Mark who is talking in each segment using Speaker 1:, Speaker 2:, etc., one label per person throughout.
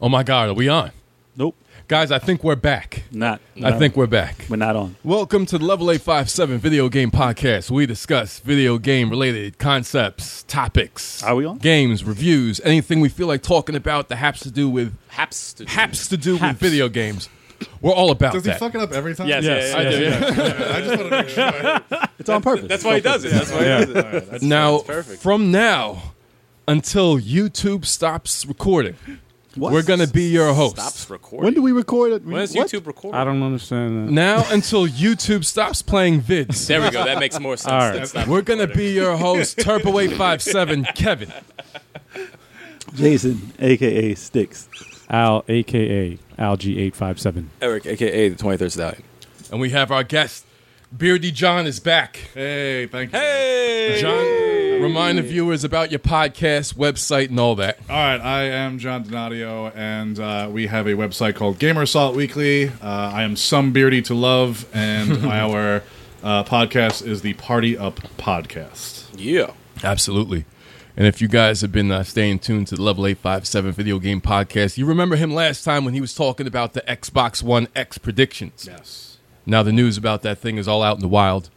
Speaker 1: Oh my God, are we on?
Speaker 2: Nope,
Speaker 1: Guys, I think we're back.
Speaker 2: not.
Speaker 1: I think we're back.
Speaker 2: we're not on.
Speaker 1: Welcome to the Level 857 Video Game Podcast. We discuss video game related concepts, topics.
Speaker 2: Are we on?
Speaker 1: Games, reviews, anything we feel like talking about that haps to do with
Speaker 3: Haps to
Speaker 1: haps to do
Speaker 2: Haps.
Speaker 1: with video games. We're all about
Speaker 4: Does he
Speaker 1: that.
Speaker 4: fuck it up every time?
Speaker 3: Yes,
Speaker 2: Yes,
Speaker 3: yeah, yeah, yeah, yeah.
Speaker 4: I just want to make sure. I-
Speaker 2: It's on purpose.
Speaker 3: That's why he does it. That's why he does it.
Speaker 1: now,
Speaker 3: perfect.
Speaker 1: from now until YouTube stops recording,
Speaker 2: What?
Speaker 1: we're going to be your host.
Speaker 3: Stops recording.
Speaker 2: When do we record it?
Speaker 3: When is
Speaker 2: What?
Speaker 3: YouTube recording?
Speaker 5: I don't understand that.
Speaker 1: Now until YouTube stops playing vids.
Speaker 3: There we go. That makes more sense.
Speaker 5: All right.
Speaker 3: That stops
Speaker 1: We're gonna
Speaker 3: recording.
Speaker 1: be your host, Turbo857 Kevin.
Speaker 2: Jason, aka Sticks.
Speaker 5: Al, aka Al G eight five seven.
Speaker 3: Eric, aka the 23rd Stallion.
Speaker 1: And we have our guest, Beardy John is back.
Speaker 4: hey, thank you.
Speaker 3: Hey,
Speaker 1: John, remind the viewers about your podcast, website, and all that.
Speaker 4: All right, I am John Donadio, and uh, we have a website called Gamer Assault Weekly. Uh, I am some beardy to love, and our uh, podcast is the Party Up Podcast.
Speaker 3: Yeah.
Speaker 1: Absolutely. And if you guys have been uh, staying tuned to the Level 857 Video Game Podcast, you remember him last time when he was talking about the Xbox One X predictions.
Speaker 4: Yes.
Speaker 1: Now, the news about that thing is all out in the wild.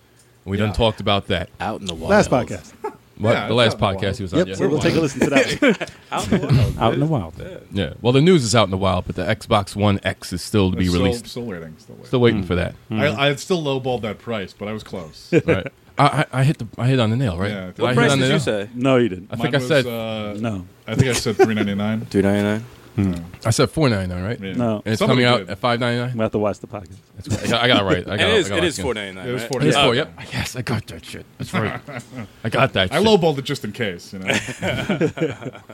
Speaker 1: We done
Speaker 4: Yeah.
Speaker 1: talked about that.
Speaker 3: Out in the wild.
Speaker 2: Last podcast.
Speaker 1: What-
Speaker 4: Yeah,
Speaker 1: the
Speaker 4: it's
Speaker 1: last
Speaker 4: out in
Speaker 1: podcast
Speaker 4: the wild.
Speaker 1: he was on.
Speaker 2: Yep,
Speaker 1: yeah.
Speaker 2: so we'll take a listen to that. one.
Speaker 3: Out in the wild.
Speaker 5: Out in the wild.
Speaker 1: Yeah. Well, the news is out in the wild, but the Xbox One X is still to be
Speaker 4: Still- Mm.
Speaker 1: released.
Speaker 4: Still waiting. Still waiting.
Speaker 1: Still waiting for that.
Speaker 4: I, I still lowballed that price, but I was close.
Speaker 1: Right. I, I, I hit the I hit on the nail, right?
Speaker 4: Yeah.
Speaker 1: I
Speaker 4: What
Speaker 1: hit
Speaker 3: What
Speaker 1: on
Speaker 3: price
Speaker 1: the
Speaker 3: did
Speaker 1: nail.
Speaker 3: you say?
Speaker 5: No, you didn't.
Speaker 1: I think I said
Speaker 4: uh,
Speaker 2: No,
Speaker 4: I think I said three ninety nine.
Speaker 3: 299
Speaker 1: I said four ninety nine, right?
Speaker 2: no.
Speaker 1: And it's
Speaker 4: Somebody
Speaker 1: coming
Speaker 4: did.
Speaker 1: out at five ninety nine.
Speaker 2: We have to watch the podcast.
Speaker 1: I got it right. I got
Speaker 3: It is,
Speaker 1: I got
Speaker 3: it is
Speaker 1: again.
Speaker 3: 499
Speaker 4: It was
Speaker 3: right? Oh,
Speaker 4: 499.
Speaker 1: It is
Speaker 4: Yeah.
Speaker 1: four. Yep. Yes, I got that shit. That's right. I got that.
Speaker 4: I
Speaker 1: shit.
Speaker 4: lowballed it just in case. You know.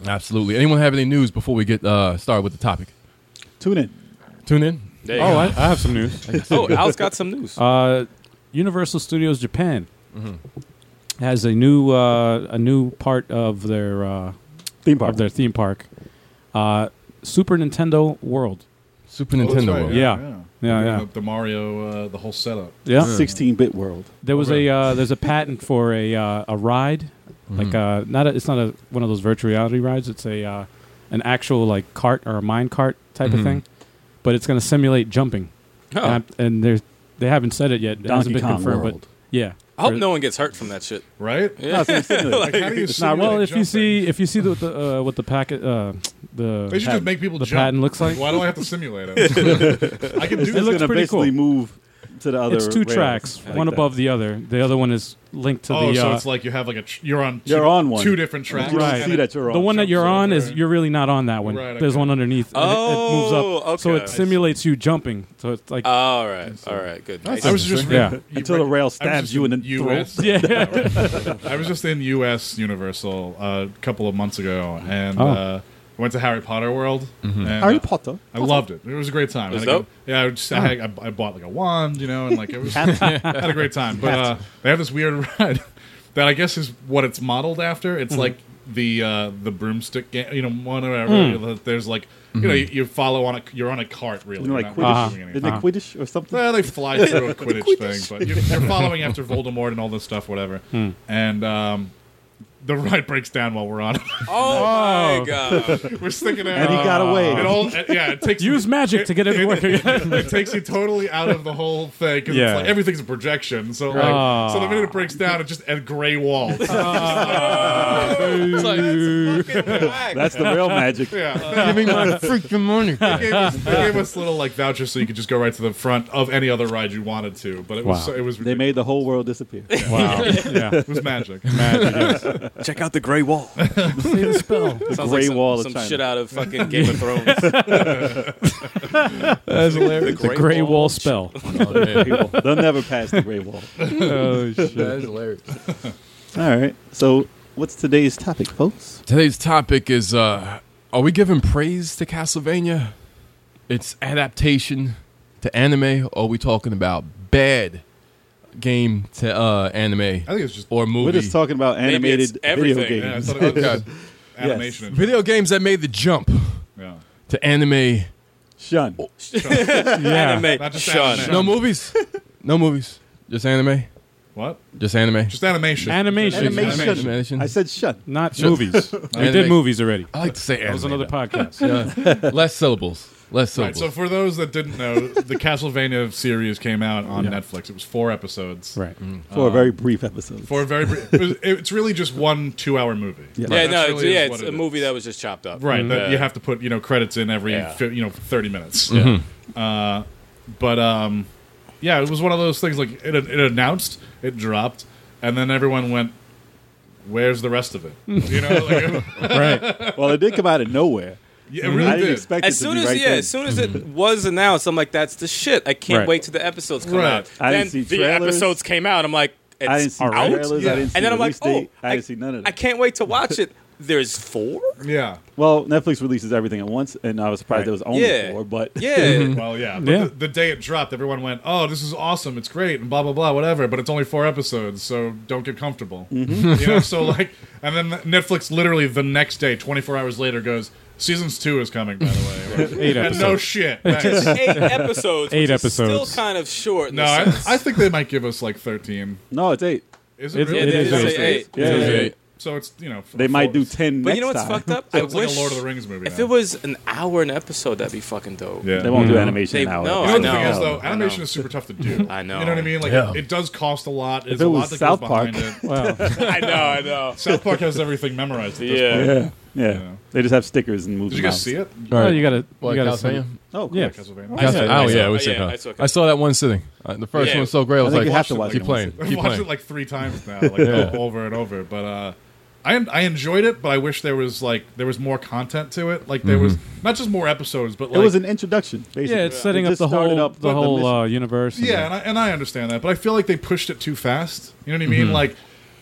Speaker 1: Absolutely. Anyone have any news before we get uh, started with the topic?
Speaker 2: Tune in.
Speaker 1: Tune in.
Speaker 3: There
Speaker 5: Oh,
Speaker 3: you
Speaker 5: I, I have some news.
Speaker 3: go. oh, Al's got some news.
Speaker 5: Uh, Universal Studios Japan
Speaker 3: Mm-hmm.
Speaker 5: has a new uh, a new part of their uh,
Speaker 2: Theme park.
Speaker 5: of their theme park, uh, Super Nintendo World.
Speaker 1: Super
Speaker 4: Oh, that's
Speaker 1: Nintendo.
Speaker 4: right,
Speaker 1: World.
Speaker 5: Yeah. Yeah,
Speaker 4: Doing
Speaker 5: yeah.
Speaker 4: The, the Mario, uh, the whole setup.
Speaker 5: Yeah,
Speaker 2: 16-bit Mm. world.
Speaker 5: there was
Speaker 1: Okay.
Speaker 5: a uh, there's a patent for a uh, a ride,
Speaker 3: Mm-hmm.
Speaker 5: like uh, not a, it's not a one of those virtual reality rides. It's a uh, an actual like cart or a mine cart type
Speaker 1: Mhm.
Speaker 5: of thing, but it's going to simulate jumping.
Speaker 3: Mm-hmm. Huh.
Speaker 2: uh,
Speaker 5: And, I'm- and there's- they haven't said it yet. It hasn't
Speaker 2: Donkey
Speaker 5: been
Speaker 2: Kong
Speaker 5: confirmed,
Speaker 2: World.
Speaker 5: but yeah.
Speaker 3: I hope
Speaker 5: For-
Speaker 3: no one gets hurt from that shit.
Speaker 4: Right?
Speaker 3: Yeah.
Speaker 4: Like, how do you
Speaker 5: It's not,
Speaker 4: simulate
Speaker 5: well, if
Speaker 4: jumping?
Speaker 5: you see if you see the, what the uh, what the packet uh, the
Speaker 4: They should just
Speaker 5: patent-
Speaker 4: make people
Speaker 5: the
Speaker 4: jump.
Speaker 5: patent looks like.
Speaker 4: Why do I have to simulate it? I can do
Speaker 2: It's
Speaker 4: this.
Speaker 5: looks
Speaker 2: going to
Speaker 5: pretty
Speaker 2: basically
Speaker 5: cool.
Speaker 2: move to the other
Speaker 5: It's two
Speaker 2: rails
Speaker 5: tracks,
Speaker 2: like
Speaker 5: one
Speaker 2: that.
Speaker 5: above the other. The other one is linked to
Speaker 4: oh,
Speaker 5: the.
Speaker 4: so
Speaker 5: uh,
Speaker 4: it's like you have like a tr- you're on two,
Speaker 2: You're on one.
Speaker 4: two different tracks.
Speaker 2: You don't
Speaker 5: Right.
Speaker 2: see that you're on.
Speaker 5: the one that you're
Speaker 4: jumps
Speaker 5: on
Speaker 4: over.
Speaker 5: is you're really not on that one.
Speaker 4: Right,
Speaker 5: There's
Speaker 4: okay.
Speaker 5: one underneath. and it-
Speaker 3: Oh,
Speaker 5: it, moves up, so
Speaker 3: okay. Uh,
Speaker 5: it simulates you jumping. So it's like
Speaker 3: All right. All right. Good.
Speaker 4: I was
Speaker 3: Nice.
Speaker 4: just
Speaker 5: Yeah.
Speaker 4: you
Speaker 2: Until the rail stabs
Speaker 4: I was just
Speaker 2: you in
Speaker 4: in
Speaker 2: the
Speaker 4: U.S.
Speaker 5: Yeah.
Speaker 4: I was just in U.S. Universal uh, a couple of months ago, and
Speaker 5: Oh. Mm-hmm.
Speaker 4: uh, I went to Harry Potter World. and,
Speaker 2: Harry
Speaker 4: uh,
Speaker 2: Potter.
Speaker 4: I loved it. It was a great time.
Speaker 3: Was
Speaker 4: I think
Speaker 3: dope?
Speaker 4: I- yeah, I, just, I, had- I, I bought like a wand, you know, and like it was I had a great time. But uh, they have this weird ride that I guess is what it's modeled after. It's like the uh, the broomstick game, you know, one or whatever. There's like you know you, you follow on a you're on a cart really.
Speaker 2: You know,
Speaker 4: You're
Speaker 2: like
Speaker 5: Uh-huh.
Speaker 2: Quidditch.
Speaker 4: not doing
Speaker 2: Isn't
Speaker 4: anything.
Speaker 2: it Quidditch or something?
Speaker 4: Well, they fly through a Quidditch, thing, but you're, you're following after Voldemort and all this stuff, whatever. And um, the ride breaks down while we're on it.
Speaker 3: Oh, my God.
Speaker 4: we're sticking out.
Speaker 2: and he got away.
Speaker 4: It all, yeah, it takes
Speaker 5: use magic to get it working.
Speaker 4: it takes you totally out of the whole thing because
Speaker 5: Yeah. Oh.
Speaker 4: it's like everything's a projection. So like,
Speaker 5: Right.
Speaker 4: so the minute it breaks down, it's just a gray wall.
Speaker 1: It's like,
Speaker 2: That's the real magic.
Speaker 4: yeah.
Speaker 1: give me my freaking money.
Speaker 4: They gave, us, they gave us little like vouchers so you could just go right to the front of any other ride you wanted to, but it was
Speaker 5: Wow.
Speaker 4: so, it was
Speaker 2: They made the whole world disappear.
Speaker 5: wow, yeah,
Speaker 4: it was magic.
Speaker 3: Check out the gray wall.
Speaker 5: spell.
Speaker 3: Sounds
Speaker 2: Gray
Speaker 3: like some,
Speaker 2: Wall of
Speaker 3: some
Speaker 2: China.
Speaker 3: shit out of fucking Game of Thrones.
Speaker 5: That's hilarious. The
Speaker 3: Great
Speaker 5: gray
Speaker 3: Wall.
Speaker 5: wall spell.
Speaker 2: They'll never pass the gray wall.
Speaker 5: oh shit!
Speaker 1: That is hilarious.
Speaker 2: All right. So, what's today's topic, folks?
Speaker 1: Today's topic is uh, Are we giving praise to Castlevania? Its adaptation to anime? Or are we talking about bad game to uh, anime
Speaker 4: I think it's just
Speaker 1: or movie?
Speaker 2: We're just talking about
Speaker 3: Maybe it's
Speaker 2: animated video
Speaker 3: everything.
Speaker 4: yeah, I
Speaker 2: games.
Speaker 4: thought it was
Speaker 1: Okay.
Speaker 4: animation. in
Speaker 1: Video games that made the jump
Speaker 4: Yeah.
Speaker 1: to anime.
Speaker 2: Shun.
Speaker 5: Yeah,
Speaker 3: Anime.
Speaker 4: Not just
Speaker 3: Shun.
Speaker 4: anime.
Speaker 1: No movies. No movies. Just anime.
Speaker 4: What?
Speaker 1: Just anime.
Speaker 4: Just animation.
Speaker 5: Animation.
Speaker 2: Animation.
Speaker 1: Animation. Animation.
Speaker 2: I said shut.
Speaker 5: Not movies. we did
Speaker 1: Anime.
Speaker 5: movies already.
Speaker 1: I like to say anime.
Speaker 5: That was another
Speaker 1: though.
Speaker 5: podcast.
Speaker 1: Yeah. Less syllables. Less
Speaker 4: Right,
Speaker 1: syllables.
Speaker 4: so for those that didn't know, the Castlevania series came out on Netflix. It was four episodes.
Speaker 5: Right.
Speaker 3: Mm. Uh,
Speaker 2: For a very brief episode.
Speaker 4: For a very, br- it was- it's really just one two-hour movie.
Speaker 2: Yeah.
Speaker 3: Yeah,
Speaker 4: That's
Speaker 3: no,
Speaker 4: really
Speaker 3: it's, yeah,
Speaker 4: is what
Speaker 3: it's a
Speaker 4: it
Speaker 3: movie
Speaker 4: is.
Speaker 3: that was just chopped up.
Speaker 4: right that
Speaker 3: Yeah.
Speaker 4: you have to put you know credits in every
Speaker 3: Yeah.
Speaker 4: fi- you know 30 minutes uh, but um, yeah it was one of those things like it, it announced it dropped and then everyone went where's the rest of it you know like,
Speaker 2: well, it did come out of nowhere.
Speaker 4: yeah, it
Speaker 2: I
Speaker 4: really
Speaker 2: didn't
Speaker 4: did
Speaker 2: expect
Speaker 3: As
Speaker 2: it to
Speaker 3: soon
Speaker 2: be
Speaker 3: as
Speaker 2: right
Speaker 3: yeah,
Speaker 2: there.
Speaker 3: as soon as it
Speaker 4: Mm-hmm.
Speaker 3: was announced, I'm like, that's the shit. I can't
Speaker 5: Right.
Speaker 3: wait till the episodes come
Speaker 4: Right.
Speaker 3: out.
Speaker 2: I
Speaker 3: then
Speaker 2: didn't see
Speaker 3: the
Speaker 2: trailers.
Speaker 3: episodes came out. I'm like, it's
Speaker 2: I didn't see
Speaker 3: out.
Speaker 2: trailers. I
Speaker 4: Yeah.
Speaker 2: didn't see
Speaker 3: and then I'm like,
Speaker 2: release
Speaker 3: oh,
Speaker 2: date. I, didn't see none of
Speaker 3: I
Speaker 2: that.
Speaker 3: can't wait to watch it. There's four.
Speaker 4: yeah
Speaker 2: Well, Netflix releases everything at once, and I was surprised there was only
Speaker 3: Yeah.
Speaker 2: four. But
Speaker 3: Yeah,
Speaker 4: well yeah, but
Speaker 5: Yeah.
Speaker 4: The, the day it dropped everyone went oh this is awesome it's great and blah blah blah whatever but it's only four episodes so don't get comfortable
Speaker 2: Mm-hmm.
Speaker 4: you know so like and then netflix literally the next day 24 hours later goes seasons two is coming by the way
Speaker 5: Eight
Speaker 4: And no
Speaker 5: episodes.
Speaker 4: shit thanks.
Speaker 3: eight episodes. which
Speaker 5: Eight
Speaker 3: is
Speaker 5: episodes.
Speaker 3: Still kind of short. in
Speaker 4: No,
Speaker 3: a
Speaker 4: I,
Speaker 3: sense.
Speaker 4: I think they might give us like 13.
Speaker 2: no, it's eight.
Speaker 4: Is
Speaker 5: It-
Speaker 4: it, really?
Speaker 5: it is
Speaker 3: Yeah, they
Speaker 5: eight.
Speaker 3: say eight.
Speaker 2: Yeah,
Speaker 1: Yeah.
Speaker 4: Yeah. So it's, you know. f-
Speaker 2: they might
Speaker 4: four-
Speaker 2: do ten.
Speaker 3: But
Speaker 2: next
Speaker 3: you know what's
Speaker 2: time.
Speaker 3: fucked up?
Speaker 4: So
Speaker 3: I
Speaker 4: it's like a
Speaker 3: wish
Speaker 4: Lord of the Rings movie.
Speaker 3: if
Speaker 4: now.
Speaker 3: it was an hour an episode, that'd be fucking dope.
Speaker 4: yeah.
Speaker 2: They won't do
Speaker 5: Mhm.
Speaker 2: animation
Speaker 3: They-
Speaker 2: now.
Speaker 3: no,
Speaker 4: You
Speaker 3: I
Speaker 4: know the thing
Speaker 3: know.
Speaker 4: is, though,
Speaker 3: I
Speaker 4: animation
Speaker 3: know.
Speaker 4: is super tough to do.
Speaker 3: I know.
Speaker 4: You know what I mean? Like,
Speaker 1: Yeah.
Speaker 4: it, it does cost a lot. There's
Speaker 2: it
Speaker 4: a
Speaker 2: was
Speaker 4: lot that
Speaker 2: South
Speaker 4: goes
Speaker 2: Park-
Speaker 4: behind it.
Speaker 5: Wow.
Speaker 3: I know, I know.
Speaker 4: South Park has everything memorized. At this
Speaker 3: Yeah.
Speaker 4: Point.
Speaker 2: Yeah, yeah.
Speaker 4: Yeah.
Speaker 2: They just have stickers and move.
Speaker 4: Did you
Speaker 2: them
Speaker 4: guys
Speaker 2: out.
Speaker 4: see it?
Speaker 1: All
Speaker 5: Oh,
Speaker 1: right.
Speaker 5: you gotta,
Speaker 1: What,
Speaker 5: you gotta
Speaker 1: Castlevania?
Speaker 5: send-
Speaker 2: Oh, cool.
Speaker 5: Yeah.
Speaker 4: Castlevania.
Speaker 1: Castle- oh
Speaker 5: Yeah.
Speaker 1: yeah, we
Speaker 3: I saw-
Speaker 1: said
Speaker 3: yeah,
Speaker 1: that.
Speaker 3: I saw it.
Speaker 1: I saw that one sitting. Uh, the first
Speaker 3: Yeah.
Speaker 1: one was so great. I was
Speaker 2: think
Speaker 1: like,
Speaker 2: you have to watch it
Speaker 1: keep
Speaker 2: like
Speaker 1: playing,
Speaker 4: I've
Speaker 1: keep
Speaker 4: watched
Speaker 1: playing.
Speaker 4: it like three times now, like over and over. But uh, I I enjoyed it, but I wish there was like there was more content to it. Like there was not just more episodes, but like
Speaker 2: It was an introduction. Basically.
Speaker 5: Yeah, it's setting
Speaker 2: It
Speaker 5: up
Speaker 2: just
Speaker 5: the
Speaker 2: started
Speaker 5: whole,
Speaker 2: up
Speaker 5: the whole
Speaker 2: mission.
Speaker 5: uh, universe. and
Speaker 4: Yeah, and I, and I understand that, but I feel like they pushed it too fast. You know what I mean? Like,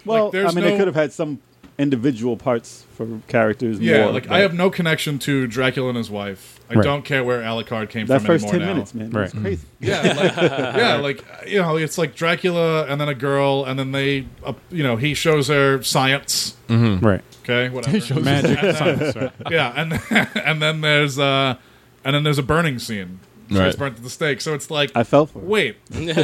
Speaker 2: well,
Speaker 4: like, there's
Speaker 2: I mean,
Speaker 4: no-
Speaker 2: they could have had some individual parts for characters.
Speaker 4: Yeah,
Speaker 2: more,
Speaker 4: like
Speaker 2: but
Speaker 4: I have no connection to Dracula and his wife. I
Speaker 5: Right.
Speaker 4: don't care where Alucard came
Speaker 2: that
Speaker 4: from
Speaker 2: first ten
Speaker 4: anymore now.
Speaker 2: minutes,
Speaker 4: Mm-hmm.
Speaker 2: man. It was
Speaker 5: Right.
Speaker 2: crazy.
Speaker 4: Yeah, like, yeah, like you know, it's like Dracula and then a girl, and then they, uh, you know, he shows her science.
Speaker 5: Right.
Speaker 4: Okay, whatever.
Speaker 5: Magic. science, right.
Speaker 4: yeah, and and then there's uh, and then there's a burning scene. She gets
Speaker 1: Right.
Speaker 4: burnt at the stake. So it's like,
Speaker 2: I fell for it.
Speaker 4: wait,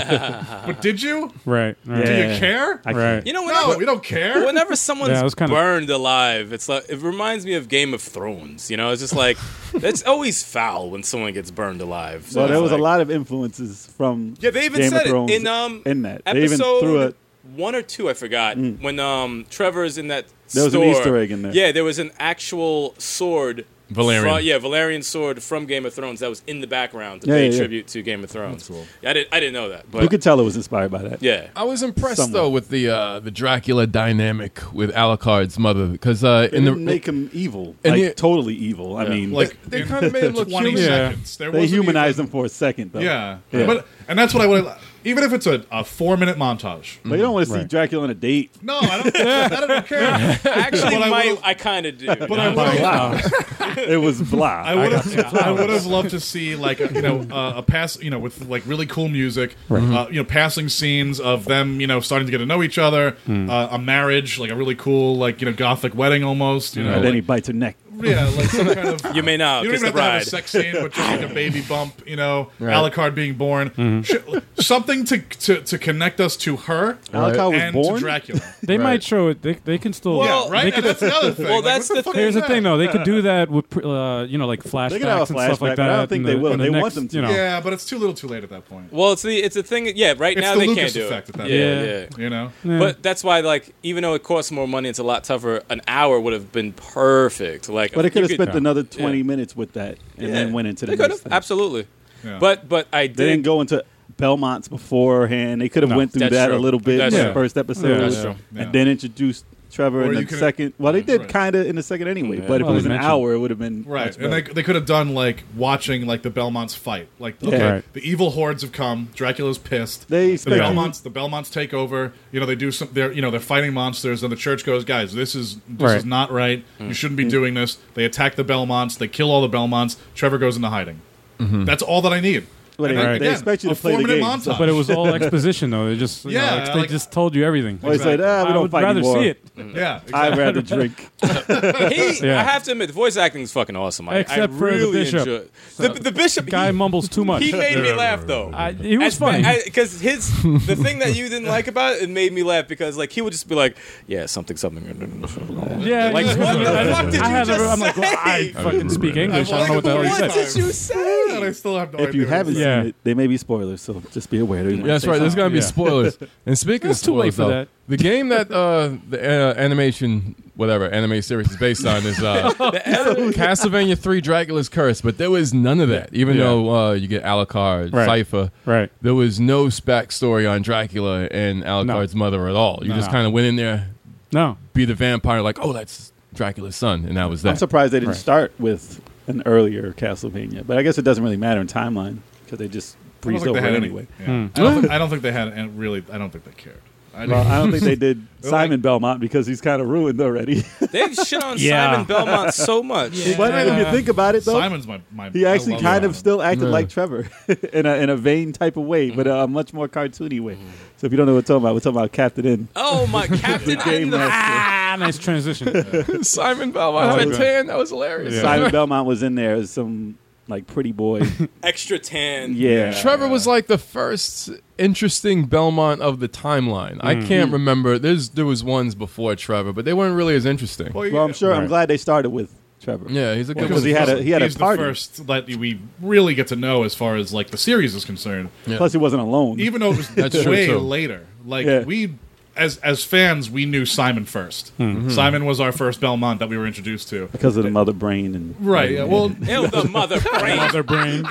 Speaker 4: but did you?
Speaker 5: Right.
Speaker 4: Do
Speaker 5: Right.
Speaker 2: Yeah.
Speaker 4: you care?
Speaker 2: I
Speaker 5: Right.
Speaker 3: You know,
Speaker 4: no,
Speaker 3: whenever,
Speaker 4: we don't care.
Speaker 3: whenever someone's
Speaker 5: Yeah, it was kinda-
Speaker 3: burned alive, it's like it reminds me of Game of Thrones. You know, it's just like it's always foul when someone gets burned alive. So
Speaker 2: Well, there
Speaker 3: it's
Speaker 2: was a
Speaker 3: like-
Speaker 2: lot of influences from
Speaker 3: Yeah, they even
Speaker 2: Game
Speaker 3: said
Speaker 2: of Thrones
Speaker 3: it in um
Speaker 2: in that. They even
Speaker 3: episode
Speaker 2: threw it.
Speaker 3: one or two. I forgot when um Trevor's in that.
Speaker 2: There was an
Speaker 3: store,
Speaker 2: Easter egg in there.
Speaker 3: Yeah, there was an actual sword.
Speaker 1: Valerian.
Speaker 3: fro- yeah, Valerian sword from Game of Thrones that was in the background to
Speaker 2: Yeah,
Speaker 3: pay
Speaker 2: yeah, yeah.
Speaker 3: tribute to Game of Thrones.
Speaker 4: That's cool.
Speaker 3: Yeah, I didn't. I didn't know that, but
Speaker 2: You could tell it was inspired by that.
Speaker 3: yeah.
Speaker 1: I was impressed
Speaker 2: Somewhat.
Speaker 1: though with the uh, the Dracula dynamic with Alucard's mother because uh, in
Speaker 2: and
Speaker 1: the
Speaker 2: make him evil,
Speaker 1: and
Speaker 2: like
Speaker 1: the-
Speaker 2: totally evil. I mean,
Speaker 4: like
Speaker 1: They
Speaker 4: in
Speaker 1: kinda made him look
Speaker 4: 20
Speaker 1: human.
Speaker 5: Yeah.
Speaker 4: seconds. There
Speaker 2: they
Speaker 4: wasn't
Speaker 2: humanized
Speaker 4: even-
Speaker 2: him for a second, though.
Speaker 4: Yeah.
Speaker 2: Yeah.
Speaker 4: but and that's what I would even if it's a, a four minute montage.
Speaker 2: but you don't want to see
Speaker 5: Right.
Speaker 2: Dracula on a date.
Speaker 4: No, I don't. I don't care.
Speaker 3: Actually,
Speaker 4: But I
Speaker 3: my,
Speaker 4: would've-
Speaker 3: I kind of do.
Speaker 4: But I would.
Speaker 2: Wow, it was blah.
Speaker 4: I would have. I would have loved to see like you know uh, a pass you know with like really cool music, uh, you know passing scenes of them you know starting to get to know each other,
Speaker 2: Hmm.
Speaker 4: uh, a marriage like a really cool like you know gothic wedding almost you know
Speaker 2: and then he
Speaker 4: like,
Speaker 2: bites her neck.
Speaker 4: yeah like some kind of
Speaker 3: you may not
Speaker 4: you don't
Speaker 3: kiss
Speaker 4: even
Speaker 3: the
Speaker 4: have to have a
Speaker 3: bride.
Speaker 4: sex scene, but just like a baby bump, you know, Alucard being born,
Speaker 3: Mm-hmm.
Speaker 4: Shit, something to, to to connect us to her
Speaker 3: Oh,
Speaker 2: Alucard was
Speaker 4: and to
Speaker 2: born.
Speaker 4: Dracula.
Speaker 5: They
Speaker 1: Right.
Speaker 5: might show it. They, they can still.
Speaker 3: Well,
Speaker 4: yeah, right.
Speaker 5: They
Speaker 4: And that's the other thing.
Speaker 3: Well,
Speaker 4: Like,
Speaker 3: that's
Speaker 4: what
Speaker 3: the
Speaker 4: fuck
Speaker 3: thing.
Speaker 4: is
Speaker 5: Here's the
Speaker 4: that?
Speaker 5: thing, though. They could do that with, pr- uh, you know, like flashbacks
Speaker 2: They could have a
Speaker 5: and stuff
Speaker 2: flashback,
Speaker 5: like
Speaker 2: but I
Speaker 5: that.
Speaker 2: don't
Speaker 5: in
Speaker 2: think
Speaker 5: the-
Speaker 2: they will.
Speaker 5: in the
Speaker 2: They want
Speaker 5: next,
Speaker 2: them to.
Speaker 5: You know,
Speaker 4: Yeah, but it's too little, too late at that point.
Speaker 3: Well, it's the it's a thing. Yeah, right
Speaker 4: It's
Speaker 3: now
Speaker 4: the
Speaker 3: they
Speaker 4: Lucas
Speaker 3: can't do
Speaker 4: effect
Speaker 3: it.
Speaker 4: at that
Speaker 3: yeah,
Speaker 4: point.
Speaker 3: yeah.
Speaker 4: You know,
Speaker 5: Yeah.
Speaker 3: But that's why, like, even though it costs more money, it's a lot tougher. An hour would have been perfect. Like,
Speaker 2: But it could
Speaker 3: you
Speaker 2: have spent another
Speaker 3: yeah.
Speaker 2: twenty minutes with that, and then
Speaker 3: Yeah.
Speaker 2: went into the
Speaker 3: They could
Speaker 2: next
Speaker 3: have
Speaker 2: thing.
Speaker 3: absolutely.
Speaker 4: Yeah.
Speaker 3: But but I did.
Speaker 2: They didn't go into Belmont's beforehand. They could have
Speaker 5: No,
Speaker 2: went through
Speaker 3: that's
Speaker 2: that a
Speaker 3: true.
Speaker 2: little bit
Speaker 3: That's
Speaker 2: in the
Speaker 5: true.
Speaker 2: first episode,
Speaker 5: that's
Speaker 4: true.
Speaker 2: and
Speaker 4: Yeah.
Speaker 2: then introduced Trevor
Speaker 4: Or you
Speaker 2: in the
Speaker 4: could've-
Speaker 2: second. Well, they did
Speaker 4: Right.
Speaker 2: kind of in the second anyway. But if
Speaker 5: Well,
Speaker 2: it
Speaker 5: they
Speaker 2: was an
Speaker 5: mentioned-
Speaker 2: hour, it would have been
Speaker 4: right?
Speaker 2: much
Speaker 4: And they
Speaker 2: better.
Speaker 4: they could have done like watching like the Belmonts fight. Like, okay,
Speaker 5: Right.
Speaker 4: the evil hordes have come. Dracula's pissed.
Speaker 2: They
Speaker 4: the
Speaker 2: expect-
Speaker 4: Belmonts. The Belmonts take over. You know, they do some. They're you know they're fighting monsters, and the church goes, guys, this is this
Speaker 5: Right.
Speaker 4: is not right. You shouldn't be doing
Speaker 5: Mm-hmm.
Speaker 4: this. They attack the Belmonts. They kill all the Belmonts. Trevor goes into hiding. That's all that I need.
Speaker 2: Well, they,
Speaker 4: And
Speaker 5: Right.
Speaker 2: they
Speaker 4: again,
Speaker 2: expect you
Speaker 4: a
Speaker 2: to play the
Speaker 4: four-minute
Speaker 2: game. so-
Speaker 4: montage.
Speaker 5: But it was all exposition, though. They just you know,
Speaker 4: Yeah,
Speaker 5: ex-
Speaker 4: like-
Speaker 5: they just told you everything.
Speaker 2: Well, he said, ah, we
Speaker 5: I
Speaker 2: don't
Speaker 5: would
Speaker 2: fight
Speaker 5: rather
Speaker 2: anymore.
Speaker 5: see it.
Speaker 4: yeah, exactly.
Speaker 2: I'd rather drink.
Speaker 3: He,
Speaker 5: Yeah.
Speaker 3: I have to admit, the voice acting is fucking awesome. I,
Speaker 5: Except
Speaker 3: I
Speaker 5: for the
Speaker 3: really
Speaker 5: bishop.
Speaker 3: enjoy it. The, the bishop
Speaker 5: Guy
Speaker 3: he-
Speaker 5: mumbles too much.
Speaker 3: He made me laugh though.
Speaker 5: I, he was funny.
Speaker 3: because his the thing that you didn't like about it, it made me laugh because like he would just be like, yeah, something, something.
Speaker 5: yeah,
Speaker 3: Like,
Speaker 5: yeah.
Speaker 3: what the fuck did you
Speaker 5: I had
Speaker 3: just
Speaker 5: a- I'm like,
Speaker 3: say?
Speaker 5: well, I fucking speak English. I don't know what the hell he
Speaker 3: What
Speaker 5: said.
Speaker 3: did you
Speaker 4: And I
Speaker 3: say?
Speaker 4: still have no
Speaker 2: If you
Speaker 4: idea.
Speaker 2: haven't
Speaker 5: Yeah.
Speaker 2: seen it, they may be spoilers, so just be aware.
Speaker 1: Yeah, that's right. There's gonna be
Speaker 5: Yeah.
Speaker 1: spoilers. And speaking of
Speaker 5: It's too late
Speaker 1: spoilers,
Speaker 5: for
Speaker 1: though,
Speaker 5: that.
Speaker 1: the game that uh, the uh, animation, whatever anime series is based on is uh, Castlevania Three: Dracula's Curse. But there was none of that. Even
Speaker 5: Yeah.
Speaker 1: though uh, you get Alucard,
Speaker 5: Right.
Speaker 1: Cipher,
Speaker 5: Right.
Speaker 1: there was no backstory on Dracula and Alucard's mother at all. You
Speaker 5: No.
Speaker 1: just kind of went in there,
Speaker 5: No.
Speaker 1: beat a vampire, like, oh, that's Dracula's son, and that was
Speaker 2: I'm
Speaker 1: that.
Speaker 2: surprised they didn't
Speaker 5: Right.
Speaker 2: start with an earlier Castlevania, but I guess it doesn't really matter in timeline because they just
Speaker 4: I don't
Speaker 2: breezed
Speaker 4: think
Speaker 2: over
Speaker 4: they
Speaker 2: it
Speaker 4: had any-
Speaker 2: anyway.
Speaker 5: Hmm.
Speaker 4: yeah. I, don't think, I don't think they had and really. I don't think they cared. I
Speaker 2: Well, I don't think they did
Speaker 4: They're
Speaker 2: Simon
Speaker 4: like-
Speaker 2: Belmont because he's kind of ruined already.
Speaker 3: They've shit on
Speaker 5: Yeah.
Speaker 3: Simon Belmont so much.
Speaker 2: but if you think about it, though,
Speaker 4: Simon's my, my
Speaker 2: he
Speaker 4: I
Speaker 2: actually
Speaker 4: love
Speaker 2: kind
Speaker 4: Simon.
Speaker 2: of still acted
Speaker 1: Yeah.
Speaker 2: like Trevor in a in a vain type of way, but a much more cartoony way. So if you don't know what we're talking about, we're taltalking about Captain In.
Speaker 3: Oh my Captain
Speaker 2: Game
Speaker 3: I-
Speaker 2: Master.
Speaker 5: Ah, nice transition.
Speaker 1: Simon Belmont had
Speaker 2: yeah.
Speaker 1: tan. That was hilarious.
Speaker 5: Yeah.
Speaker 2: Simon Belmont was in there as some like pretty boy.
Speaker 3: extra tan.
Speaker 2: Yeah.
Speaker 1: Trevor was like the first interesting Belmont of the timeline. I can't remember. There's there was ones before Trevor, but they weren't really as interesting.
Speaker 4: Well,
Speaker 2: Well, I'm sure. I'm
Speaker 5: Right.
Speaker 2: glad they started with Trevor.
Speaker 1: yeah, he's a good
Speaker 2: because
Speaker 1: one.
Speaker 2: he had a- he had a
Speaker 4: he's
Speaker 2: party.
Speaker 4: the first that we really get to know as far as like the series is concerned.
Speaker 2: Plus, he wasn't alone.
Speaker 4: Even though it was
Speaker 1: That's true,
Speaker 4: way
Speaker 1: too.
Speaker 4: later. Like
Speaker 2: Yeah.
Speaker 4: we as as fans, we knew Simon 1st
Speaker 1: Mm-hmm.
Speaker 4: Simon was our first Belmont that we were introduced to.
Speaker 2: because of the mother brain and
Speaker 4: Right. Yeah, well,
Speaker 3: Ew, the mother brain.
Speaker 5: Mother brain.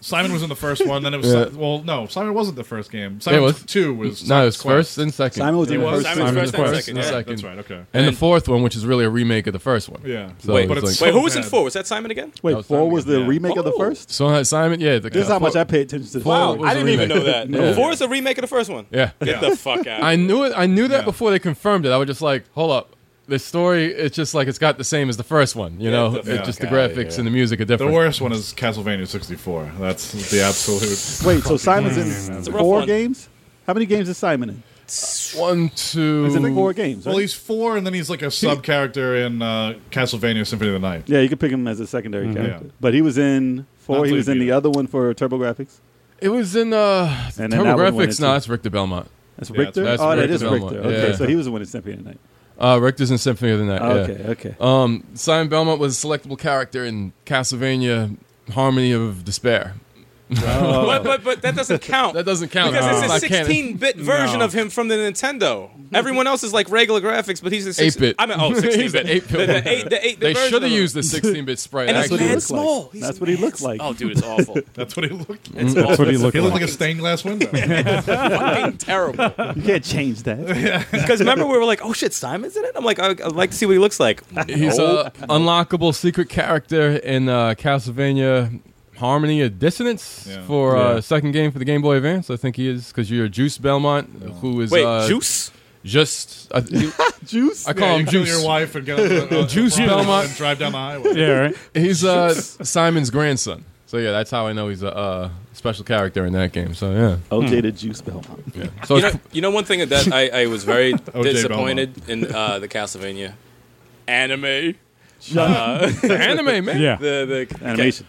Speaker 4: Simon was in the first one. Then it was
Speaker 1: Yeah.
Speaker 4: Si- well, no, Simon wasn't the first game. Simon
Speaker 1: was-
Speaker 4: two was
Speaker 1: no, it was
Speaker 4: Simon's
Speaker 1: first and second.
Speaker 2: Simon was
Speaker 4: He
Speaker 2: in the
Speaker 4: was.
Speaker 2: first.
Speaker 3: Simon's
Speaker 2: one.
Speaker 1: Simon
Speaker 3: first
Speaker 1: was
Speaker 3: and
Speaker 1: first
Speaker 3: second.
Speaker 1: and
Speaker 3: yeah.
Speaker 1: second.
Speaker 4: That's right. Okay.
Speaker 1: And, the fourth one, which is really a remake of the first one.
Speaker 4: Yeah.
Speaker 1: So
Speaker 3: Wait,
Speaker 1: it's
Speaker 4: but it's
Speaker 1: like,
Speaker 3: Wait, who was in
Speaker 4: bad.
Speaker 3: four? Was that Simon again?
Speaker 2: Wait,
Speaker 1: was
Speaker 2: four
Speaker 1: Simon.
Speaker 2: was the
Speaker 4: Yeah.
Speaker 2: remake of the
Speaker 3: Oh.
Speaker 2: first.
Speaker 1: so uh, Simon, yeah, the,
Speaker 2: This is how much
Speaker 1: four-
Speaker 2: I pay attention to. the
Speaker 1: Wow.
Speaker 2: show.
Speaker 1: was
Speaker 3: I
Speaker 1: a
Speaker 3: didn't even know
Speaker 1: remake.
Speaker 3: that.
Speaker 1: No.
Speaker 3: Four is a remake of the first one.
Speaker 1: yeah.
Speaker 3: Get
Speaker 4: Yeah.
Speaker 3: the fuck out.
Speaker 1: I knew it. I knew that
Speaker 4: Yeah.
Speaker 1: before they confirmed it. I was just like, hold up. This story, it's just like it's got the same as the first one, you
Speaker 3: Yeah,
Speaker 1: know.
Speaker 3: the
Speaker 1: It's
Speaker 3: fuck
Speaker 1: just the
Speaker 3: outta
Speaker 1: graphics
Speaker 3: here.
Speaker 1: and the music are
Speaker 4: The
Speaker 1: different.
Speaker 4: worst one is Castlevania 64. That's the absolute.
Speaker 2: Wait, so Simon's in
Speaker 3: a rough
Speaker 2: four
Speaker 3: one.
Speaker 2: games? How many games is Simon in?
Speaker 1: One, two,
Speaker 2: He's in four games.
Speaker 4: Well,
Speaker 2: right?
Speaker 4: he's four, and then he's like a sub character in uh, Castlevania Symphony of the Night.
Speaker 2: yeah, you could pick him as a secondary
Speaker 1: Mm-hmm.
Speaker 2: character.
Speaker 4: Yeah.
Speaker 2: But he was in four.
Speaker 4: Not
Speaker 2: he was in the
Speaker 4: Leapy.
Speaker 2: other one for TurboGrafx.
Speaker 1: It was in uh
Speaker 2: And then that one went
Speaker 1: TurboGrafx.
Speaker 2: into-
Speaker 1: No, that's Richter Belmont.
Speaker 2: That's
Speaker 4: Yeah,
Speaker 2: Richter.
Speaker 1: that's- that's
Speaker 2: oh, that
Speaker 1: Richter
Speaker 2: is
Speaker 1: Belmont.
Speaker 2: Richter. Okay,
Speaker 1: Yeah.
Speaker 2: so he was the one in Symphony of the Night.
Speaker 1: Uh, Richter's in Symphony of the Night. yeah.
Speaker 2: Okay, okay.
Speaker 1: Um, Simon Belmont was a selectable character in Castlevania Harmony of Despair.
Speaker 3: But, but, but that doesn't count.
Speaker 1: That doesn't count. Uh,
Speaker 3: because
Speaker 1: That's
Speaker 3: it's a
Speaker 1: not canon.
Speaker 3: 16 bit version
Speaker 5: No.
Speaker 3: of him from the Nintendo. Everyone else is like regular graphics, but he's a 6
Speaker 1: 8-bit.
Speaker 3: I mean, oh, 16
Speaker 1: He's an
Speaker 3: bit.
Speaker 1: 8-bit
Speaker 3: The, the 8 the 8
Speaker 1: They
Speaker 3: version
Speaker 1: should
Speaker 3: of
Speaker 1: have
Speaker 3: him.
Speaker 1: used the 16 bit sprite.
Speaker 3: And it's
Speaker 1: actually.
Speaker 2: he
Speaker 3: mad
Speaker 2: looks like.
Speaker 3: small. He's
Speaker 2: That's what he
Speaker 3: mad
Speaker 2: looks
Speaker 3: small.
Speaker 2: like.
Speaker 3: Oh, dude, it's awful.
Speaker 4: That's what he looked. like.
Speaker 3: It's awful.
Speaker 5: what he looked
Speaker 4: He
Speaker 5: like.
Speaker 4: looked like a stained glass window.
Speaker 3: fucking terrible.
Speaker 2: You can't change that.
Speaker 3: Because remember, we were like, oh shit, Simon's in it? I'm like, I, I'd like to see what he looks like.
Speaker 1: He's uh, a unlockable secret character in uh, Castlevania Harmony of Dissonance
Speaker 4: Yeah.
Speaker 1: for uh,
Speaker 5: Yeah.
Speaker 1: second game for the Game Boy Advance. I think he is because you're Juice Belmont, who is
Speaker 3: Wait,
Speaker 1: uh,
Speaker 3: Juice?
Speaker 1: Just I,
Speaker 2: Juice.
Speaker 1: I call
Speaker 4: Yeah, you
Speaker 1: him
Speaker 4: kill
Speaker 1: Juice.
Speaker 4: your wife and get on the, on
Speaker 1: Juice
Speaker 4: the front
Speaker 1: Belmont.
Speaker 4: and drive down the highway.
Speaker 5: Yeah, right.
Speaker 1: He's uh, Simon's grandson. So yeah, that's how I know he's a uh, special character in that game. So yeah.
Speaker 2: OJ the Juice Belmont.
Speaker 1: So
Speaker 3: You know,
Speaker 1: it's,
Speaker 3: you know one thing that I, I was very
Speaker 4: Belmont.
Speaker 3: disappointed in uh, the Castlevania anime?
Speaker 1: anime man.
Speaker 5: Yeah.
Speaker 3: The, the
Speaker 2: Animation.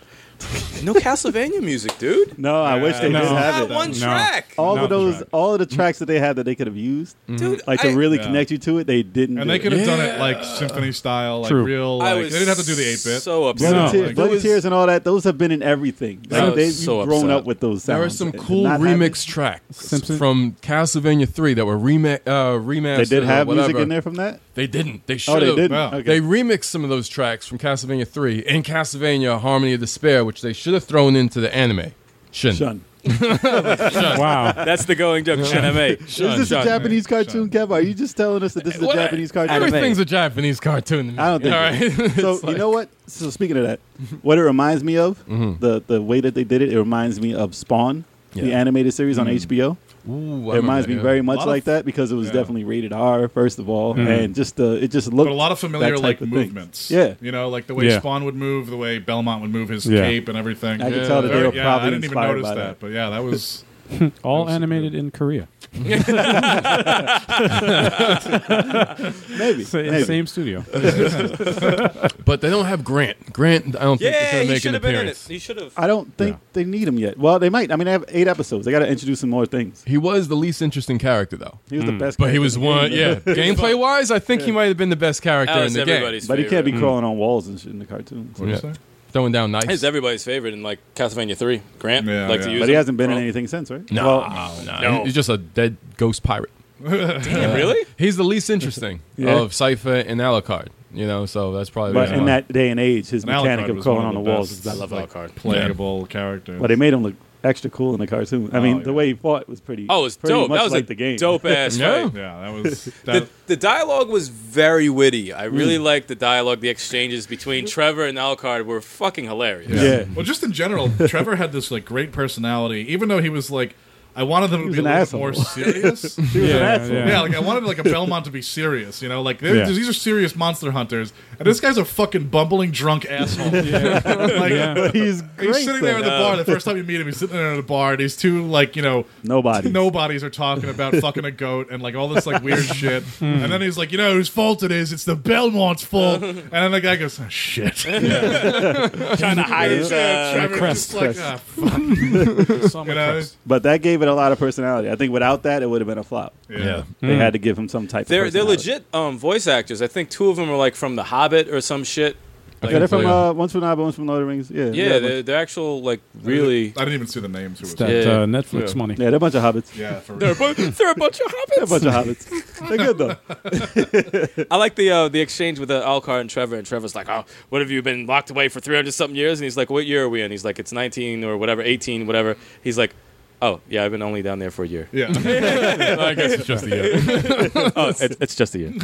Speaker 3: No Castlevania music, dude.
Speaker 2: No, I wish they
Speaker 5: no.
Speaker 2: didn't have
Speaker 3: Not
Speaker 2: it.
Speaker 3: one
Speaker 5: No.
Speaker 3: track.
Speaker 2: all of
Speaker 5: No.
Speaker 2: those, all of the tracks that they had that they could have used,
Speaker 3: Dude,
Speaker 2: like to
Speaker 3: I-
Speaker 2: really
Speaker 4: Yeah.
Speaker 2: connect you to it, they didn't.
Speaker 4: And
Speaker 2: do
Speaker 4: they
Speaker 2: it.
Speaker 4: could have done it like symphony style, like
Speaker 5: True.
Speaker 4: real.
Speaker 3: I
Speaker 4: Like,
Speaker 3: was
Speaker 4: they didn't have to do the eight bit.
Speaker 3: So upset.
Speaker 2: Bloody,
Speaker 5: No,
Speaker 2: tears,
Speaker 5: like-
Speaker 2: Bloody
Speaker 3: It was-
Speaker 2: Tears and all that, those have been in everything.
Speaker 3: I
Speaker 2: Like,
Speaker 3: was
Speaker 2: they've
Speaker 3: so
Speaker 2: grown
Speaker 3: upset.
Speaker 2: up with those sounds.
Speaker 1: There are some
Speaker 2: It did
Speaker 1: cool
Speaker 2: not happen.
Speaker 1: remix tracks
Speaker 5: Simpson?
Speaker 1: from Castlevania 3 that were rema- uh, remastered.
Speaker 2: They did
Speaker 1: or
Speaker 2: have music
Speaker 1: whatever.
Speaker 2: in there from that?
Speaker 1: They didn't. They should
Speaker 2: Oh,
Speaker 1: have.
Speaker 2: they didn't.
Speaker 4: Wow.
Speaker 2: Okay.
Speaker 1: They remixed some of those tracks from Castlevania 3 in Castlevania Harmony of Despair, which they should have thrown into the anime. Shin.
Speaker 2: Shun.
Speaker 5: Wow.
Speaker 3: That's the going joke, Shenanigans.
Speaker 2: Is this a Japanese cartoon, Kev? Are you just telling us that this is a
Speaker 1: What?
Speaker 2: Japanese cartoon?
Speaker 1: Everything's a Japanese cartoon. to me.
Speaker 2: I don't think
Speaker 1: All right.
Speaker 2: So
Speaker 1: It's
Speaker 2: you
Speaker 1: like-
Speaker 2: know what? So speaking of that, what it reminds me of the the way that they did it, it reminds me of Spawn,
Speaker 1: Mm-hmm.
Speaker 2: the
Speaker 1: Yeah. Mm-hmm.
Speaker 2: animated series on HBO.
Speaker 1: Ooh,
Speaker 2: it reminds me very
Speaker 4: A
Speaker 2: much
Speaker 4: lot of-
Speaker 2: like that because it was
Speaker 4: yeah.
Speaker 2: definitely rated R first of all, and just the it just looked
Speaker 4: But a lot of
Speaker 2: that
Speaker 4: familiar
Speaker 2: type
Speaker 4: like
Speaker 2: of thing.
Speaker 4: movements.
Speaker 2: Yeah.
Speaker 4: you know, like the way
Speaker 5: Yeah.
Speaker 4: Spawn would move, the way Belmont would move his
Speaker 5: Yeah.
Speaker 4: cape and everything.
Speaker 2: I
Speaker 1: Yeah.
Speaker 2: could tell that they
Speaker 4: Very-
Speaker 2: were
Speaker 4: yeah, I
Speaker 2: probably
Speaker 4: didn't even
Speaker 2: inspired
Speaker 4: notice
Speaker 2: by
Speaker 4: that,
Speaker 2: that.
Speaker 4: but yeah, that was
Speaker 5: All
Speaker 4: That was
Speaker 5: animated in Korea.
Speaker 2: Maybe,
Speaker 5: Sa-
Speaker 2: maybe.
Speaker 5: Same studio.
Speaker 1: But they don't have Grant. Grant, I don't think is
Speaker 3: Yeah,
Speaker 1: going to
Speaker 3: he
Speaker 1: make
Speaker 3: should
Speaker 1: an
Speaker 3: have been in it.
Speaker 1: appearance.
Speaker 3: He should have.
Speaker 2: I don't think
Speaker 5: Yeah.
Speaker 2: they need him yet. Well, they might. I mean, they have eight episodes. They got to introduce some more things.
Speaker 1: He was the least interesting character, though.
Speaker 2: He was the best,
Speaker 1: But he
Speaker 2: character
Speaker 1: was
Speaker 2: in the
Speaker 1: one,
Speaker 2: game,
Speaker 1: yeah. Gameplay wise, I think he might have been the best character
Speaker 3: That
Speaker 1: in
Speaker 3: was
Speaker 1: the game.
Speaker 3: everybody's
Speaker 2: But he
Speaker 3: favorite.
Speaker 2: can't be crawling on walls and shit in the cartoons.
Speaker 4: what
Speaker 1: Yeah.
Speaker 4: yeah. say?
Speaker 1: Throwing down knives.
Speaker 3: He's everybody's favorite in like Castlevania Three. Grant
Speaker 4: Yeah,
Speaker 3: like
Speaker 4: yeah.
Speaker 3: to use.
Speaker 2: But he
Speaker 3: him.
Speaker 2: hasn't been in
Speaker 3: Well,
Speaker 2: anything since, right?
Speaker 1: No,
Speaker 2: Well,
Speaker 1: no,
Speaker 3: No.
Speaker 1: He's just a dead ghost pirate.
Speaker 3: Damn, really?
Speaker 1: He's the least interesting
Speaker 2: Yeah.
Speaker 1: of Cypher and Alucard. You know, so that's probably the
Speaker 2: but
Speaker 1: reason
Speaker 2: in
Speaker 1: why.
Speaker 2: that day and age, his
Speaker 4: And
Speaker 2: mechanic
Speaker 4: Alucard
Speaker 2: of
Speaker 4: was
Speaker 2: crawling
Speaker 4: one
Speaker 2: on
Speaker 4: of
Speaker 2: the
Speaker 4: the
Speaker 2: walls
Speaker 4: best.
Speaker 2: is
Speaker 3: I love
Speaker 4: like,
Speaker 3: Alucard.
Speaker 4: playable characters.
Speaker 2: But they made him look extra cool in the cartoon. I mean,
Speaker 4: Oh,
Speaker 2: the
Speaker 4: yeah.
Speaker 2: way he fought was pretty.
Speaker 3: Oh, it was
Speaker 2: pretty
Speaker 3: dope.
Speaker 2: Much
Speaker 3: That was
Speaker 2: like
Speaker 3: a
Speaker 2: the game.
Speaker 3: dope ass
Speaker 1: Yeah.
Speaker 3: fight.
Speaker 4: yeah, that was that.
Speaker 3: The, the dialogue was very witty. I really liked the dialogue. The exchanges between Trevor and Alucard were fucking hilarious.
Speaker 2: Yeah.
Speaker 4: Well, just in general, Trevor had this like great personality, even though he was like, I wanted them to
Speaker 2: was
Speaker 4: be
Speaker 2: an
Speaker 4: a little bit
Speaker 2: asshole.
Speaker 4: more serious.
Speaker 2: He was an
Speaker 5: Yeah,
Speaker 2: asshole.
Speaker 5: yeah.
Speaker 4: Yeah, like I wanted like a Belmont to be serious, you know, like they're-
Speaker 5: Yeah.
Speaker 4: these are serious monster hunters, and this guy's a fucking bumbling drunk asshole. Like,
Speaker 5: Yeah.
Speaker 2: He's
Speaker 4: He's
Speaker 2: great.
Speaker 4: sitting there at
Speaker 2: though.
Speaker 4: the bar. The first time you meet him, he's sitting there at a bar, and he's two like you know
Speaker 2: Nobodies. Hmm.
Speaker 4: nobodies are talking about fucking a goat and like all this like weird shit. And then he's like, you know, whose fault it is? It's the Belmont's fault. And then the guy goes, oh, shit.
Speaker 3: Trying to hide his uh,
Speaker 4: Trevor's
Speaker 5: crest,
Speaker 4: just like,
Speaker 2: crest.
Speaker 4: "Ah, fuck,"
Speaker 5: Some
Speaker 4: you know?
Speaker 5: request.
Speaker 2: But that gave it a lot of personality. I think without that, it would have been a flop.
Speaker 4: Yeah.
Speaker 2: They had to give him some type.
Speaker 3: They're
Speaker 2: of
Speaker 3: they're
Speaker 2: personality.
Speaker 3: legit um, voice actors. I think two of them are like from The Hobbit or some shit. Like,
Speaker 2: Yeah, they're from
Speaker 1: Yeah.
Speaker 2: uh, one's from Naba, one's from Lord of the Rings. Yeah,
Speaker 3: yeah,
Speaker 2: they're a bunch-
Speaker 3: they're, they're actual like really.
Speaker 4: I didn't even see the names. Who was
Speaker 5: That
Speaker 3: Yeah.
Speaker 5: uh, Netflix
Speaker 3: Yeah.
Speaker 5: money.
Speaker 2: yeah, they're a bunch of hobbits.
Speaker 4: Yeah, for
Speaker 3: They're
Speaker 4: real.
Speaker 3: a, bunch, they're a bunch of
Speaker 2: They're a
Speaker 3: hobbits.
Speaker 2: bunch of hobbits. They're good though.
Speaker 3: I like the uh, the exchange with uh, Alcar and Trevor, and Trevor's like, "Oh, what have you been locked away for three hundred something years?" And he's like, "What year are we in?" He's like, "It's nineteen or whatever, eighteen, whatever." He's like, "Oh, yeah, I've been only down there for a year.
Speaker 4: Yeah.
Speaker 1: I guess it's just the uh, yeah.
Speaker 3: oh, it's, it's just a year."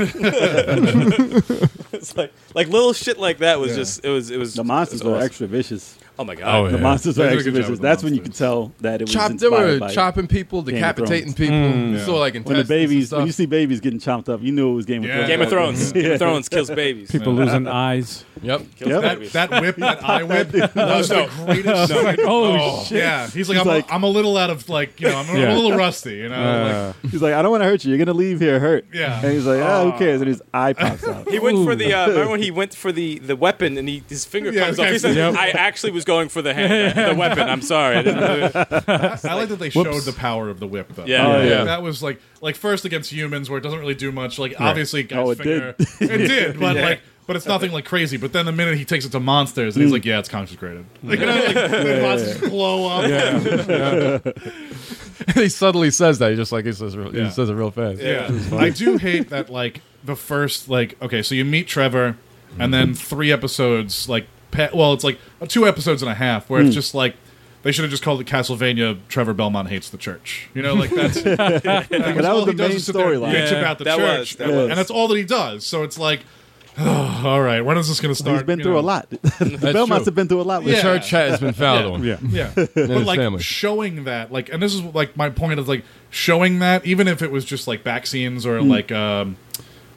Speaker 3: it's like like little shit like that was
Speaker 4: Yeah.
Speaker 3: just it was it was
Speaker 2: The monsters
Speaker 3: it was
Speaker 2: were
Speaker 3: awesome.
Speaker 2: extra vicious.
Speaker 3: Oh my god!
Speaker 1: Oh, yeah.
Speaker 2: The monsters
Speaker 4: They
Speaker 2: were
Speaker 4: did a
Speaker 2: extra
Speaker 4: good job
Speaker 2: vicious.
Speaker 4: with the
Speaker 2: That's when you could
Speaker 4: monsters.
Speaker 2: tell that it was
Speaker 1: Chop, they
Speaker 2: inspired
Speaker 1: were
Speaker 2: by
Speaker 1: chopping people,
Speaker 2: Game of
Speaker 1: decapitating
Speaker 2: Thrones. Mm.
Speaker 1: people.
Speaker 4: Yeah.
Speaker 1: So like
Speaker 2: when the
Speaker 1: intestines and
Speaker 2: babies. When
Speaker 1: stuff.
Speaker 2: you see babies getting chomped up, you knew it was Game of
Speaker 4: Yeah.
Speaker 2: Thrones.
Speaker 3: Game of Thrones. Game of Thrones kills babies.
Speaker 5: People losing eyes.
Speaker 1: Yep.
Speaker 3: Kills
Speaker 2: Yep.
Speaker 3: babies.
Speaker 4: that, that whip, that eye whip, that was the greatest. Oh.
Speaker 5: Like, holy shit.
Speaker 4: Yeah, he's like,
Speaker 2: He's
Speaker 4: I'm,
Speaker 2: like-
Speaker 4: a, I'm a little out of like, you know, I'm, a- I'm
Speaker 5: Yeah.
Speaker 4: a little rusty, you know. like,
Speaker 5: Uh,
Speaker 2: He's like, I don't want to hurt you. You're gonna leave here hurt.
Speaker 4: Yeah. Ah.
Speaker 2: And he's like, oh, who cares? And his eye pops out.
Speaker 3: He went for the. Uh, remember when he went for the, the weapon and he, his finger
Speaker 4: Yeah,
Speaker 3: comes
Speaker 4: it's
Speaker 3: off? He said,
Speaker 4: actually-
Speaker 3: "I actually was going for the hand, the weapon. I'm sorry." I didn't do it."
Speaker 4: I like that they showed the power of the whip though.
Speaker 3: Yeah.
Speaker 2: Oh,
Speaker 4: Like,
Speaker 2: yeah.
Speaker 4: That was like like first against humans where it doesn't really do much. Like obviously guy's
Speaker 2: Oh, it
Speaker 4: finger it did, but like but it's nothing like crazy. But then the minute he takes it to monsters and he's like, Yeah, it's consecrated. Like, you know, like the monsters blow up. Yeah.
Speaker 1: he subtly says that. He just like he says, real-
Speaker 4: Yeah.
Speaker 1: he says it real fast.
Speaker 4: I do hate that like the first like okay, so you meet Trevor and
Speaker 2: Mm-hmm.
Speaker 4: then three episodes like pa- well, it's like two episodes and a half where
Speaker 2: Mm.
Speaker 4: it's just like they should have just called it Castlevania. Trevor Belmont hates the church. You know, like that's
Speaker 2: But that was the
Speaker 4: he does
Speaker 2: main
Speaker 4: is sit there and
Speaker 2: storyline.
Speaker 4: bitch
Speaker 3: Yeah,
Speaker 4: about the
Speaker 3: that
Speaker 4: church,
Speaker 3: was- that was.
Speaker 4: and that's all that he does. So it's like, oh, all right, when is this going to start?
Speaker 2: He's been
Speaker 4: you
Speaker 2: through a
Speaker 4: know?
Speaker 2: lot. the Belmonts
Speaker 1: true.
Speaker 2: have been through a lot.
Speaker 1: The
Speaker 2: With
Speaker 4: Yeah.
Speaker 1: church has been fouled on.
Speaker 5: yeah.
Speaker 4: Yeah, but
Speaker 1: his
Speaker 4: like
Speaker 1: family.
Speaker 4: showing that, like, and this is like my point of like showing that, even if it was just like back scenes
Speaker 2: Mm.
Speaker 4: or like, um,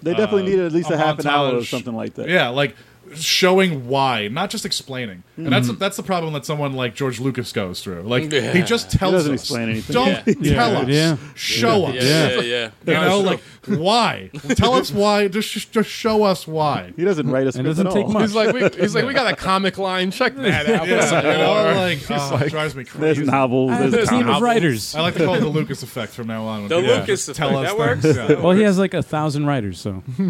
Speaker 2: They definitely
Speaker 4: uh,
Speaker 2: needed at least a,
Speaker 4: a
Speaker 2: half an hour or
Speaker 4: montage.
Speaker 2: something like that.
Speaker 4: yeah, like showing why, not just explaining. And that's that's the problem that someone like George Lucas goes through. Like
Speaker 3: Yeah.
Speaker 4: he just tells
Speaker 2: doesn't
Speaker 4: us,
Speaker 2: explain anything.
Speaker 4: Don't
Speaker 5: Yeah.
Speaker 4: tell
Speaker 5: Yeah.
Speaker 4: us.
Speaker 5: Yeah.
Speaker 4: Show us.
Speaker 3: Yeah, yeah, yeah.
Speaker 4: You
Speaker 3: No,
Speaker 4: know,
Speaker 3: it's
Speaker 4: like why? Tell us why. Just sh- just show us why.
Speaker 2: He doesn't write us.
Speaker 5: And it doesn't take much.
Speaker 1: He's like, we, he's like, we got a comic line. Check that out.
Speaker 4: Yeah, you know, like, oh, it drives me
Speaker 2: There's
Speaker 4: crazy.
Speaker 2: novels. There's
Speaker 5: There's team
Speaker 2: comics.
Speaker 5: of writers.
Speaker 4: I like to call it the Lucas effect from now on.
Speaker 3: The
Speaker 4: Yeah.
Speaker 3: Lucas
Speaker 4: Just
Speaker 3: effect. That works.
Speaker 4: things. Yeah.
Speaker 5: Well, he has like a thousand writers, so
Speaker 4: Yeah,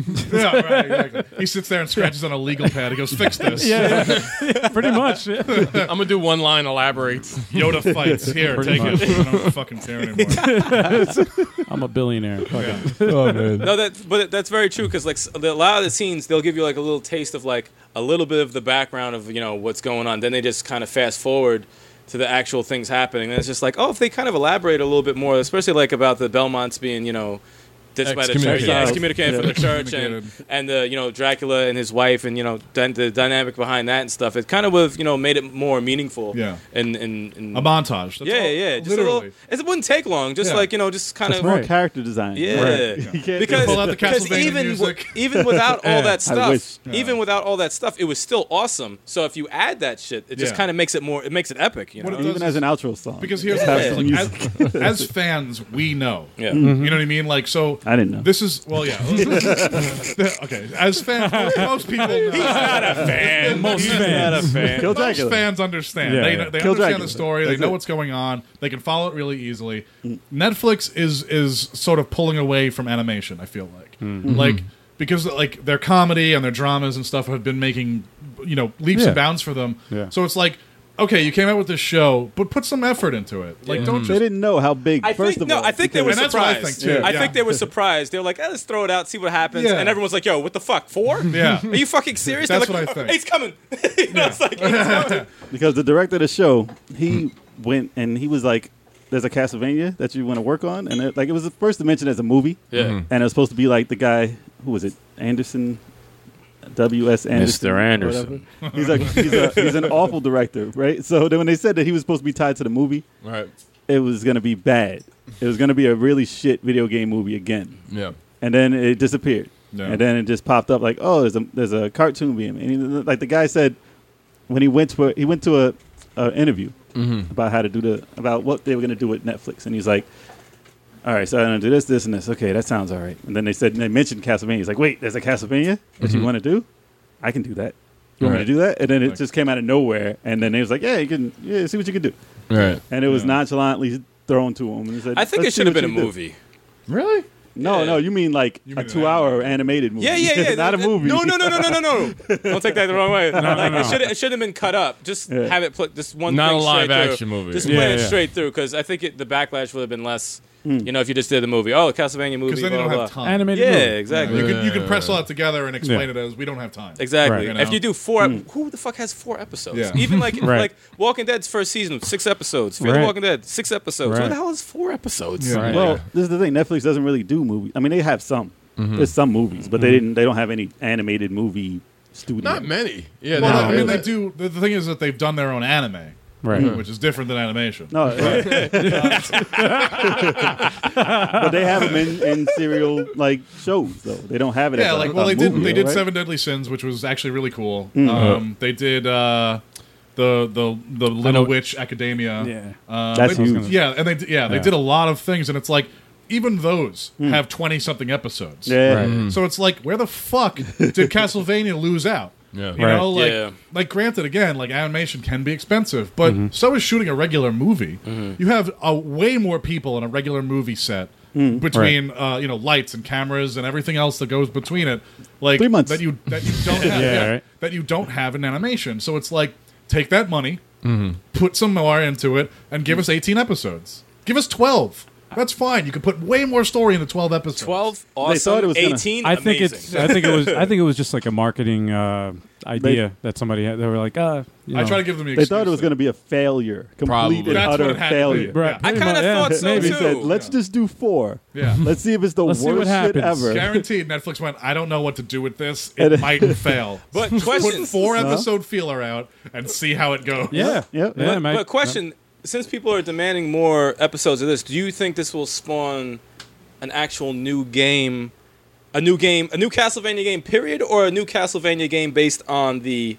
Speaker 4: right, exactly. He sits there and scratches on a legal pad. He goes, "Fix this."
Speaker 5: pretty much. Yeah.
Speaker 1: I'm gonna do one line. Elaborates.
Speaker 4: Yoda fights here.
Speaker 5: Pretty
Speaker 4: take it. I don't fucking care anymore.
Speaker 5: I'm a billionaire. Fuck it.
Speaker 4: Yeah.
Speaker 1: Oh man.
Speaker 3: No, that but that's very true because like s- the- a lot of the scenes, they'll give you like a little taste of like a little bit of the background of you know what's going on. Then they just kind of fast forward to the actual things happening, and it's just like, oh, if they kind of elaborate a little bit more, especially like about the Belmonts being you know Dismissed by the church.
Speaker 1: Excommunicated.
Speaker 3: Yeah, excommunicated from the church, and
Speaker 4: Excommunicated.
Speaker 3: and the you know Dracula and his wife, and you know dyn- the dynamic behind that and stuff. It kind of was you know made it more meaningful.
Speaker 4: Yeah.
Speaker 3: and and, and
Speaker 4: A montage. That's
Speaker 3: yeah,
Speaker 4: all-
Speaker 3: yeah, just
Speaker 4: literally.
Speaker 3: a little. It wouldn't take long. Just
Speaker 4: Yeah.
Speaker 3: like you know, just kind
Speaker 2: It's
Speaker 3: of
Speaker 2: more character design.
Speaker 3: yeah.
Speaker 2: You can't-
Speaker 3: Because,
Speaker 4: Pull out the
Speaker 3: because
Speaker 4: Castlevania
Speaker 3: even wi-
Speaker 4: music.
Speaker 3: even without all that
Speaker 2: I wish.
Speaker 3: stuff, even without all that stuff, it was still awesome. So if you add that shit, it just
Speaker 4: Yeah.
Speaker 3: kind of makes it more. It makes it epic. You know.
Speaker 4: What it
Speaker 2: even
Speaker 4: does
Speaker 2: as
Speaker 4: is-
Speaker 2: an outro song.
Speaker 4: Because here's
Speaker 2: Have
Speaker 4: the
Speaker 2: some
Speaker 4: thing: like, as, as fans, we know.
Speaker 3: Yeah.
Speaker 4: You know what I mean? Like, so
Speaker 2: Mm-hmm. I didn't know.
Speaker 4: This is well, yeah. okay, as fans, most, most people. Know. He's not a fan. Most,
Speaker 5: Fans.
Speaker 2: Kill
Speaker 4: most
Speaker 2: Dracula.
Speaker 4: fans understand.
Speaker 5: Yeah,
Speaker 4: they
Speaker 5: yeah.
Speaker 4: they
Speaker 2: Kill
Speaker 4: understand
Speaker 2: Dracula.
Speaker 4: the story.
Speaker 2: That's
Speaker 4: they know
Speaker 2: it.
Speaker 4: what's going on. They can follow it really easily. Netflix is is sort of pulling away from animation. I feel like
Speaker 5: Mm-hmm.
Speaker 4: like because like their comedy and their dramas and stuff have been making you know leaps
Speaker 5: Yeah.
Speaker 4: and bounds for them.
Speaker 5: Yeah.
Speaker 4: So it's like. Okay, you came out with this show, but put some effort into it. Like,
Speaker 5: Mm-hmm.
Speaker 4: don't
Speaker 2: They
Speaker 4: just
Speaker 2: didn't know how big.
Speaker 3: I
Speaker 2: first
Speaker 3: think
Speaker 2: of
Speaker 3: no.
Speaker 2: all,
Speaker 3: I think they were
Speaker 4: And that's what I
Speaker 3: surprised. I,
Speaker 4: think,
Speaker 3: think,
Speaker 4: too. Yeah.
Speaker 3: they were surprised. They were like, eh, "Let's throw it out, see what happens."
Speaker 4: Yeah.
Speaker 3: And everyone's like, "Yo, what the fuck? Four?
Speaker 4: Yeah.
Speaker 3: Are you fucking serious?"
Speaker 4: That's
Speaker 3: They're like,
Speaker 4: what I think.
Speaker 3: It's coming. you know, it's like,
Speaker 2: because the director of the show he went and he was like there's a castlevania that you want to work on and it, like it was first mentioned as a movie
Speaker 3: Yeah.
Speaker 2: and it was supposed to be like the guy who was it anderson W.S. Anderson.
Speaker 3: Mr.
Speaker 2: or
Speaker 3: Anderson.
Speaker 2: whatever. He's like he's, a, he's an awful director, right? So then when they said that he was supposed to be tied to the movie,
Speaker 1: Right.
Speaker 2: it was gonna be bad. It was gonna be a really shit video game movie again.
Speaker 1: Yeah.
Speaker 2: and then it disappeared.
Speaker 4: Yeah.
Speaker 2: And then it just popped up like, oh, there's a there's a cartoon being made. And he- like the guy said, when he went to a, he went to a, a interview
Speaker 3: Mm-hmm.
Speaker 2: about how to do the about what they were gonna do with Netflix, and he's like, all right, so I'm gonna do this, this, and this. Okay, that sounds all right. And then they said and they mentioned Castlevania. He's like, wait, there's a Castlevania that
Speaker 3: Mm-hmm.
Speaker 2: you want to do? I can do that. You want me to do that? And then it just came out of nowhere. And then they was like, yeah, you can yeah, see what you can do.
Speaker 1: Right.
Speaker 2: And it was nonchalantly thrown to him. And he said,
Speaker 3: I think it
Speaker 2: "Let's see
Speaker 3: should have
Speaker 2: what
Speaker 3: been a
Speaker 2: you do."
Speaker 3: movie.
Speaker 1: Really?
Speaker 2: No,
Speaker 3: Yeah.
Speaker 2: no, you mean like
Speaker 4: You
Speaker 2: a
Speaker 4: mean an
Speaker 2: two-hour animated movie?
Speaker 3: Yeah, yeah, yeah.
Speaker 2: not a
Speaker 3: No,
Speaker 2: movie.
Speaker 3: No, no, no, no, no, no, no. Don't take that the wrong way. Like, It should it should have been cut up. Just
Speaker 2: Yeah.
Speaker 3: have it pl- just one.
Speaker 1: Not
Speaker 3: thing
Speaker 1: a live
Speaker 3: straight through.
Speaker 1: action movie.
Speaker 3: Just
Speaker 5: Yeah,
Speaker 3: play it
Speaker 5: yeah.
Speaker 3: straight through because I think it, the backlash would have been less.
Speaker 2: Hmm.
Speaker 3: You know, if you just did the movie, oh, Castlevania movie,
Speaker 4: because then
Speaker 3: blah,
Speaker 4: you don't
Speaker 3: blah,
Speaker 4: have
Speaker 3: blah.
Speaker 4: time.
Speaker 5: Animated.
Speaker 3: Yeah,
Speaker 5: movie.
Speaker 3: exactly.
Speaker 4: You can you
Speaker 1: Yeah.
Speaker 4: can press all that together and explain it as we don't have time.
Speaker 3: Exactly.
Speaker 4: Right.
Speaker 3: If you do four,
Speaker 2: Hmm.
Speaker 3: ep- who the fuck has four episodes?
Speaker 4: Yeah.
Speaker 3: Even like
Speaker 5: Right.
Speaker 3: like Walking Dead's first season, six episodes. Fear the
Speaker 5: Right.
Speaker 3: Walking Dead, six episodes. What
Speaker 5: Right.
Speaker 3: the hell is four episodes?
Speaker 5: Right. Mm-hmm.
Speaker 2: Well, this is the thing. Netflix doesn't really do movies. I mean, they have some. There's some movies, but they didn't. They don't have any animated movie studio.
Speaker 1: Not many. Yeah.
Speaker 4: Well,
Speaker 1: not
Speaker 4: I mean,
Speaker 1: many.
Speaker 4: they do. The the thing is that they've done their own anime,
Speaker 5: Right. Mm-hmm.
Speaker 4: which is different than animation.
Speaker 2: No, but they have them in, in serial like shows though. They don't have it.
Speaker 4: yeah,
Speaker 2: as a-
Speaker 4: like
Speaker 2: a
Speaker 4: well, they did.
Speaker 2: movie,
Speaker 4: They did
Speaker 2: right? Hmm.
Speaker 4: Seven Deadly Sins, which was actually really cool. Um, they did uh, the the the Little Witch Academia.
Speaker 5: Yeah.
Speaker 4: Uh,
Speaker 2: That's
Speaker 4: they-
Speaker 2: huge.
Speaker 4: Yeah, and they d- yeah they
Speaker 5: Yeah.
Speaker 4: did a lot of things, and it's like even those have twenty something episodes.
Speaker 2: Hmm. Yeah,
Speaker 5: Right.
Speaker 4: So it's like, where the fuck did Castlevania lose out?
Speaker 1: Yeah.
Speaker 4: You
Speaker 5: Right.
Speaker 4: know, like,
Speaker 3: Yeah.
Speaker 4: like granted, again, like animation can be expensive, but
Speaker 5: Mm-hmm.
Speaker 4: so is shooting a regular movie.
Speaker 3: Mm-hmm.
Speaker 4: You have uh, way more people in a regular movie set
Speaker 5: Mm.
Speaker 4: between, uh, you know, lights and cameras and everything else that goes between it. Like
Speaker 2: Three months.
Speaker 4: that you that you don't have,
Speaker 5: Yeah,
Speaker 4: yeah,
Speaker 5: right.
Speaker 4: that you don't have in animation. So it's like, take that money,
Speaker 5: Mm-hmm.
Speaker 4: put some more into it, and give us eighteen episodes. Give us twelve. That's fine. You can put way more story into twelve episodes.
Speaker 3: Twelve,
Speaker 2: They thought
Speaker 3: awesome.
Speaker 2: it was gonna-
Speaker 3: Eighteen,
Speaker 5: I think
Speaker 3: amazing.
Speaker 5: it's. I think it was. I think it was just like a marketing uh, idea that somebody had. They were like, uh, you know.
Speaker 4: I try to give them the.
Speaker 2: They thought it
Speaker 4: excuse
Speaker 2: was
Speaker 4: that-
Speaker 2: going to be a failure, complete
Speaker 1: Probably.
Speaker 2: and
Speaker 4: That's what
Speaker 2: utter
Speaker 4: it had to be.
Speaker 2: failure.
Speaker 4: Right.
Speaker 5: Bruh,
Speaker 4: I
Speaker 5: pretty
Speaker 3: kinda
Speaker 5: much, yeah,
Speaker 3: thought so,
Speaker 5: maybe.
Speaker 2: They
Speaker 3: too.
Speaker 2: said, "Let's just do four.
Speaker 4: Yeah.
Speaker 2: Let's see if it's the
Speaker 5: Let's see what
Speaker 2: worst shit
Speaker 5: happens."
Speaker 2: ever."
Speaker 4: Guaranteed, Netflix went. I don't know what to do with this. It might fail.
Speaker 3: But
Speaker 4: put
Speaker 3: questions.
Speaker 4: four episode feeler out and see how it goes.
Speaker 5: Yeah.
Speaker 2: Yeah,
Speaker 5: Yeah.
Speaker 2: yeah.
Speaker 5: it might-
Speaker 3: but question: Since people are demanding more episodes of this, do you think this will spawn an actual new game, a new game, a new Castlevania game, period, or a new Castlevania game based on the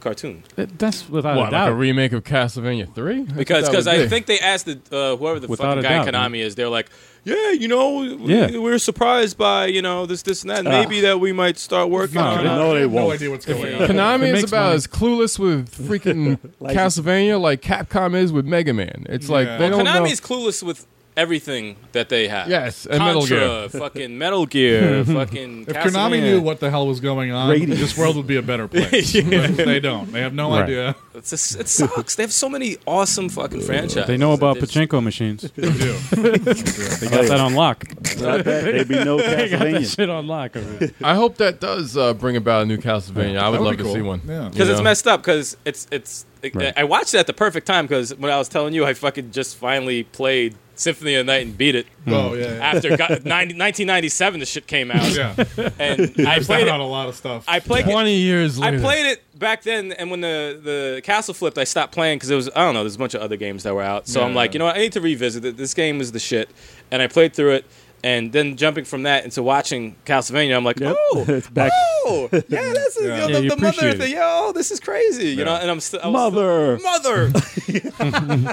Speaker 3: cartoon?
Speaker 5: That- That's without
Speaker 1: What,
Speaker 5: a
Speaker 1: like
Speaker 5: doubt.
Speaker 1: a remake of Castlevania 3?
Speaker 3: Because cause I think they asked the, uh, whoever the
Speaker 5: Without
Speaker 3: fucking
Speaker 5: a
Speaker 3: guy in
Speaker 5: doubt,
Speaker 3: Konami is, they're like, yeah, you know, we,
Speaker 5: Yeah.
Speaker 3: we were surprised by you know this, this, and that. Maybe that we might start working
Speaker 5: No,
Speaker 3: on.
Speaker 5: they-
Speaker 3: it."
Speaker 2: No,
Speaker 4: I
Speaker 2: they
Speaker 4: have no
Speaker 2: won't.
Speaker 4: idea what's going on.
Speaker 5: It
Speaker 1: Konami is
Speaker 5: makes
Speaker 1: about
Speaker 5: money.
Speaker 1: as clueless with freaking Castlevania like Capcom is with Mega Man. It's like
Speaker 4: Yeah.
Speaker 1: they don't know.
Speaker 3: Konami's clueless with everything that they have.
Speaker 1: Yes, and
Speaker 3: Contra,
Speaker 1: Metal Gear.
Speaker 3: fucking Metal Gear, fucking.
Speaker 4: If Konami
Speaker 3: Castlevania.
Speaker 4: knew what the hell was going on,
Speaker 2: Radius.
Speaker 4: this world would be a better place. But they don't. They have no
Speaker 5: Right.
Speaker 4: idea.
Speaker 3: It's just, it sucks. They have so many awesome fucking franchises.
Speaker 5: They know about
Speaker 3: It's-
Speaker 5: pachinko machines.
Speaker 4: They do.
Speaker 5: They got that on lock.
Speaker 2: Without that, there'd be no
Speaker 5: They got that
Speaker 2: Castlevania.
Speaker 5: shit on lock. Over there.
Speaker 1: I hope that does uh, bring about a new Castlevania. I would
Speaker 4: That would
Speaker 1: love
Speaker 4: be
Speaker 1: to
Speaker 4: cool.
Speaker 1: see one.
Speaker 4: Yeah.
Speaker 3: Because it's
Speaker 1: Yeah.
Speaker 3: messed up. Because it's it's. I- I watched it at the perfect time. Because when I was telling you, I fucking just finally played Symphony of the Night and beat it.
Speaker 4: Oh yeah,
Speaker 3: After got, 90, 1997, the shit came out,
Speaker 4: yeah. yeah.
Speaker 3: and I
Speaker 4: I've played
Speaker 3: played
Speaker 4: on
Speaker 3: it.
Speaker 4: a lot of stuff.
Speaker 3: I played. it-
Speaker 1: Twenty years
Speaker 3: I
Speaker 1: later,
Speaker 3: played it back then, and when the, the castle flipped, I stopped playing because it was I don't know. There's a bunch of other games that were out, so I'm
Speaker 4: Yeah.
Speaker 3: like, you know, what, I need to revisit it. This game is the shit, and I played through it, and then jumping from that into watching Castlevania, I'm like,
Speaker 2: Yep.
Speaker 3: oh,
Speaker 2: it's back.
Speaker 3: oh, yeah, that's you know,
Speaker 4: Yeah.
Speaker 3: the,
Speaker 5: Yeah, you
Speaker 3: the mother
Speaker 5: appreciate
Speaker 3: thing.
Speaker 5: it.
Speaker 3: Yo, this is crazy, you know. And I'm still
Speaker 2: Mother.
Speaker 3: mother.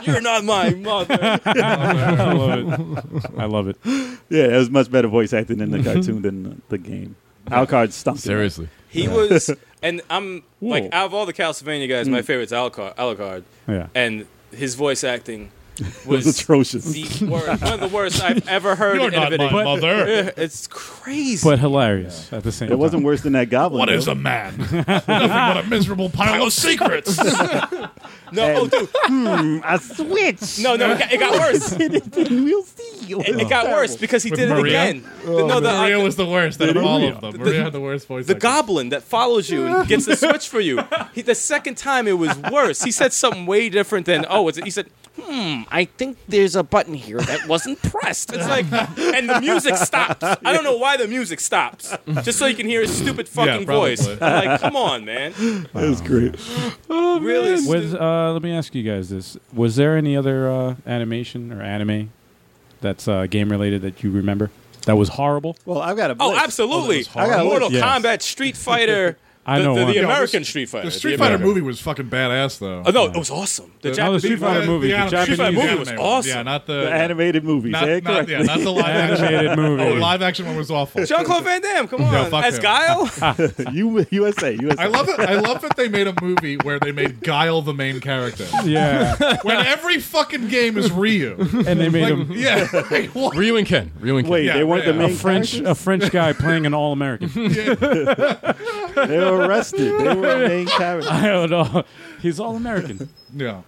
Speaker 3: You're not my mother.
Speaker 5: I love it. I love it.
Speaker 2: Yeah, it was much better voice acting in the cartoon than the, the game. Alucard stomped. it.
Speaker 1: Seriously,
Speaker 3: He was, and I'm like
Speaker 2: Whoa.
Speaker 3: out of all the Castlevania guys, my favorite's Alucard, Alucard,
Speaker 5: Yeah.
Speaker 3: and his voice acting
Speaker 2: It was
Speaker 3: was
Speaker 2: atrocious.
Speaker 3: the worst, one of the worst I've ever heard. in a video.
Speaker 4: mother.
Speaker 3: Yeah, It's crazy.
Speaker 5: But hilarious at the same time.
Speaker 2: It wasn't worse than that goblin.
Speaker 4: What
Speaker 2: though.
Speaker 4: is a man? Nothing but a miserable pile of secrets.
Speaker 3: no, oh, dude,
Speaker 2: I Hmm, switch.
Speaker 3: no, no, it got, it got worse. It,
Speaker 2: we'll see. You.
Speaker 3: it got worse because he
Speaker 4: With
Speaker 3: did it
Speaker 4: Maria?
Speaker 3: again. The- no, the,
Speaker 4: Maria
Speaker 3: the-
Speaker 4: was the worst out of all of them. Maria had the worst voice.
Speaker 3: the
Speaker 4: acting.
Speaker 3: goblin that follows you and gets the switch for you. He, the second time it was worse. He said something way different than oh, it's, he said, "Hmm, I think there's a button here that wasn't pressed." It's like, and the music stops. I don't know why the music stops. Just so you can hear his stupid fucking
Speaker 4: probably.
Speaker 3: voice. Like, come on, man.
Speaker 2: It was great.
Speaker 3: Really? stu-
Speaker 5: Was uh, let me ask you guys this: Was there any other uh, animation or anime that's uh, game related that you remember that was horrible?
Speaker 2: Well, I've got a.
Speaker 3: Oh,
Speaker 2: list.
Speaker 3: absolutely.
Speaker 2: I got a
Speaker 3: Mortal
Speaker 2: list.
Speaker 5: Yes.
Speaker 3: Kombat, Street Fighter.
Speaker 5: I
Speaker 3: the,
Speaker 5: know
Speaker 3: the, the
Speaker 5: one. Yeah,
Speaker 3: American
Speaker 4: this-
Speaker 3: Street Fighter.
Speaker 4: The Street
Speaker 3: the
Speaker 4: Fighter
Speaker 3: American-
Speaker 4: movie was fucking badass though. Uh,
Speaker 3: Oh no, it was awesome. The
Speaker 5: no, the
Speaker 3: Japanese
Speaker 5: Street Fighter movie, the,
Speaker 4: anim-
Speaker 5: Japanese
Speaker 3: Fighter movie was
Speaker 4: anime
Speaker 3: awesome.
Speaker 4: Yeah, not the,
Speaker 2: The animated movies.
Speaker 4: Not,
Speaker 2: eh?
Speaker 4: not, yeah, not the live action.
Speaker 5: animated movie.
Speaker 4: Oh, live action one was awful.
Speaker 3: Jean Claude Van Damme, come on,
Speaker 4: fuck
Speaker 3: as
Speaker 4: him.
Speaker 3: Guile.
Speaker 2: U- USA. USA.
Speaker 4: I love it. I love that they made a movie where they made Guile the main character.
Speaker 5: yeah,
Speaker 4: When every fucking game is Ryu.
Speaker 5: and they made
Speaker 4: Like,
Speaker 5: him
Speaker 4: yeah. like, what?
Speaker 1: Ryu and Ken, Ryu and Ken.
Speaker 2: Wait,
Speaker 4: Yeah,
Speaker 2: they weren't
Speaker 4: yeah.
Speaker 2: the
Speaker 5: a
Speaker 2: main
Speaker 5: French
Speaker 2: characters?
Speaker 5: a French guy playing an All American.
Speaker 2: They were arrested. They were the main characters.
Speaker 5: I don't know. He's All American.
Speaker 4: Yeah.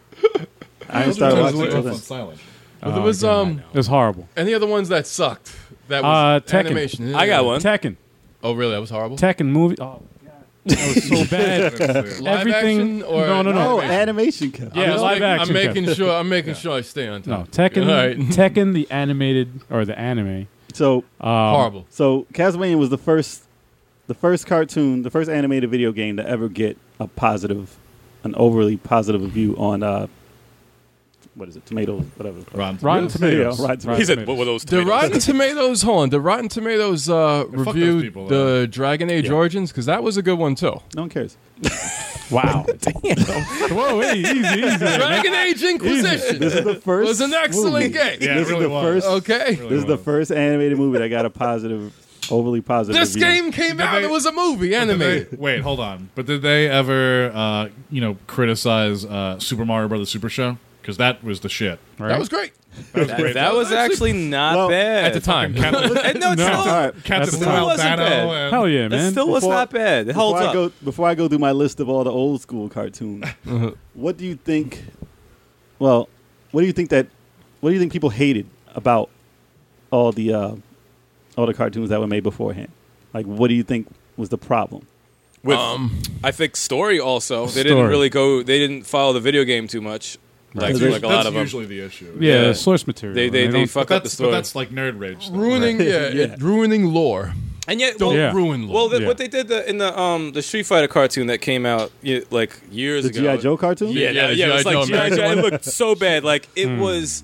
Speaker 2: I didn't start
Speaker 4: Sometimes
Speaker 2: watching
Speaker 4: it
Speaker 2: until
Speaker 4: goes on
Speaker 2: then.
Speaker 4: silent.
Speaker 1: there was
Speaker 5: Oh,
Speaker 1: um
Speaker 5: It was horrible.
Speaker 1: any other ones that sucked? That
Speaker 5: Uh,
Speaker 1: was
Speaker 5: Tekken.
Speaker 1: animation.
Speaker 3: I got one.
Speaker 5: Tekken,
Speaker 1: Oh really? That was horrible.
Speaker 5: Tekken movie. Oh, God. that was so bad.
Speaker 1: Live
Speaker 5: Everything-
Speaker 1: action or
Speaker 5: no, no, no.
Speaker 2: Oh,
Speaker 1: animation?
Speaker 2: animation. Ken.
Speaker 5: Yeah,
Speaker 1: I'm
Speaker 5: live
Speaker 1: making,
Speaker 5: action,
Speaker 1: I'm making
Speaker 5: Ken.
Speaker 1: sure. I'm making sure I stay on
Speaker 5: No,
Speaker 1: top.
Speaker 5: Tekken,
Speaker 1: All right.
Speaker 5: Tekken, the animated or the anime.
Speaker 2: So,
Speaker 5: um,
Speaker 1: Horrible.
Speaker 2: so Castlevania was the first, the first cartoon, the first animated video game to ever get a positive, an overly positive review on uh, what is it, tomatoes, whatever. it's called.
Speaker 4: Ron.
Speaker 5: Rotten Tomatoes.
Speaker 2: Yeah, Rotten Tomatoes.
Speaker 3: He said, "What were those?"
Speaker 1: The
Speaker 3: tomatoes?"
Speaker 1: Rotten Tomatoes, hold on. The Rotten Tomatoes uh,
Speaker 4: those
Speaker 1: reviewed
Speaker 4: people,
Speaker 1: the Dragon Age Origins because that was a good one too.
Speaker 2: No one cares.
Speaker 5: Wow. Whoa, hey, easy, easy.
Speaker 1: Dragon Age Inquisition
Speaker 2: This is the first.
Speaker 1: was an
Speaker 2: movie.
Speaker 1: excellent game.
Speaker 4: Yeah,
Speaker 2: This
Speaker 4: it
Speaker 2: is
Speaker 4: really
Speaker 2: the
Speaker 4: was.
Speaker 2: first.
Speaker 1: Okay,
Speaker 4: Really
Speaker 2: This is the
Speaker 4: was.
Speaker 2: first animated movie that got a positive, overly positive.
Speaker 1: this
Speaker 2: review.
Speaker 1: game came out.
Speaker 4: they-
Speaker 1: it was a movie
Speaker 4: Did they-
Speaker 1: animated.
Speaker 4: wait, hold on. But did they ever, uh, you know, criticize uh, Super Mario Brothers Super Show? Because that was the shit.
Speaker 1: That was great
Speaker 3: That, that was actually not
Speaker 2: Well,
Speaker 3: bad
Speaker 1: at the time.
Speaker 3: And no, it's
Speaker 5: No.
Speaker 3: still,
Speaker 2: All right.
Speaker 4: Captain
Speaker 5: That's
Speaker 4: Lou
Speaker 5: fine.
Speaker 4: Albano.
Speaker 3: Wasn't bad.
Speaker 4: and-
Speaker 5: Hell yeah,
Speaker 3: it
Speaker 5: man.
Speaker 3: still was
Speaker 2: Before-
Speaker 3: not bad. It holds
Speaker 2: before
Speaker 3: up.
Speaker 2: I go before I go through my list of all the old school cartoons, what do you think? Well, what do you think that? What do you think people hated about all the uh, all the cartoons that were made beforehand? Like, what do you think was the problem?
Speaker 3: With, I think story also. They didn't
Speaker 5: Story.
Speaker 3: really go. They didn't follow the video game too much. Like,
Speaker 4: That's,
Speaker 3: like a lot of them.
Speaker 4: usually the issue.
Speaker 5: yeah,
Speaker 3: Yeah.
Speaker 5: source material.
Speaker 3: They they, they,
Speaker 5: don't-
Speaker 4: But
Speaker 3: fuck up the
Speaker 4: that's, but
Speaker 3: story.
Speaker 4: that's like nerd rage. though,
Speaker 1: ruining
Speaker 4: right?
Speaker 1: yeah,
Speaker 2: Yeah.
Speaker 1: ruining lore.
Speaker 3: and yet,
Speaker 1: Don't
Speaker 3: well,
Speaker 5: Yeah.
Speaker 1: ruin lore.
Speaker 3: well the,
Speaker 5: Yeah.
Speaker 3: what they did the, in the um the Street Fighter cartoon that came out you, like years
Speaker 2: The
Speaker 3: ago.
Speaker 2: GI Joe cartoon?
Speaker 1: Yeah,
Speaker 3: Yeah, yeah,
Speaker 1: the
Speaker 3: yeah. It was
Speaker 1: G.I. Joe
Speaker 3: like G.I.
Speaker 1: American
Speaker 3: Joe. Hmm. It looked so bad. Like it was,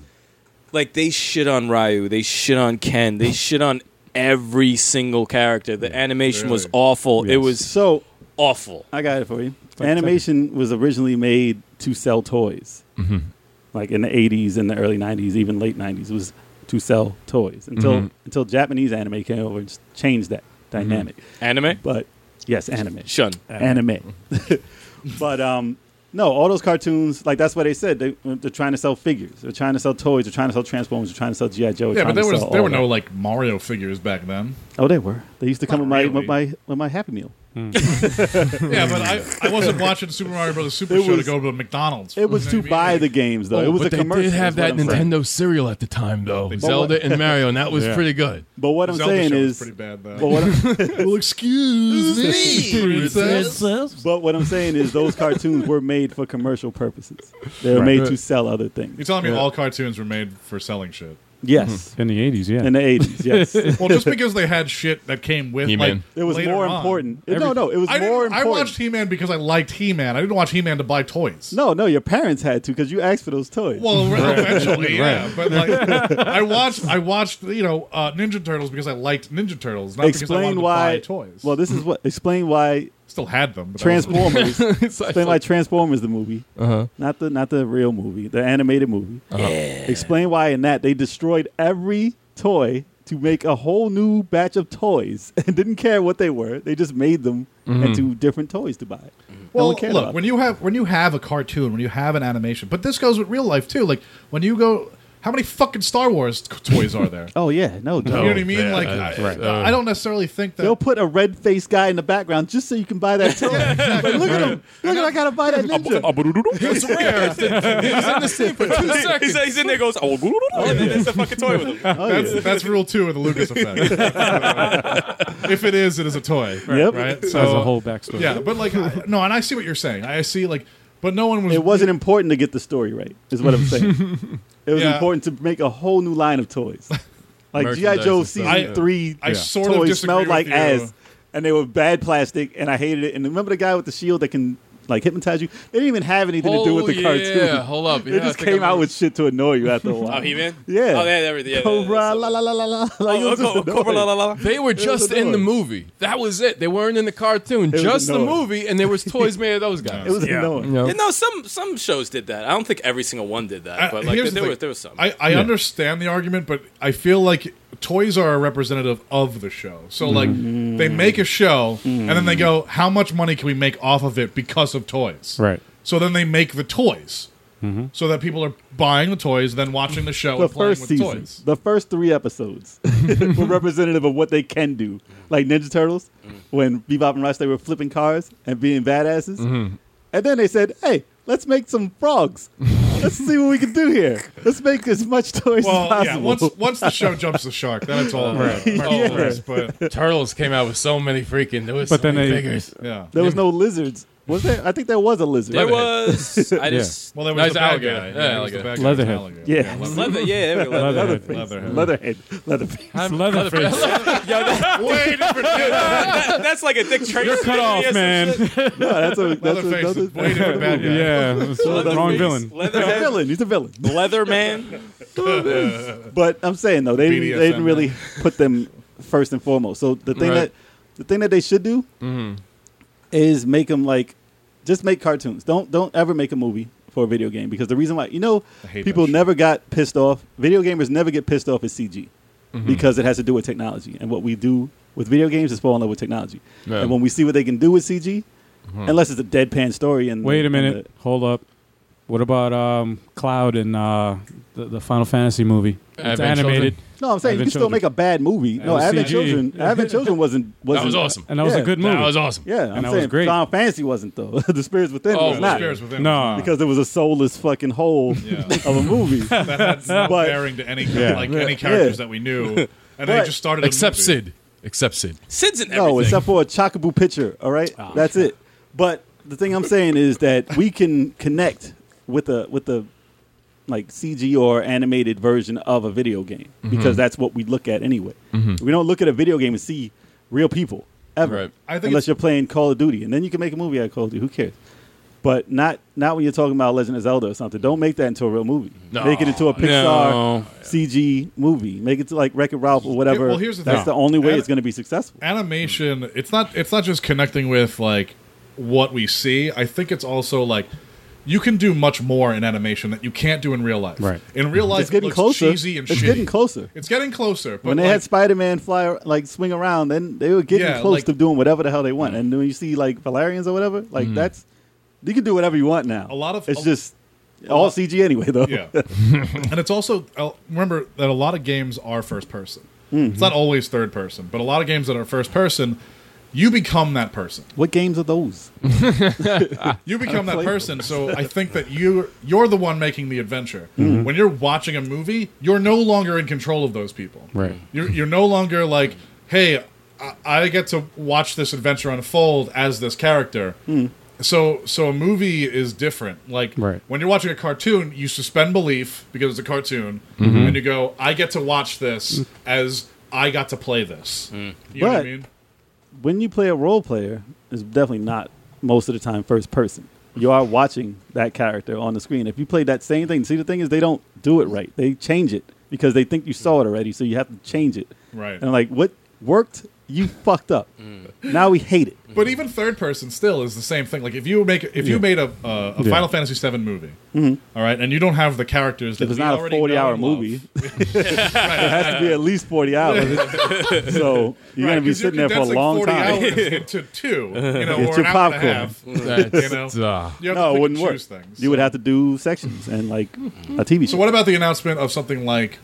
Speaker 3: like they shit on Ryu. They shit on Ken. They shit on every single character. The animation was
Speaker 4: Really?
Speaker 3: awful. It
Speaker 5: Yes.
Speaker 3: was
Speaker 2: So
Speaker 3: awful.
Speaker 2: I got it for you. Animation was originally made to sell toys, like in the '80s and the early '90s, even late '90s was to sell toys until until Japanese anime came over and s- changed that dynamic.
Speaker 3: Anime.
Speaker 2: But yes, anime.
Speaker 3: Shun.
Speaker 2: anime. but um, no, all those cartoons, like that's what they said. They, they're trying to sell figures. They're trying to sell toys. They're trying to sell Transformers. They're trying to sell GI Joe.
Speaker 4: Yeah, but there was
Speaker 2: sell
Speaker 4: there
Speaker 2: all
Speaker 4: were no
Speaker 2: that.
Speaker 4: like Mario figures back then.
Speaker 2: Oh, they were. They used to come
Speaker 4: Not
Speaker 2: with my
Speaker 4: really.
Speaker 2: with my with my Happy Meal.
Speaker 4: yeah, but I, I wasn't watching Super Mario Brothers Super
Speaker 2: It
Speaker 4: Show
Speaker 2: was-
Speaker 4: to go to McDonald's.
Speaker 2: It was
Speaker 4: You know
Speaker 2: to
Speaker 4: what I mean?
Speaker 2: buy the games though.
Speaker 1: Oh,
Speaker 2: it was
Speaker 1: but
Speaker 2: a
Speaker 1: they
Speaker 2: commercial.
Speaker 1: did have
Speaker 2: is what
Speaker 1: that
Speaker 2: I'm saying.
Speaker 1: Nintendo cereal at the time, though.
Speaker 4: But
Speaker 1: Zelda and Mario, and that was
Speaker 6: Yeah.
Speaker 1: pretty good.
Speaker 2: But what I'm
Speaker 4: Zelda
Speaker 2: saying
Speaker 4: show was
Speaker 2: is,
Speaker 4: pretty bad though.
Speaker 2: but what I'm,
Speaker 1: well, excuse me, princess.
Speaker 2: but what I'm saying is, those cartoons were made for commercial purposes. They were
Speaker 6: Right.
Speaker 2: made to sell other
Speaker 4: You're
Speaker 2: things.
Speaker 4: telling me all cartoons were made for selling shit?
Speaker 2: Yes,
Speaker 4: Mm-hmm.
Speaker 5: in the eighties. Yeah,
Speaker 2: in the 80s. Yes, it
Speaker 4: Well, just because they had shit that came with like
Speaker 1: He-Man.
Speaker 2: was
Speaker 4: later
Speaker 2: more
Speaker 4: on.
Speaker 2: important. no, no, it was
Speaker 4: I, didn't-
Speaker 2: more
Speaker 4: I
Speaker 2: important.
Speaker 4: watched He Man because I liked He Man. I didn't watch He Man to buy toys.
Speaker 2: no, no, your parents had to because you asked for those toys.
Speaker 4: Well, eventually, yeah. But like, I watched, I watched, you know, uh, Ninja Turtles because I liked Ninja Turtles, not because I wanted
Speaker 2: explain
Speaker 4: to
Speaker 2: why
Speaker 4: buy toys.
Speaker 2: Well, this is what explain why
Speaker 4: still had them. But that wasn't-
Speaker 2: Transformers. explain why
Speaker 1: like-
Speaker 2: Transformers the movie,
Speaker 1: Uh-huh.
Speaker 2: not the not the real movie, the animated movie.
Speaker 4: Uh-huh.
Speaker 2: Explain why in that they destroyed every toy to make a whole new batch of toys and didn't care what they were. They just made them into different toys to buy. no
Speaker 4: Mm-hmm. Well,
Speaker 2: one cared
Speaker 4: look
Speaker 2: about
Speaker 4: when
Speaker 2: them.
Speaker 4: you have when you have a cartoon, when you have an animation, but this goes with real life too. Like when you go, how many fucking Star Wars c- toys are there?
Speaker 2: Oh yeah, no,
Speaker 4: You know what I
Speaker 2: no.
Speaker 4: mean?
Speaker 1: yeah,
Speaker 4: like
Speaker 1: that's
Speaker 4: I,
Speaker 1: right.
Speaker 4: I don't necessarily think that.
Speaker 2: They'll put a red faced guy in the background just so you can buy that toy. Like, look at him! Look at I gotta buy that ninja.
Speaker 1: That's rare. He was in the scene for two
Speaker 3: He's,
Speaker 1: seconds.
Speaker 3: he's in there goes, oh, and then there's a fucking toy with him.
Speaker 2: Oh, yeah.
Speaker 4: That's, that's rule two of the Lucas effect. if it is, it is a toy.
Speaker 2: Yep.
Speaker 4: Right.
Speaker 5: so,
Speaker 4: So
Speaker 5: has a whole backstory.
Speaker 4: Yeah, but like I, no, and I see what you're saying. I see like, but no one was.
Speaker 2: It wasn't important to get the story right, is what I'm saying. it was
Speaker 4: Yeah.
Speaker 2: important to make a whole new line of toys. Like G.I.
Speaker 1: Merchandise
Speaker 2: Joe
Speaker 1: and stuff,
Speaker 2: season
Speaker 4: yeah.
Speaker 2: three
Speaker 4: I sort of
Speaker 2: toys
Speaker 4: disagree
Speaker 2: smelled
Speaker 4: with
Speaker 2: like
Speaker 4: you.
Speaker 2: ass and they were bad plastic and I hated it. And remember the guy with the shield that can like hypnotize you? They didn't even have anything to do with the
Speaker 1: "Oh, yeah.
Speaker 2: cartoon.
Speaker 1: hold up.
Speaker 2: They
Speaker 1: Yeah, I
Speaker 2: just
Speaker 1: think I
Speaker 2: came out
Speaker 1: remember.
Speaker 2: with shit to annoy you after a while.
Speaker 3: Oh, He Man?
Speaker 2: Yeah.
Speaker 3: Oh, yeah, everything. Yeah, yeah,
Speaker 2: Cobra,
Speaker 3: yeah.
Speaker 2: la la la la la. Like, it
Speaker 3: Oh,
Speaker 2: was just
Speaker 3: Co- Cobra,
Speaker 2: annoying.
Speaker 3: la, la, la, la.
Speaker 1: They were just in the
Speaker 2: annoying.
Speaker 1: movie. That was it. They weren't in the cartoon.
Speaker 2: was
Speaker 1: Just the
Speaker 2: annoying.
Speaker 1: movie, and there was toys made of those guys.
Speaker 2: It was
Speaker 6: Yeah.
Speaker 2: annoying.
Speaker 1: You
Speaker 3: Yeah,
Speaker 1: know?
Speaker 3: no, some some shows did that. I don't think every single one did that,
Speaker 4: I-
Speaker 3: but like there,
Speaker 4: here's the
Speaker 3: there
Speaker 4: thing.
Speaker 3: were there was some.
Speaker 4: I, I understand the argument, but I feel like toys are a representative of the show. So like
Speaker 2: Mm-hmm.
Speaker 4: they make a show and then they go, how much money can we make off of it because of toys?
Speaker 5: Right.
Speaker 4: So then they make the toys. So that people are buying the toys, then watching the show
Speaker 2: Mm-hmm. the
Speaker 4: and playing
Speaker 2: first
Speaker 4: with
Speaker 2: season,
Speaker 4: toys.
Speaker 2: the first three episodes were representative of what they can do.
Speaker 4: Mm-hmm.
Speaker 2: Like Ninja Turtles, when Bebop and Rocksteady were flipping cars and being badasses,
Speaker 4: Mm-hmm.
Speaker 2: and then they said, "Hey, let's make some frogs. let's see what we can do here. Let's make as much toys as
Speaker 4: Well, yeah.
Speaker 2: possible."
Speaker 4: Once once the show jumps the shark, then it's all right.
Speaker 2: Yeah.
Speaker 4: But
Speaker 1: Turtles came out with so many freaking. There was
Speaker 5: But
Speaker 1: so
Speaker 5: then
Speaker 1: many
Speaker 5: they-
Speaker 1: figures.
Speaker 4: yeah.
Speaker 2: there was no lizards. Was there? I think there was a lizard.
Speaker 3: there was. I just
Speaker 4: Well, there
Speaker 1: Nice
Speaker 4: was the bad
Speaker 1: alligator.
Speaker 4: guy.
Speaker 1: Yeah,
Speaker 4: there was the
Speaker 1: alligator.
Speaker 4: bad guy.
Speaker 5: Leatherhead.
Speaker 4: Alligator.
Speaker 2: Yeah.
Speaker 3: leather. Yeah, there were leather.
Speaker 5: Leatherhead.
Speaker 4: Leatherhead.
Speaker 2: Leatherhead, Leatherface.
Speaker 5: Leatherface.
Speaker 4: Way different. Yeah,
Speaker 3: That- that's like a Dick Tracy.
Speaker 5: You're cut
Speaker 3: video or
Speaker 5: off,
Speaker 3: some
Speaker 5: man.
Speaker 3: shit.
Speaker 2: No, that's a that's a,
Speaker 4: Leatherface
Speaker 2: that's a,
Speaker 4: is way different bad guy.
Speaker 5: yeah, it was the
Speaker 3: Leatherface,
Speaker 5: wrong villain.
Speaker 2: he's a
Speaker 3: Leatherhead.
Speaker 2: villain. He's a villain.
Speaker 3: Leatherman.
Speaker 2: But I'm saying though, they didn't,
Speaker 4: BDSM,
Speaker 2: they didn't really put them first and foremost. So the thing
Speaker 1: Right.
Speaker 2: that the thing that they should do
Speaker 4: Mm-hmm.
Speaker 2: is make them like just make cartoons. Don't don't ever make a movie for a video game because the reason why you know
Speaker 4: I hate
Speaker 2: people
Speaker 4: that shit.
Speaker 2: never got pissed off. Video gamers never get pissed off at CG
Speaker 4: Mm-hmm.
Speaker 2: because it has to do with technology and what we do with video games is fall in love with technology.
Speaker 1: Yeah.
Speaker 2: And when we see what they can do with CG,
Speaker 4: Mm-hmm.
Speaker 2: unless it's a deadpan story and
Speaker 5: Wait a
Speaker 2: and
Speaker 5: minute. Hold up. What about um, Cloud and uh, the, the Final Fantasy movie? It's
Speaker 1: Advent
Speaker 5: animated,
Speaker 1: Children.
Speaker 2: the- no, I'm saying you
Speaker 5: Advent
Speaker 2: can still
Speaker 5: Children.
Speaker 2: make a bad movie. No,
Speaker 5: was
Speaker 2: Advent
Speaker 5: CG.
Speaker 2: Children. Advent Children wasn't wasn't
Speaker 1: That was awesome.
Speaker 5: and that was
Speaker 2: Yeah.
Speaker 5: a good movie.
Speaker 1: That was awesome.
Speaker 2: Yeah, I'm
Speaker 5: that was
Speaker 2: saying
Speaker 5: great.
Speaker 2: Final Fantasy wasn't though. the Spirits Within
Speaker 1: Oh,
Speaker 2: was
Speaker 1: The
Speaker 2: not
Speaker 4: Spirits Within.
Speaker 5: no,
Speaker 2: because it was a soulless fucking hole
Speaker 4: Yeah.
Speaker 2: of a movie.
Speaker 4: that had no
Speaker 2: But-
Speaker 4: bearing to any
Speaker 5: Yeah.
Speaker 4: like any characters
Speaker 2: Yeah.
Speaker 4: that we knew, and they
Speaker 2: But-
Speaker 4: just started a
Speaker 1: Except
Speaker 4: movie.
Speaker 1: Sid. Except Sid.
Speaker 3: Sid's in everything.
Speaker 2: no, except for a Chocobo picture. All right,
Speaker 4: Oh,
Speaker 2: that's it. But the thing I'm saying is that we can connect with a with a like CG or animated version of a video game
Speaker 4: Mm-hmm.
Speaker 2: because that's what we look at anyway. We don't look at a video game and see real people ever,
Speaker 1: Right.
Speaker 4: I think
Speaker 2: unless
Speaker 4: it's-
Speaker 2: you're playing Call of Duty, and then you can make a movie out of Call of Duty. Who cares? But not not when you're talking about Legend of Zelda or something. Don't make that into a real movie.
Speaker 1: No.
Speaker 2: Make it into a Pixar
Speaker 5: No.
Speaker 2: CG movie. Make it to like Wreck It Ralph or whatever.
Speaker 4: Oh, well, here's the
Speaker 2: That's the
Speaker 4: thing.
Speaker 2: only way
Speaker 4: And-
Speaker 2: it's going to be successful.
Speaker 4: Animation. It's not. It's not just connecting with like what we see. I think it's also like you can do much more in animation that you can't do in real life.
Speaker 5: Right.
Speaker 4: In real life,
Speaker 2: it's getting
Speaker 4: it looks
Speaker 2: closer.
Speaker 4: cheesy and
Speaker 2: it's
Speaker 4: shitty.
Speaker 2: getting closer.
Speaker 4: It's getting closer. But
Speaker 2: when they
Speaker 4: like,
Speaker 2: had Spider Man fly ar- like swing around, then they were getting
Speaker 4: Yeah,
Speaker 2: close
Speaker 4: like-
Speaker 2: to doing whatever the hell they want. And then when you see like Valerians or whatever, like that's you can do whatever you want now.
Speaker 4: Mm-hmm. A lot of-
Speaker 2: it's
Speaker 4: a-
Speaker 2: just all CG anyway though.
Speaker 4: yeah, and it's also uh, remember that a lot of games are first person. It's not always third person, but a lot of games that are first person, you become that person.
Speaker 2: What games are those?
Speaker 4: You become that person. So I think that you you're the one making the adventure. When you're watching a movie, you're no longer in control of those people.
Speaker 5: Right.
Speaker 4: You're you're no longer like, hey, I, I get to watch this adventure unfold as this character.
Speaker 2: Hmm.
Speaker 4: So so a movie is different. Like
Speaker 5: Right.
Speaker 4: when you're watching a cartoon, you suspend belief because it's a cartoon, and you go, I get to watch this as I got to play this. You know what I
Speaker 2: But-
Speaker 4: mean?
Speaker 2: When you play a role player, it's definitely not most of the time first person. You are watching that character on the screen. If you play that same thing, see the thing is they don't do it right. They change it because they think you saw it already, so you have to change it.
Speaker 4: Right.
Speaker 2: And I'm like, what worked? You fucked up. Now we hate it.
Speaker 4: But even third person still is the same thing. Like if you make if you made a uh, a Final Fantasy VII movie, all right, and you don't have the characters that
Speaker 2: Hmm. If it's
Speaker 4: we
Speaker 2: not a
Speaker 4: already know
Speaker 2: 40 hour
Speaker 4: and love.
Speaker 2: movie, it has to be at least 40 hours. so you're
Speaker 4: Right,
Speaker 2: going to
Speaker 4: 'cause you
Speaker 2: be sitting
Speaker 4: can
Speaker 2: there for a
Speaker 4: condense, like,
Speaker 2: long
Speaker 4: 40
Speaker 2: time.
Speaker 4: hours into two, you know,
Speaker 2: Get
Speaker 4: or
Speaker 2: your
Speaker 4: an hour and
Speaker 2: popcorn.
Speaker 4: a half.
Speaker 1: That's,
Speaker 4: You know?
Speaker 1: uh,
Speaker 4: You have to
Speaker 2: No,
Speaker 4: pick
Speaker 2: it wouldn't
Speaker 4: and
Speaker 2: work.
Speaker 4: choose Things.
Speaker 2: You would have to do sections and like a TV show.
Speaker 4: so what about the announcement of something like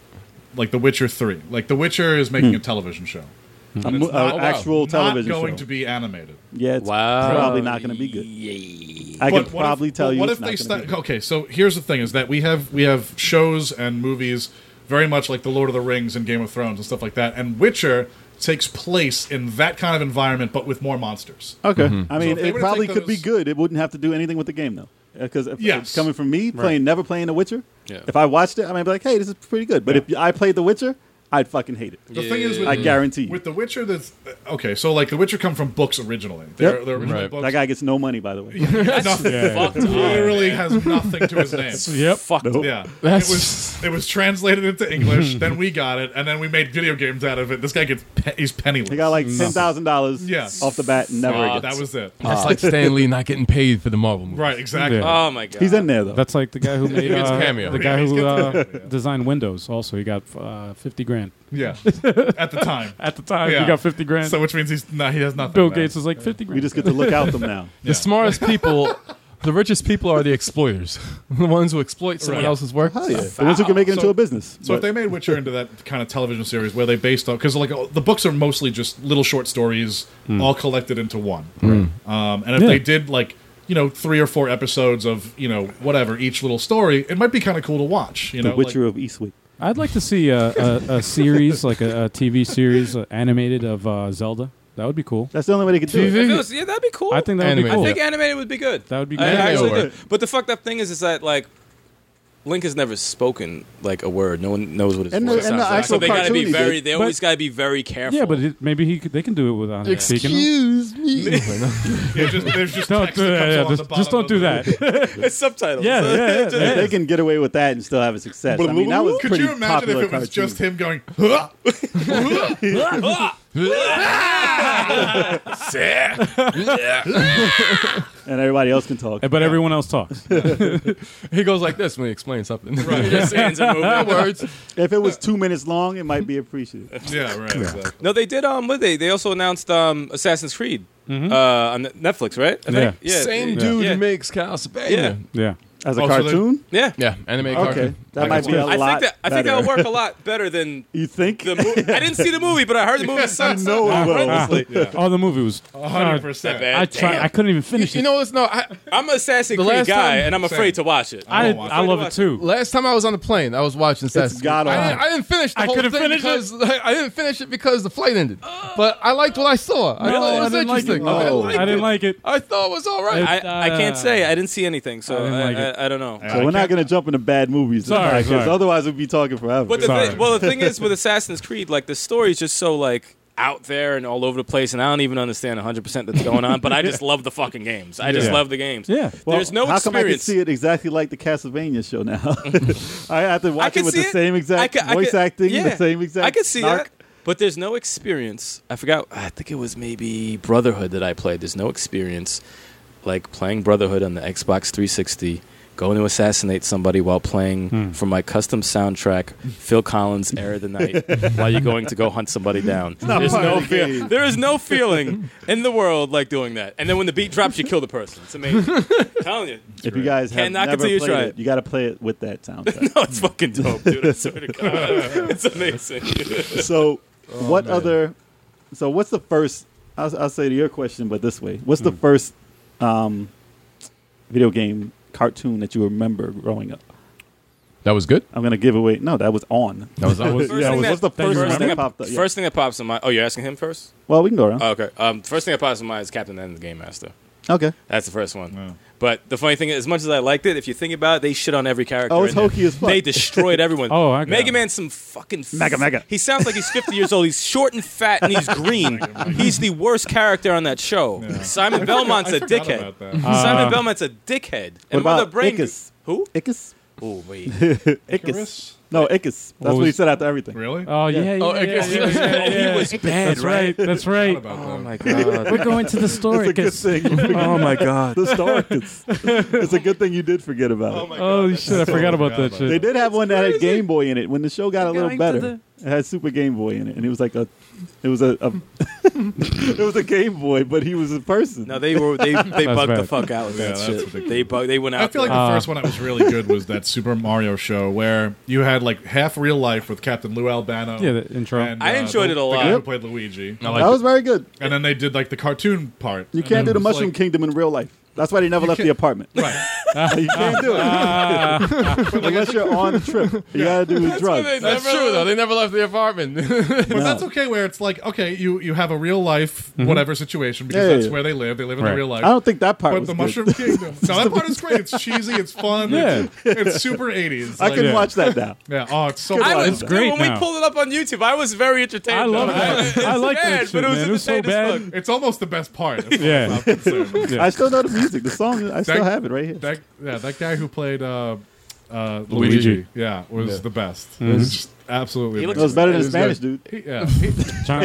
Speaker 4: like The Witcher Three? Like The Witcher is making a television show,
Speaker 2: a mo-
Speaker 4: not-
Speaker 2: a
Speaker 4: oh, wow.
Speaker 2: Hmm. actual television
Speaker 4: not going
Speaker 2: show.
Speaker 4: to be animated.
Speaker 2: yeah, it's
Speaker 3: Wow.
Speaker 2: probably not going to be good. I
Speaker 4: But
Speaker 2: can
Speaker 4: what if-
Speaker 2: probably tell
Speaker 4: but
Speaker 2: you.
Speaker 4: What
Speaker 2: it's
Speaker 4: if
Speaker 2: not
Speaker 4: they
Speaker 2: gonna
Speaker 4: sta-
Speaker 2: be good.
Speaker 4: Okay, so here's the thing: is that we have we have shows and movies very much like the Lord of the Rings and Game of Thrones and stuff like that, and Witcher takes place in that kind of environment, but with more monsters.
Speaker 2: Okay,
Speaker 3: Mm-hmm.
Speaker 2: I mean,
Speaker 4: if they
Speaker 2: it
Speaker 4: were to
Speaker 2: probably
Speaker 4: take
Speaker 2: could be
Speaker 4: those-
Speaker 2: good. It wouldn't have to do anything with the game though, because if
Speaker 4: Yes.
Speaker 2: it's coming from me playing, never playing The Witcher.
Speaker 3: Yeah.
Speaker 2: If I watched it, I might be like, "Hey, this is pretty good." But if I played The Witcher, I'd fucking hate it.
Speaker 4: The thing is, with
Speaker 2: I guarantee you.
Speaker 4: with The Witcher, that's okay. So like The Witcher come from books originally. They're,
Speaker 2: Yep.
Speaker 4: they're original
Speaker 1: Right.
Speaker 4: books.
Speaker 2: That guy gets no money, by the way.
Speaker 4: nothing.
Speaker 3: Fucked up.
Speaker 4: Literally has nothing to his name.
Speaker 5: Yep.
Speaker 3: Fucked up.
Speaker 4: Yeah,
Speaker 1: That's-
Speaker 4: it was it was translated into English. then we got it, and then we made video games out of it. This guy gets pe- he's penniless.
Speaker 2: He got like ten thousand dollars
Speaker 4: Yeah.
Speaker 2: off the bat, and never
Speaker 3: Fuck.
Speaker 2: again.
Speaker 4: that was it.
Speaker 1: that's like Stan Lee not getting paid for the Marvel movie.
Speaker 4: Right, exactly.
Speaker 5: Yeah.
Speaker 3: Oh my god.
Speaker 2: He's in there though.
Speaker 5: That's like the guy who made
Speaker 1: gets
Speaker 5: uh,
Speaker 1: cameo.
Speaker 5: the
Speaker 1: Yeah,
Speaker 5: guy
Speaker 4: he's
Speaker 5: who
Speaker 4: got
Speaker 5: uh,
Speaker 4: the cameo, yeah.
Speaker 5: designed Windows. Also, he got uh, fifty grand
Speaker 4: Yeah, at the time.
Speaker 5: at the time.
Speaker 4: Yeah.
Speaker 5: He got fifty grand.
Speaker 4: So which means he's not. He has nothing.
Speaker 5: Bill
Speaker 4: now.
Speaker 5: Gates is like fifty grand.
Speaker 2: we just get to look out them now.
Speaker 1: The smartest people, the richest people are the exploiters, the ones who exploit someone
Speaker 4: Right.
Speaker 1: else's work.
Speaker 2: Hell yeah, the ones who can make it into
Speaker 4: So-
Speaker 2: a business.
Speaker 4: So if
Speaker 2: But-
Speaker 4: they made Witcher into that kind of television series where they based off, because like oh, the books are mostly just little short stories, all collected into one. Um, and if
Speaker 5: Yeah.
Speaker 4: they did like you know three or four episodes of you know whatever each little story, it might be kind of cool to watch. You
Speaker 2: the
Speaker 4: know, like-
Speaker 2: Witcher of Eastwick.
Speaker 5: I'd like to see a, a, a series, like a, a TV series, uh, animated of uh, Zelda. That would be cool.
Speaker 2: That's the only way they could do it.
Speaker 3: If it was- yeah, that'd be cool.
Speaker 5: I think that would be
Speaker 1: Animated.
Speaker 5: cool.
Speaker 1: I
Speaker 3: I think animated would be good.
Speaker 5: That would
Speaker 3: I
Speaker 5: be good.
Speaker 3: actually
Speaker 1: Animated
Speaker 3: do. But the fucked up thing is, is that like Link has never spoken like a word. No one knows what his
Speaker 2: And the-
Speaker 3: voice
Speaker 2: and the
Speaker 3: sounds like. So
Speaker 2: actual
Speaker 3: they gotta
Speaker 2: cartoon
Speaker 3: be
Speaker 2: he
Speaker 3: very.
Speaker 2: did.
Speaker 3: They
Speaker 5: But-
Speaker 3: always gotta be very careful.
Speaker 5: yeah, but it, maybe he could, they can do it without him speaking.
Speaker 1: Excuse me.
Speaker 4: Yeah, just, there's just
Speaker 5: Don't
Speaker 4: text
Speaker 5: do
Speaker 4: that comes
Speaker 5: that. Yeah,
Speaker 4: along the
Speaker 5: just,
Speaker 4: bottom
Speaker 5: just don't
Speaker 4: of
Speaker 5: do
Speaker 4: the-
Speaker 5: that. yeah,
Speaker 3: it's subtitles.
Speaker 5: yeah, yeah.
Speaker 2: If
Speaker 5: yeah.
Speaker 2: they can get away with that and still have a success. I mean, that was
Speaker 4: Could
Speaker 2: pretty
Speaker 4: you imagine if
Speaker 2: popular
Speaker 4: it was
Speaker 2: cartoon.
Speaker 4: just him going? "Huh?"
Speaker 2: and everybody else can talk.
Speaker 5: But everyone else talks.
Speaker 1: he goes like this when he explains something.
Speaker 3: It just ends and moves.
Speaker 1: Words.
Speaker 2: If it was two minutes long, it might be appreciated.
Speaker 4: Yeah, right. Exactly.
Speaker 3: No, they did. Um, what they they also announced um Assassin's Creed uh on Netflix, right? I think.
Speaker 5: Mm-hmm. Yeah.
Speaker 1: Same
Speaker 3: yeah.
Speaker 1: dude
Speaker 3: Yeah.
Speaker 1: who makes Castlevania.
Speaker 3: Yeah.
Speaker 5: Yeah.
Speaker 2: As a
Speaker 4: Oh, so they-
Speaker 2: cartoon?
Speaker 3: Yeah.
Speaker 1: Yeah, anime
Speaker 2: okay.
Speaker 1: cartoon.
Speaker 2: That might be a
Speaker 3: I
Speaker 2: lot
Speaker 3: think that I think
Speaker 2: better.
Speaker 3: that'll work a lot better than
Speaker 2: You think?
Speaker 3: the movie. I didn't see the movie, but I heard the movie sucks.
Speaker 2: know it will.
Speaker 5: Ah, Oh, the movie was.
Speaker 4: hundred
Speaker 3: That
Speaker 4: percent.
Speaker 3: bad.
Speaker 5: I tried. I couldn't even finish
Speaker 1: You
Speaker 5: it.
Speaker 1: know what's no? I,
Speaker 3: I'm an Assassin's
Speaker 1: The
Speaker 3: Creed
Speaker 1: last
Speaker 3: guy,
Speaker 1: time-
Speaker 3: and I'm afraid to watch it.
Speaker 5: I,
Speaker 1: oh,
Speaker 4: I won't watch
Speaker 5: I
Speaker 4: it.
Speaker 5: love it too.
Speaker 1: last time I was on the plane, I was watching Assassin's Creed. I
Speaker 2: god-awful.
Speaker 1: didn't, I didn't finish the
Speaker 5: I
Speaker 1: whole
Speaker 5: couldn't
Speaker 1: thing
Speaker 5: finish
Speaker 1: because I didn't finish it because the flight ended. But I liked what I saw. I
Speaker 5: No,
Speaker 1: thought it
Speaker 5: I
Speaker 1: was
Speaker 5: didn't like it.
Speaker 1: interesting.
Speaker 5: No.
Speaker 1: I
Speaker 2: Oh.
Speaker 1: liked
Speaker 5: I didn't
Speaker 1: it.
Speaker 5: like it.
Speaker 1: I thought it was all right.
Speaker 5: It-
Speaker 1: I,
Speaker 3: I, I can't say. I didn't see anything, so
Speaker 5: I
Speaker 3: I,
Speaker 5: didn't like
Speaker 3: I,
Speaker 5: it.
Speaker 3: I, don't know.
Speaker 2: So we're not going to jump into bad movies. this
Speaker 5: Sorry,
Speaker 2: podcast,
Speaker 5: sorry.
Speaker 2: Otherwise, we'd be talking forever.
Speaker 3: But the
Speaker 5: Sorry.
Speaker 3: thing, well, the thing is with Assassin's Creed, like the story is just so like out there and all over the place, and I don't even understand 100 percent that's going on. But I just love the fucking games. I just
Speaker 5: Yeah.
Speaker 3: love the games.
Speaker 5: Yeah.
Speaker 2: Well,
Speaker 3: There's no
Speaker 2: how come I can
Speaker 3: experience.
Speaker 2: see it exactly like the Castlevania show now? I have to watch
Speaker 3: can
Speaker 2: it with
Speaker 3: see
Speaker 2: the same
Speaker 3: I
Speaker 2: exact
Speaker 3: ca- I
Speaker 2: voice
Speaker 3: ca-
Speaker 2: acting,
Speaker 3: yeah.
Speaker 2: the same exact.
Speaker 3: I could see
Speaker 2: narc.
Speaker 3: that. But there's no experience. I forgot. I think it was maybe Brotherhood that I played. There's no experience like playing Brotherhood on the Xbox 360, going to assassinate somebody while playing
Speaker 2: Hmm.
Speaker 3: from my custom soundtrack, Phil Collins' "Air of the Night," while you're going to go hunt somebody down.
Speaker 2: not
Speaker 3: There's
Speaker 2: part
Speaker 3: no
Speaker 2: of the
Speaker 3: feel.
Speaker 2: game.
Speaker 3: There is no feeling in the world like doing that. And then when the beat drops, you kill the person. It's amazing. I'm telling you.
Speaker 2: If you guys have
Speaker 3: Can't knock it
Speaker 2: never
Speaker 3: till you
Speaker 2: played
Speaker 3: try
Speaker 2: it,
Speaker 3: it.
Speaker 2: you got to play it with that soundtrack.
Speaker 3: No, it's fucking dope, dude. I swear to God. It's amazing.
Speaker 2: so, what other? So, what's the first I'll, I'll say to your question, but this way: What's the first um, video game cartoon that you remember growing up?
Speaker 1: That was good.
Speaker 2: I'm gonna give away. No, that was on.
Speaker 1: That was- that was-
Speaker 2: yeah.
Speaker 3: thing
Speaker 2: What's the first,
Speaker 3: first
Speaker 2: one
Speaker 3: thing
Speaker 2: that popped up? Yeah.
Speaker 3: First thing that pops in my oh, you're asking him first.
Speaker 2: Well, we can go around.
Speaker 3: Oh, okay. Um, first thing that pops in mind is Captain and the Game Master.
Speaker 2: okay.
Speaker 3: That's the first one.
Speaker 4: Wow.
Speaker 3: But the funny thing is, as much as I liked it, if you think about it, they shit on every character.
Speaker 2: Oh, it's
Speaker 3: in there.
Speaker 2: hokey as fuck.
Speaker 3: They destroyed everyone.
Speaker 5: Oh, I got
Speaker 3: Mega
Speaker 5: it.
Speaker 3: Man's some fucking f-
Speaker 2: Mega, mega.
Speaker 3: He sounds like he's 50 years old. He's short and fat and he's green. he's the worst character on that show.
Speaker 4: Yeah.
Speaker 3: Simon Belmont's
Speaker 4: I
Speaker 3: a
Speaker 4: forgot
Speaker 3: dickhead.
Speaker 4: about that. Uh,
Speaker 3: Simon Belmont's a dickhead. And
Speaker 2: about
Speaker 3: Mother Brain.
Speaker 2: Ickes?
Speaker 3: Who?
Speaker 2: Icus.
Speaker 3: Oh wait.
Speaker 2: Icus. No, Icus. That's what,
Speaker 5: was-
Speaker 2: he said after everything.
Speaker 4: Really?
Speaker 5: Oh yeah, yeah,
Speaker 1: Oh, I
Speaker 5: yeah,
Speaker 1: guess he
Speaker 5: yeah,
Speaker 1: was-
Speaker 5: yeah,
Speaker 1: oh, he
Speaker 5: yeah.
Speaker 1: was bad,
Speaker 5: That's right. That's
Speaker 4: I
Speaker 5: right.
Speaker 4: forgot about that.
Speaker 3: god.
Speaker 5: We're going to the store.
Speaker 2: It's a good
Speaker 5: 'cause-
Speaker 2: thing.
Speaker 5: Oh my god.
Speaker 2: the Star Kids. It's a good thing you did forget about it.
Speaker 5: Oh shit! I forgot about that
Speaker 4: about
Speaker 5: shit.
Speaker 2: They did have one that had Game Boy in it. When the show got a little
Speaker 5: Going
Speaker 2: better,
Speaker 5: to the-
Speaker 2: it had Super Game Boy in it, and it was like a, it was a, a it was a Game Boy, but he was a person.
Speaker 3: No, they were they they bugged the
Speaker 5: bad.
Speaker 3: fuck out with
Speaker 4: Yeah,
Speaker 3: that
Speaker 4: that's
Speaker 3: shit.
Speaker 4: ridiculous.
Speaker 3: They bug they went out.
Speaker 4: I feel like
Speaker 5: Uh,
Speaker 4: the first one that was really good was that Super Mario show where you had like half real life with Captain Lou Albano.
Speaker 5: Yeah, the intro.
Speaker 3: I enjoyed
Speaker 4: the-
Speaker 3: it a
Speaker 4: the guy
Speaker 3: lot.
Speaker 4: who played Luigi.
Speaker 1: I
Speaker 2: that
Speaker 1: like
Speaker 2: was very good.
Speaker 4: And then they did like the cartoon part.
Speaker 2: You
Speaker 4: And
Speaker 2: can't
Speaker 4: it
Speaker 2: do the
Speaker 4: was,
Speaker 2: Mushroom
Speaker 4: like-
Speaker 2: Kingdom in real life. That's why they never left the apartment.
Speaker 4: Right.
Speaker 2: you can't do it unless you're on a trip. You gotta do the drugs.
Speaker 1: That's true though. They never left the apartment.
Speaker 4: But that's okay where it's like, okay, you, you have a real life whatever situation
Speaker 2: Mm-hmm.
Speaker 4: because
Speaker 2: Yeah, yeah,
Speaker 4: that's
Speaker 2: yeah.
Speaker 4: where they live. They live in
Speaker 5: Right.
Speaker 4: the real life.
Speaker 2: I don't think that part
Speaker 4: but
Speaker 2: was
Speaker 4: the
Speaker 2: good.
Speaker 4: Mushroom Kingdom. No, that part is great. It's cheesy. It's fun.
Speaker 5: Yeah.
Speaker 4: It's, it's super 80s.
Speaker 2: I
Speaker 4: Like,
Speaker 2: can
Speaker 4: yeah.
Speaker 2: watch that now.
Speaker 4: Yeah. Oh, it's so
Speaker 3: I
Speaker 4: fun.
Speaker 3: was,
Speaker 5: It's
Speaker 3: dude,
Speaker 5: great
Speaker 3: when we
Speaker 5: now.
Speaker 3: pulled it up on YouTube, I was very entertained.
Speaker 5: I love
Speaker 3: though.
Speaker 5: that. I
Speaker 3: It's
Speaker 5: like
Speaker 3: bad,
Speaker 5: that shit,
Speaker 3: but it was
Speaker 5: man. It was so
Speaker 3: entertaining as
Speaker 5: bad.
Speaker 3: fuck.
Speaker 4: It's almost the best part. It's
Speaker 5: Yeah.
Speaker 4: concerned.
Speaker 5: Yeah.
Speaker 2: I still know the music, the song. I still have it right here.
Speaker 4: That yeah, that guy who played uh, uh, Luigi,
Speaker 5: Luigi.
Speaker 4: yeah, was the best. It was just absolutely.
Speaker 3: He
Speaker 2: It
Speaker 3: looks-
Speaker 2: was better than
Speaker 4: amazing.
Speaker 2: Spanish, dude.
Speaker 4: He- yeah, he-
Speaker 5: John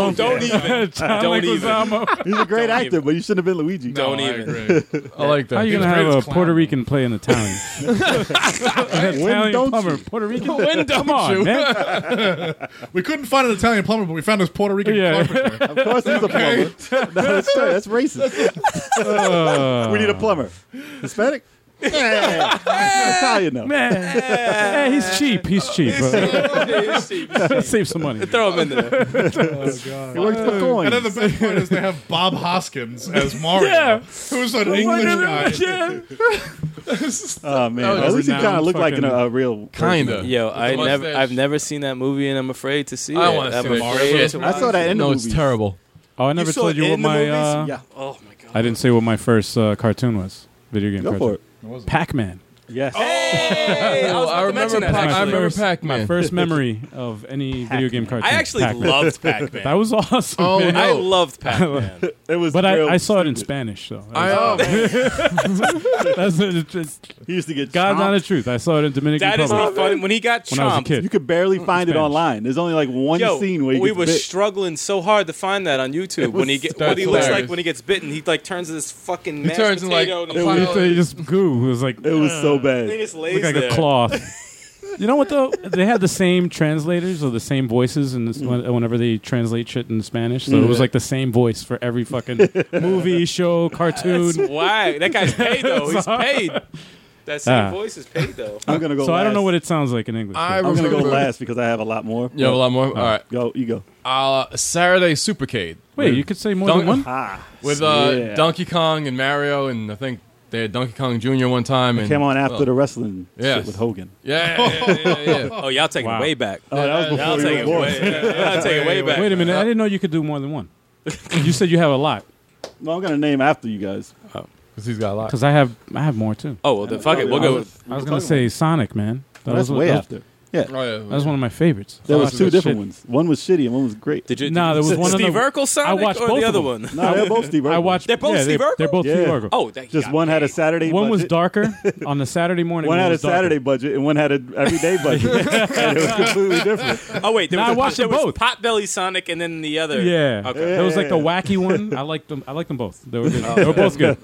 Speaker 3: Oh, don't even.
Speaker 5: John
Speaker 3: Don't
Speaker 5: Leguizamo.
Speaker 2: He's a great
Speaker 3: Don't
Speaker 2: actor,
Speaker 3: even.
Speaker 2: but you shouldn't have been Luigi.
Speaker 3: Don't
Speaker 4: no, I
Speaker 3: even.
Speaker 4: agree.
Speaker 1: I like that.
Speaker 5: How are you
Speaker 4: He was
Speaker 5: gonna have
Speaker 4: great
Speaker 5: a
Speaker 4: as clown.
Speaker 5: Puerto Rican play an Italian? an Italian
Speaker 2: don't
Speaker 5: plumber,
Speaker 2: you?
Speaker 5: Puerto Rican. Come on, man.
Speaker 4: We couldn't find an Italian plumber, but we found this Puerto Rican
Speaker 5: Yeah.
Speaker 4: carpenter.
Speaker 2: Of course, he's a plumber. No, that's, fair. that's racist.
Speaker 5: Uh.
Speaker 2: we need a plumber. Hispanic? Yeah. Italian, though.
Speaker 5: man. Hey, he's cheap. He's cheap. Save some money.
Speaker 3: Throw him in there.
Speaker 2: He works
Speaker 5: Uh,
Speaker 2: for coins.
Speaker 4: And then the best part is they have Bob Hoskins as Mario,
Speaker 5: Yeah.
Speaker 4: who's an English guy.
Speaker 2: oh, man.
Speaker 1: was
Speaker 2: At least he
Speaker 5: renowned
Speaker 2: kind of looked like an,
Speaker 5: fucking-
Speaker 2: a real.
Speaker 1: Kinda.
Speaker 3: Yo,
Speaker 1: With the
Speaker 3: I never,
Speaker 1: mustache.
Speaker 3: I've never seen that movie, and I'm afraid to see
Speaker 1: I
Speaker 3: it.
Speaker 1: want to
Speaker 3: I'm
Speaker 1: see it.
Speaker 3: afraid
Speaker 1: Shit.
Speaker 3: to
Speaker 2: I saw that in the
Speaker 1: No, it's
Speaker 2: movies.
Speaker 1: terrible.
Speaker 5: Oh, I never
Speaker 3: saw
Speaker 5: told
Speaker 3: it
Speaker 5: you
Speaker 3: in
Speaker 5: what
Speaker 3: the
Speaker 5: my.
Speaker 3: movies?
Speaker 5: Uh,
Speaker 2: Yeah.
Speaker 3: Oh my god!
Speaker 5: I didn't say what my first uh, cartoon was. Video game.
Speaker 2: Go
Speaker 5: cartoon.
Speaker 2: for it.
Speaker 5: Pac-Man.
Speaker 2: Yes.
Speaker 5: Oh.
Speaker 3: Hey, I, was about
Speaker 1: I
Speaker 3: to
Speaker 1: remember.
Speaker 3: mention that,
Speaker 1: Pac- I
Speaker 3: actually.
Speaker 1: remember
Speaker 5: First- My
Speaker 1: Pac-Man.
Speaker 5: first memory of any video game cartoon.
Speaker 3: I actually
Speaker 5: Pac-Man.
Speaker 3: loved Pac-Man.
Speaker 5: That was awesome.
Speaker 1: Oh,
Speaker 5: man.
Speaker 1: no.
Speaker 3: I loved Pac-Man.
Speaker 2: It was
Speaker 5: But
Speaker 2: real
Speaker 5: I, I saw it in
Speaker 2: stupid.
Speaker 5: Spanish, though.
Speaker 1: I, oh, man.
Speaker 5: That's it's just,
Speaker 2: He used to get
Speaker 5: God's
Speaker 2: chomped.
Speaker 5: honest truth. I saw it in Dominican
Speaker 3: that is the
Speaker 5: Republic
Speaker 3: fun. When he got
Speaker 5: when I was a
Speaker 3: chomped,
Speaker 5: kid.
Speaker 2: You could barely find it
Speaker 5: Mm, Spanish.
Speaker 2: online. There's only like one
Speaker 3: Yo,
Speaker 2: scene where he
Speaker 3: we
Speaker 2: gets
Speaker 3: were
Speaker 2: bit.
Speaker 3: struggling so hard to find that on YouTube.
Speaker 2: was-
Speaker 3: When he get,
Speaker 1: That's
Speaker 3: what he looks
Speaker 1: hilarious.
Speaker 3: like when he gets bitten, he like turns this fucking
Speaker 1: He
Speaker 3: mashed
Speaker 1: turns in, like,
Speaker 3: potato
Speaker 1: a
Speaker 3: and
Speaker 1: pile-
Speaker 5: It's, uh, just goo. It was like
Speaker 2: it was
Speaker 5: Uh,
Speaker 2: so bad.
Speaker 3: he just lays
Speaker 5: looked like
Speaker 3: there.
Speaker 5: a cloth. you know what though? They had the same translators or the same voices, and whenever they translate shit in Spanish, so it was like the same voice for every fucking movie, show, cartoon.
Speaker 3: Why? That guy's paid though. He's paid. That same
Speaker 5: Ah.
Speaker 3: voice is paid though.
Speaker 2: I'm gonna go.
Speaker 5: So I don't know
Speaker 2: last.
Speaker 5: what it sounds like in English.
Speaker 1: I
Speaker 5: but-
Speaker 2: I'm gonna go
Speaker 1: remember-
Speaker 2: last because I have a lot more.
Speaker 1: You have a lot more. All right.
Speaker 2: Go, you go.
Speaker 1: Uh, Saturday Supercade.
Speaker 5: Wait, you could say more
Speaker 1: Don't-
Speaker 5: than one.
Speaker 2: Ah,
Speaker 1: with uh,
Speaker 2: yeah.
Speaker 1: Donkey Kong and Mario, and I think they had Donkey Kong Jr. one time. And,
Speaker 2: Came on after
Speaker 1: well,
Speaker 2: the wrestling shit
Speaker 1: Yes.
Speaker 2: with Hogan.
Speaker 1: Yeah, yeah, yeah, yeah, yeah.
Speaker 3: Oh, y'all taking
Speaker 5: Wow.
Speaker 3: it way back.
Speaker 2: Oh, that was before
Speaker 3: Y'all taking
Speaker 2: you
Speaker 3: it
Speaker 2: were born.
Speaker 3: way, y'all taking it way back.
Speaker 5: Wait a minute, I didn't know you could do more than one. you said you have a lot
Speaker 2: No, I'm gonna name after you guys.
Speaker 1: because he's got a lot.
Speaker 5: because I have I have more too.
Speaker 3: Oh well, then fuck it. We'll go. with
Speaker 5: I was gonna say Sonic, man. That
Speaker 2: that's
Speaker 5: was
Speaker 2: way
Speaker 5: that was-
Speaker 2: after. Yeah,
Speaker 1: Oh, yeah.
Speaker 5: That was one of my favorites.
Speaker 2: there
Speaker 5: I
Speaker 2: was
Speaker 5: watched
Speaker 2: two
Speaker 5: that
Speaker 2: different ones.
Speaker 5: shit.
Speaker 2: One was shitty and one was great.
Speaker 3: Did you?
Speaker 5: Nah, there was one
Speaker 3: Steve
Speaker 5: other-
Speaker 3: Urkel Sonic
Speaker 5: watched
Speaker 3: or
Speaker 5: both
Speaker 3: the
Speaker 5: of
Speaker 3: other
Speaker 5: them.
Speaker 3: one?
Speaker 2: No, they're both Steve.
Speaker 5: I
Speaker 2: Urkel.
Speaker 5: watched.
Speaker 3: They're both
Speaker 5: yeah,
Speaker 3: Steve
Speaker 5: they,
Speaker 3: Urkel?
Speaker 5: They're both Steve
Speaker 2: Yeah.
Speaker 5: Urkel.
Speaker 3: Oh, that,
Speaker 2: Just one had a Saturday.
Speaker 5: One was
Speaker 2: budget-
Speaker 5: darker on the Saturday morning.
Speaker 2: One had a
Speaker 5: was darker.
Speaker 2: Saturday budget and one had an everyday budget. and it was completely different.
Speaker 3: Oh wait, there
Speaker 5: Nah,
Speaker 3: was
Speaker 5: I
Speaker 3: a pot-
Speaker 5: watched
Speaker 3: there
Speaker 5: them
Speaker 3: was
Speaker 5: both.
Speaker 3: Potbelly Sonic and then the other.
Speaker 5: Yeah.
Speaker 3: Okay.
Speaker 5: There was like the wacky one. I liked them. I liked them both. They were good. they were both good.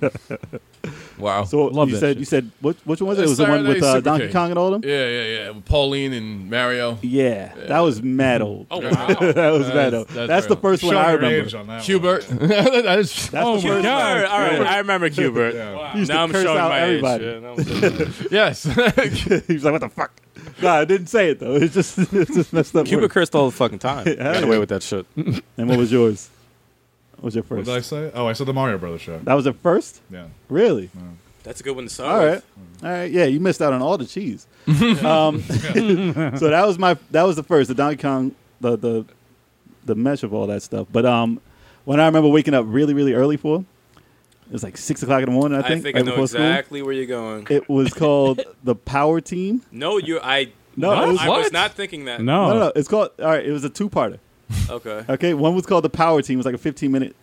Speaker 1: Wow.
Speaker 2: So
Speaker 5: Love
Speaker 2: you
Speaker 5: that
Speaker 2: said
Speaker 5: shit.
Speaker 2: you said which which one was it?
Speaker 1: Uh,
Speaker 2: It was the one
Speaker 1: Saturday
Speaker 2: with uh,
Speaker 1: Super
Speaker 2: Donkey
Speaker 1: King.
Speaker 2: Kong and all of them.
Speaker 1: yeah, yeah, yeah. With Pauline and Mario.
Speaker 2: Yeah, that was mad old.
Speaker 3: Oh wow.
Speaker 2: that was
Speaker 1: That's-
Speaker 2: mad old.
Speaker 1: that's
Speaker 2: That's the
Speaker 1: very
Speaker 2: first one I
Speaker 4: Showing your
Speaker 2: remember.
Speaker 4: age on that
Speaker 1: Hubert. That is-
Speaker 2: That's
Speaker 5: Oh
Speaker 2: the
Speaker 5: my
Speaker 2: first
Speaker 5: God.
Speaker 3: All right, all right. I remember Hubert.
Speaker 4: Yeah.
Speaker 3: Wow.
Speaker 2: He used to
Speaker 3: Now I'm
Speaker 2: curse
Speaker 3: showing
Speaker 2: out
Speaker 3: my
Speaker 2: everybody.
Speaker 3: age. Yeah, now I'm-
Speaker 1: yes.
Speaker 2: one. he was like, "What the fuck?" No, I didn't say it though. It's just it's just messed up.
Speaker 3: Hubert
Speaker 2: words.
Speaker 3: cursed all the fucking time. Got
Speaker 2: yeah.
Speaker 3: away with that shit.
Speaker 2: And what was yours? was your first?
Speaker 4: What did I say? Oh, I said the Mario Brothers show.
Speaker 2: that was the first.
Speaker 4: Yeah.
Speaker 2: Really?
Speaker 3: That's a good one to start
Speaker 2: All
Speaker 3: with.
Speaker 2: right. All right. Yeah, you missed out on all the cheese. um, so that was my that was the first the Donkey Kong the the the mesh of all that stuff. But um, when I remember waking up really really early for it was like six o'clock in the morning. I
Speaker 3: I
Speaker 2: think.
Speaker 3: think, I
Speaker 2: right
Speaker 3: know
Speaker 2: before school.
Speaker 3: exactly where you're going.
Speaker 2: It was called the Power Team.
Speaker 3: No, you. I.
Speaker 2: No, it was-
Speaker 3: I was
Speaker 1: What?
Speaker 3: not thinking that.
Speaker 5: No.
Speaker 2: No, no, no, it's called. All right, it was a two parter.
Speaker 3: Okay.
Speaker 2: Okay, one was called the Power Team. It was like a fifteen minute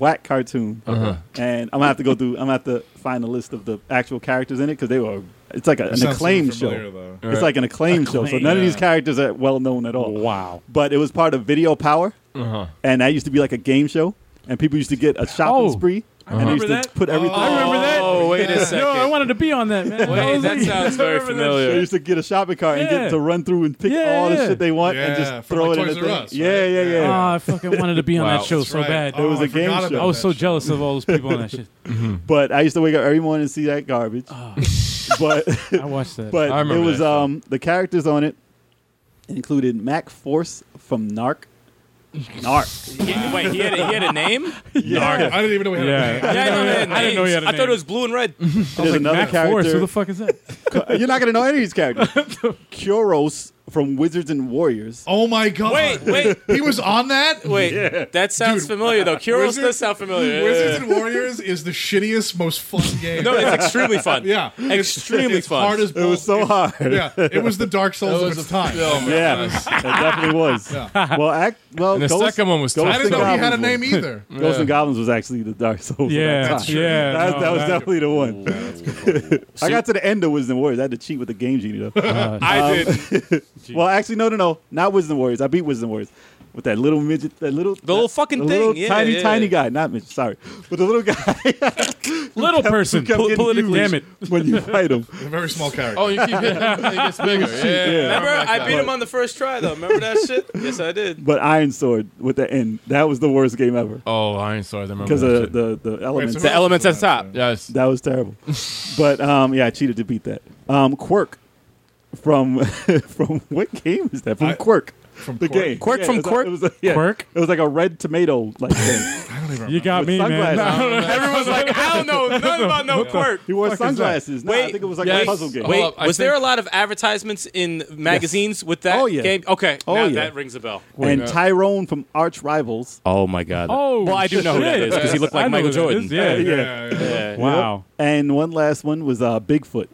Speaker 2: whack cartoon.
Speaker 1: Uh-huh.
Speaker 2: And I'm gonna have to go through. I'm gonna have to find a list of the actual characters in it because they were. It's like a,
Speaker 4: That
Speaker 2: an
Speaker 4: sounds
Speaker 2: acclaimed
Speaker 4: super familiar,
Speaker 2: show.
Speaker 4: Though.
Speaker 2: It's like an acclaimed show. So
Speaker 5: Acclaimed.
Speaker 2: none of these
Speaker 4: Yeah.
Speaker 2: characters are well known at all.
Speaker 5: Wow.
Speaker 2: But it was part of Video Power,
Speaker 1: Uh-huh.
Speaker 2: and that used to be like a game show, and people used to get a shopping
Speaker 5: Oh.
Speaker 2: spree, and they
Speaker 1: remember
Speaker 2: used to
Speaker 3: that.
Speaker 2: put everything.
Speaker 5: I remember that.
Speaker 3: Oh, wait a second.
Speaker 5: Yo, I wanted to be on that, man. I
Speaker 3: Wait,
Speaker 5: was
Speaker 3: that
Speaker 5: like-
Speaker 3: sounds very
Speaker 2: They
Speaker 3: familiar.
Speaker 2: used to get a shopping cart and get
Speaker 5: Yeah.
Speaker 2: to run through and pick
Speaker 5: Yeah,
Speaker 2: all the
Speaker 5: yeah.
Speaker 2: shit they want and
Speaker 4: Yeah,
Speaker 2: just
Speaker 4: from,
Speaker 2: throw
Speaker 4: like,
Speaker 2: it in the
Speaker 4: Toys
Speaker 2: thing.
Speaker 4: R Us,
Speaker 2: yeah,
Speaker 4: right?
Speaker 2: yeah,
Speaker 5: Oh,
Speaker 2: yeah,
Speaker 5: I fucking wanted to be on
Speaker 1: Wow.
Speaker 5: that show
Speaker 4: That's
Speaker 5: so
Speaker 4: right.
Speaker 5: bad.
Speaker 4: Oh,
Speaker 2: was
Speaker 4: I
Speaker 2: a game
Speaker 4: forgot
Speaker 2: show.
Speaker 4: about
Speaker 5: I was
Speaker 4: that
Speaker 5: so
Speaker 4: show.
Speaker 5: jealous of all those people on that shit.
Speaker 2: But I used to wake up every morning and see that garbage. But
Speaker 5: I watched that.
Speaker 2: But
Speaker 1: I
Speaker 2: it
Speaker 1: remember
Speaker 2: was
Speaker 1: that,
Speaker 2: um the characters on it included Mac Force from Narc. Narc.
Speaker 3: He- wait, he had, a, he had a name?
Speaker 2: yeah.
Speaker 4: I didn't even know we had
Speaker 5: Yeah.
Speaker 4: a name.
Speaker 3: Yeah, I, know he had
Speaker 5: I didn't know
Speaker 3: names.
Speaker 5: he had a
Speaker 3: I thought
Speaker 5: name.
Speaker 3: it was blue and red.
Speaker 2: There's another
Speaker 5: Mac Force, who
Speaker 2: character. Uh,
Speaker 5: the fuck is that?
Speaker 2: You're not gonna know any of these characters. Kuros from Wizards and Warriors.
Speaker 4: Oh my god.
Speaker 3: Wait, wait,
Speaker 4: He was on that?
Speaker 3: wait. That sounds
Speaker 4: Dude,
Speaker 3: familiar, though. Kuros
Speaker 4: Wizard-
Speaker 3: does sound familiar.
Speaker 4: Wizards and Warriors is the shittiest, most fun game.
Speaker 3: no, it's extremely fun.
Speaker 4: yeah. It's-
Speaker 3: Extremely
Speaker 4: it's
Speaker 3: fun.
Speaker 4: Hard as
Speaker 2: It was so
Speaker 4: balls.
Speaker 2: hard.
Speaker 4: Yeah, Oh, it was the Dark Souls
Speaker 1: That
Speaker 4: of
Speaker 1: was
Speaker 4: its
Speaker 1: a
Speaker 4: time.
Speaker 1: film.
Speaker 2: Yeah, it definitely was. Well, act, well,
Speaker 1: And the
Speaker 2: Ghost-
Speaker 1: second one was
Speaker 2: Ghost
Speaker 1: tough.
Speaker 4: I didn't
Speaker 2: and
Speaker 4: know he had a
Speaker 2: Goblins
Speaker 4: name either.
Speaker 2: was- Ghost and Goblins was actually the Dark Souls.
Speaker 5: Yeah,
Speaker 2: of that,
Speaker 5: that's
Speaker 2: time.
Speaker 5: true. Yeah,
Speaker 2: that,
Speaker 5: no,
Speaker 2: that was
Speaker 5: that-
Speaker 2: definitely the one. I got to the end of Wizards and Warriors. I had to cheat with the Game Genie though.
Speaker 5: Uh,
Speaker 2: Um,
Speaker 3: I did. The
Speaker 2: Well, actually, no, no, no, not Wizards and Warriors. I beat Wizards and Warriors with that little midget, that little, that-
Speaker 3: little fucking
Speaker 2: the
Speaker 3: thing.
Speaker 2: little
Speaker 3: yeah,
Speaker 2: tiny,
Speaker 3: yeah.
Speaker 2: tiny guy. Not midget, sorry, but the little guy.
Speaker 5: Little person.
Speaker 2: kept
Speaker 5: Po-
Speaker 2: getting
Speaker 5: politically.
Speaker 2: huge
Speaker 5: Damn it.
Speaker 2: when you fight him.
Speaker 4: A very small character.
Speaker 1: Oh, you keep hitting him, it gets bigger. Yeah.
Speaker 3: Remember, I beat
Speaker 1: him.
Speaker 3: him on the first try, though. Remember that shit? Yes, I did.
Speaker 2: But Iron Sword with the end. That was the worst game ever
Speaker 1: Oh, I ain't sorry. I remember
Speaker 2: because
Speaker 1: that
Speaker 2: of
Speaker 1: shit.
Speaker 2: the the
Speaker 4: Wait,
Speaker 2: elements.
Speaker 4: so who
Speaker 3: The
Speaker 4: else
Speaker 3: elements
Speaker 4: was
Speaker 3: at
Speaker 4: on
Speaker 3: the
Speaker 4: that
Speaker 1: yes.
Speaker 2: that was terrible. but um, yeah, I cheated to beat that. Um, Quirk from from what game is that? From
Speaker 4: I-
Speaker 2: Quirk.
Speaker 4: From
Speaker 2: The
Speaker 4: Quirk?
Speaker 2: game.
Speaker 3: Quirk from
Speaker 2: it was a-
Speaker 3: Quirk?
Speaker 2: It was a, yeah,
Speaker 5: Quirk?
Speaker 2: It was like a red tomato like thing.
Speaker 4: I don't even remember.
Speaker 5: You got
Speaker 2: With
Speaker 5: me, man.
Speaker 2: sunglasses.
Speaker 5: No.
Speaker 3: Everyone's like, I don't know nothing about no quirk.
Speaker 2: He wore
Speaker 5: fuck is that?
Speaker 2: sunglasses. No, I think it was like
Speaker 1: yes.
Speaker 2: a puzzle game.
Speaker 1: Hold
Speaker 3: Wait,
Speaker 1: up, I
Speaker 3: was there a
Speaker 1: think-
Speaker 3: lot of advertisements in magazines with that
Speaker 2: Oh, yeah.
Speaker 3: game? Okay,
Speaker 2: Oh,
Speaker 3: now
Speaker 2: yeah.
Speaker 3: that rings a bell.
Speaker 2: and
Speaker 1: no.
Speaker 2: Tyrone from Arch Rivals.
Speaker 3: Oh my god.
Speaker 5: Oh,
Speaker 3: well, I do know who that
Speaker 5: shit.
Speaker 3: is because he looked like
Speaker 5: I know
Speaker 3: Michael
Speaker 5: who that
Speaker 3: Jordan.
Speaker 5: is, Yeah.
Speaker 4: Yeah, yeah, yeah.
Speaker 3: Yeah.
Speaker 5: Wow.
Speaker 2: And one last one was uh, Bigfoot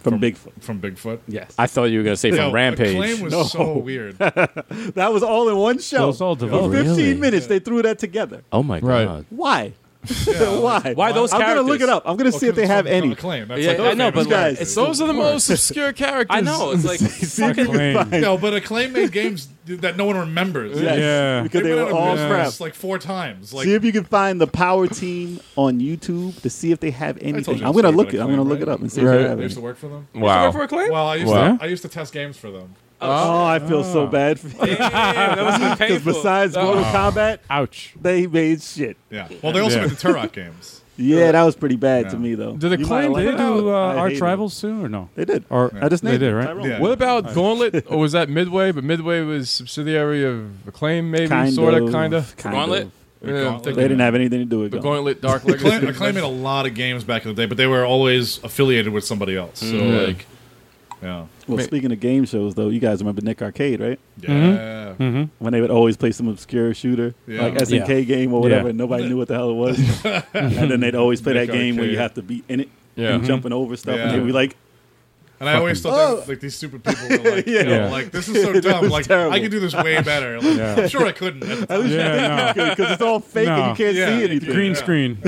Speaker 2: from, Bigfoot.
Speaker 4: From Bigfoot.
Speaker 2: Yes,
Speaker 3: I thought you were gonna say from
Speaker 4: Yo,
Speaker 3: Rampage.
Speaker 4: Acclaim was
Speaker 2: No.
Speaker 4: so weird.
Speaker 2: that was all in one show.
Speaker 5: Well, it's all developed.
Speaker 2: In Fifteen
Speaker 3: Really?
Speaker 2: minutes. They threw that together.
Speaker 3: Oh my
Speaker 1: Right.
Speaker 3: god.
Speaker 2: Why? Why?
Speaker 3: Why those
Speaker 2: I'm gonna look it
Speaker 3: characters?
Speaker 2: up.
Speaker 5: Oh,
Speaker 2: I'm gonna see if they have any.
Speaker 4: Acclaim. That's
Speaker 3: Yeah,
Speaker 4: like
Speaker 3: I know,
Speaker 4: famous
Speaker 3: but like,
Speaker 4: characters.
Speaker 2: it's
Speaker 1: Those are the most obscure characters.
Speaker 3: I know. It's like fucking.
Speaker 5: Acclaim.
Speaker 4: No, but Acclaim made games that no one remembers.
Speaker 2: Yes,
Speaker 5: Yeah.
Speaker 2: because they,
Speaker 4: put
Speaker 2: were
Speaker 4: out a
Speaker 2: all
Speaker 4: business,
Speaker 2: crap.
Speaker 4: Like four times. Like
Speaker 2: see if you can find the Power Team on YouTube to see if they have anything.
Speaker 4: you
Speaker 2: I'm
Speaker 4: the
Speaker 2: gonna
Speaker 4: story
Speaker 2: look
Speaker 4: about
Speaker 2: it. I'm gonna
Speaker 4: Acclaim,
Speaker 2: look it
Speaker 4: right?
Speaker 2: up and see if they
Speaker 1: Right.
Speaker 2: have
Speaker 4: I used to
Speaker 2: any.
Speaker 4: work for them.
Speaker 1: wow.
Speaker 3: For acclaim?
Speaker 4: Well, I used
Speaker 1: Wow.
Speaker 4: to I used to test games for them.
Speaker 2: Oh, I feel so bad for
Speaker 3: Damn, that must have been
Speaker 2: because
Speaker 3: painful.
Speaker 2: besides Mortal Kombat,
Speaker 5: Ouch.
Speaker 2: they made shit.
Speaker 4: Yeah. Well, they also
Speaker 5: Yeah.
Speaker 4: made the Turok games.
Speaker 2: Yeah, that was pretty bad to
Speaker 4: Yeah.
Speaker 2: me though.
Speaker 1: Did
Speaker 2: You might
Speaker 1: Acclaim
Speaker 2: like
Speaker 5: Did they
Speaker 2: it.
Speaker 5: do uh,
Speaker 2: I hate
Speaker 5: Arch
Speaker 2: it.
Speaker 5: Rivals soon or no?
Speaker 2: They did.
Speaker 5: Or
Speaker 2: I just
Speaker 5: they
Speaker 2: named
Speaker 5: did,
Speaker 2: it.
Speaker 5: right?
Speaker 2: Tyrone.
Speaker 4: Yeah.
Speaker 1: What about Gauntlet? Or was that Midway? But Midway was subsidiary of Acclaim, maybe, sort of, kind of.
Speaker 3: Gauntlet?
Speaker 1: Yeah,
Speaker 2: They didn't have anything to do with
Speaker 1: the
Speaker 2: it.
Speaker 1: Gauntlet Dark
Speaker 4: Acclaim,
Speaker 1: Legacy.
Speaker 4: Acclaim made a lot of games back in the day, but they were always affiliated with somebody else. So
Speaker 1: Mhm.
Speaker 4: like, yeah,
Speaker 2: Well,
Speaker 1: Ma-
Speaker 2: speaking of game shows, though, you guys remember Nick Arcade, right?
Speaker 4: yeah.
Speaker 2: When they would always play some obscure shooter,
Speaker 4: Yeah.
Speaker 2: like SNK game or whatever,
Speaker 5: Yeah.
Speaker 2: and nobody knew what the hell it was. and then they'd always play
Speaker 4: Nick
Speaker 2: that game where you
Speaker 4: Arcade.
Speaker 2: have to be in it,
Speaker 1: Yeah.
Speaker 2: jumping over stuff,
Speaker 4: Yeah.
Speaker 2: and they'd be like,
Speaker 4: And I always thought that, like these stupid people were like, you know,
Speaker 5: Yeah.
Speaker 4: like this is so dumb.
Speaker 2: was
Speaker 4: Like
Speaker 2: terrible.
Speaker 4: I could do this way better. Like,
Speaker 5: Yeah.
Speaker 4: I'm sure I couldn't. at the time.
Speaker 5: Yeah, no.
Speaker 2: because it's all fake
Speaker 5: No.
Speaker 2: and you can't
Speaker 4: Yeah.
Speaker 2: see anything.
Speaker 5: Green
Speaker 4: Yeah.
Speaker 5: screen.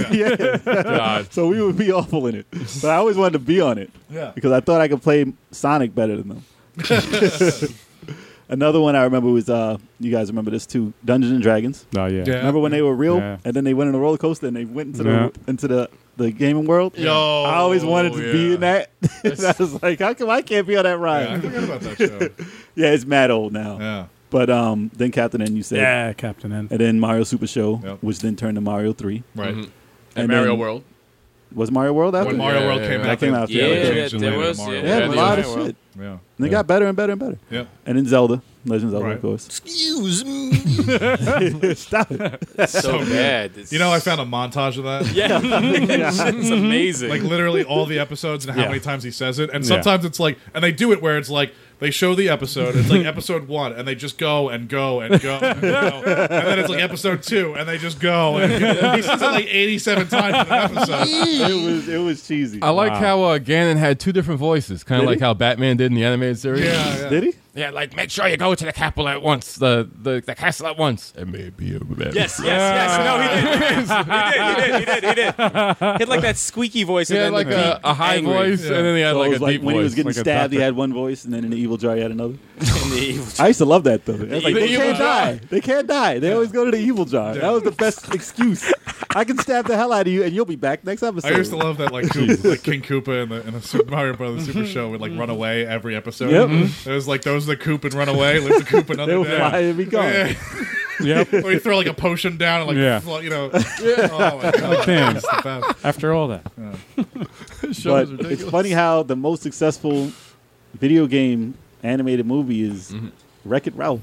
Speaker 1: God.
Speaker 2: So we would be awful in it. But I always wanted to be on it
Speaker 4: Yeah.
Speaker 2: because I thought I could play Sonic better than them. Another one I remember was uh, you guys remember this too, Dungeons and Dragons.
Speaker 5: No, yeah.
Speaker 4: Yeah.
Speaker 2: Remember when they were real,
Speaker 5: Yeah.
Speaker 2: and then they went on a roller coaster, and they went into
Speaker 5: Yeah.
Speaker 2: the into the the gaming world.
Speaker 4: Yo,
Speaker 2: I always wanted to be
Speaker 4: yeah.
Speaker 2: in that. And I was like, how come I can't be on that
Speaker 4: Yeah, I
Speaker 2: ride? Yeah,
Speaker 4: forgot about that show.
Speaker 2: it's mad old now.
Speaker 4: Yeah,
Speaker 2: But um, then Captain N, you said,
Speaker 5: Yeah, Captain N.
Speaker 2: and then Mario Super Show,
Speaker 4: Yep.
Speaker 2: which then turned to Mario Three.
Speaker 4: right.
Speaker 1: Mhm.
Speaker 2: And
Speaker 1: And Mario
Speaker 2: then-
Speaker 1: World.
Speaker 2: Was Mario World after?
Speaker 4: When Mario
Speaker 1: Yeah,
Speaker 4: World
Speaker 1: yeah,
Speaker 4: came
Speaker 1: yeah.
Speaker 4: out,
Speaker 2: That came
Speaker 4: they-
Speaker 2: out,
Speaker 4: they
Speaker 2: yeah.
Speaker 4: changed
Speaker 3: Yeah,
Speaker 4: the
Speaker 3: there
Speaker 4: name to
Speaker 3: was,
Speaker 4: Mario
Speaker 3: yeah.
Speaker 2: yeah,
Speaker 4: World.
Speaker 2: a
Speaker 1: Yeah,
Speaker 2: lot of
Speaker 1: Mario
Speaker 2: shit.
Speaker 1: World.
Speaker 2: And they got better and better and better.
Speaker 4: Yeah,
Speaker 2: And then Zelda, Legend of Zelda,
Speaker 4: Right.
Speaker 2: of course.
Speaker 6: Excuse me.
Speaker 2: Stop it.
Speaker 3: so bad. It's-
Speaker 4: You know, I found a montage of that.
Speaker 3: Yeah, it's amazing.
Speaker 4: Like literally all the episodes and how
Speaker 5: Yeah.
Speaker 4: many times he says it. And sometimes it's like, and they do it where it's like they show the episode. It's like episode one, and they just go and go and go, and, go. and then it's like episode two, and they just go and go. he says it like eighty-seven times in an episode.
Speaker 2: it was it was cheesy.
Speaker 1: I like how uh, Ganon had two different voices, kind of
Speaker 2: Did
Speaker 1: like
Speaker 2: he?
Speaker 1: how Batman did in the animated series.
Speaker 4: Yeah, yeah.
Speaker 2: Did he?
Speaker 1: Yeah, like make sure you go to the capital at once, the the, the castle at once. It may be a bad
Speaker 3: yes, yes, yes. No, he did. He did. He did. He did. He did. He had like that squeaky voice.
Speaker 1: He
Speaker 3: and
Speaker 1: had
Speaker 3: then
Speaker 1: like uh,
Speaker 3: the
Speaker 1: a,
Speaker 3: deep
Speaker 1: a high
Speaker 3: angry
Speaker 1: voice,
Speaker 4: Yeah.
Speaker 1: and then he had
Speaker 2: So
Speaker 1: like
Speaker 2: it
Speaker 1: a
Speaker 2: was like
Speaker 1: deep
Speaker 2: when
Speaker 1: voice.
Speaker 2: he was getting
Speaker 1: like a
Speaker 2: stabbed, he
Speaker 1: doctor.
Speaker 2: had one voice, and then in the evil jar, he had another.
Speaker 3: in the evil-
Speaker 2: I used to love that though. It was like,
Speaker 3: evil
Speaker 2: they can't
Speaker 3: jar.
Speaker 2: die. They can't die. They always go to the evil jar. That was the best excuse. I can stab the hell out of you, and you'll be back next episode.
Speaker 4: I used to love that, like, Koopa, like King Koopa and the, and the Super Mario Brothers Super Show would like run away every episode.
Speaker 2: Yep.
Speaker 4: It was like those are the Koop and run away, leave the Koop
Speaker 2: They
Speaker 4: another
Speaker 2: were
Speaker 4: day.
Speaker 2: flying and be gone.
Speaker 4: Yeah.
Speaker 5: Yep.
Speaker 4: or you throw like a potion down and like
Speaker 5: Yeah.
Speaker 4: flo- you know. Oh my god,
Speaker 5: Damn.
Speaker 4: it's the best.
Speaker 5: After all that.
Speaker 1: Show was
Speaker 2: But it's
Speaker 1: ridiculous.
Speaker 2: funny how the most successful video game animated movie is
Speaker 4: Mm-hmm.
Speaker 2: Wreck It Ralph.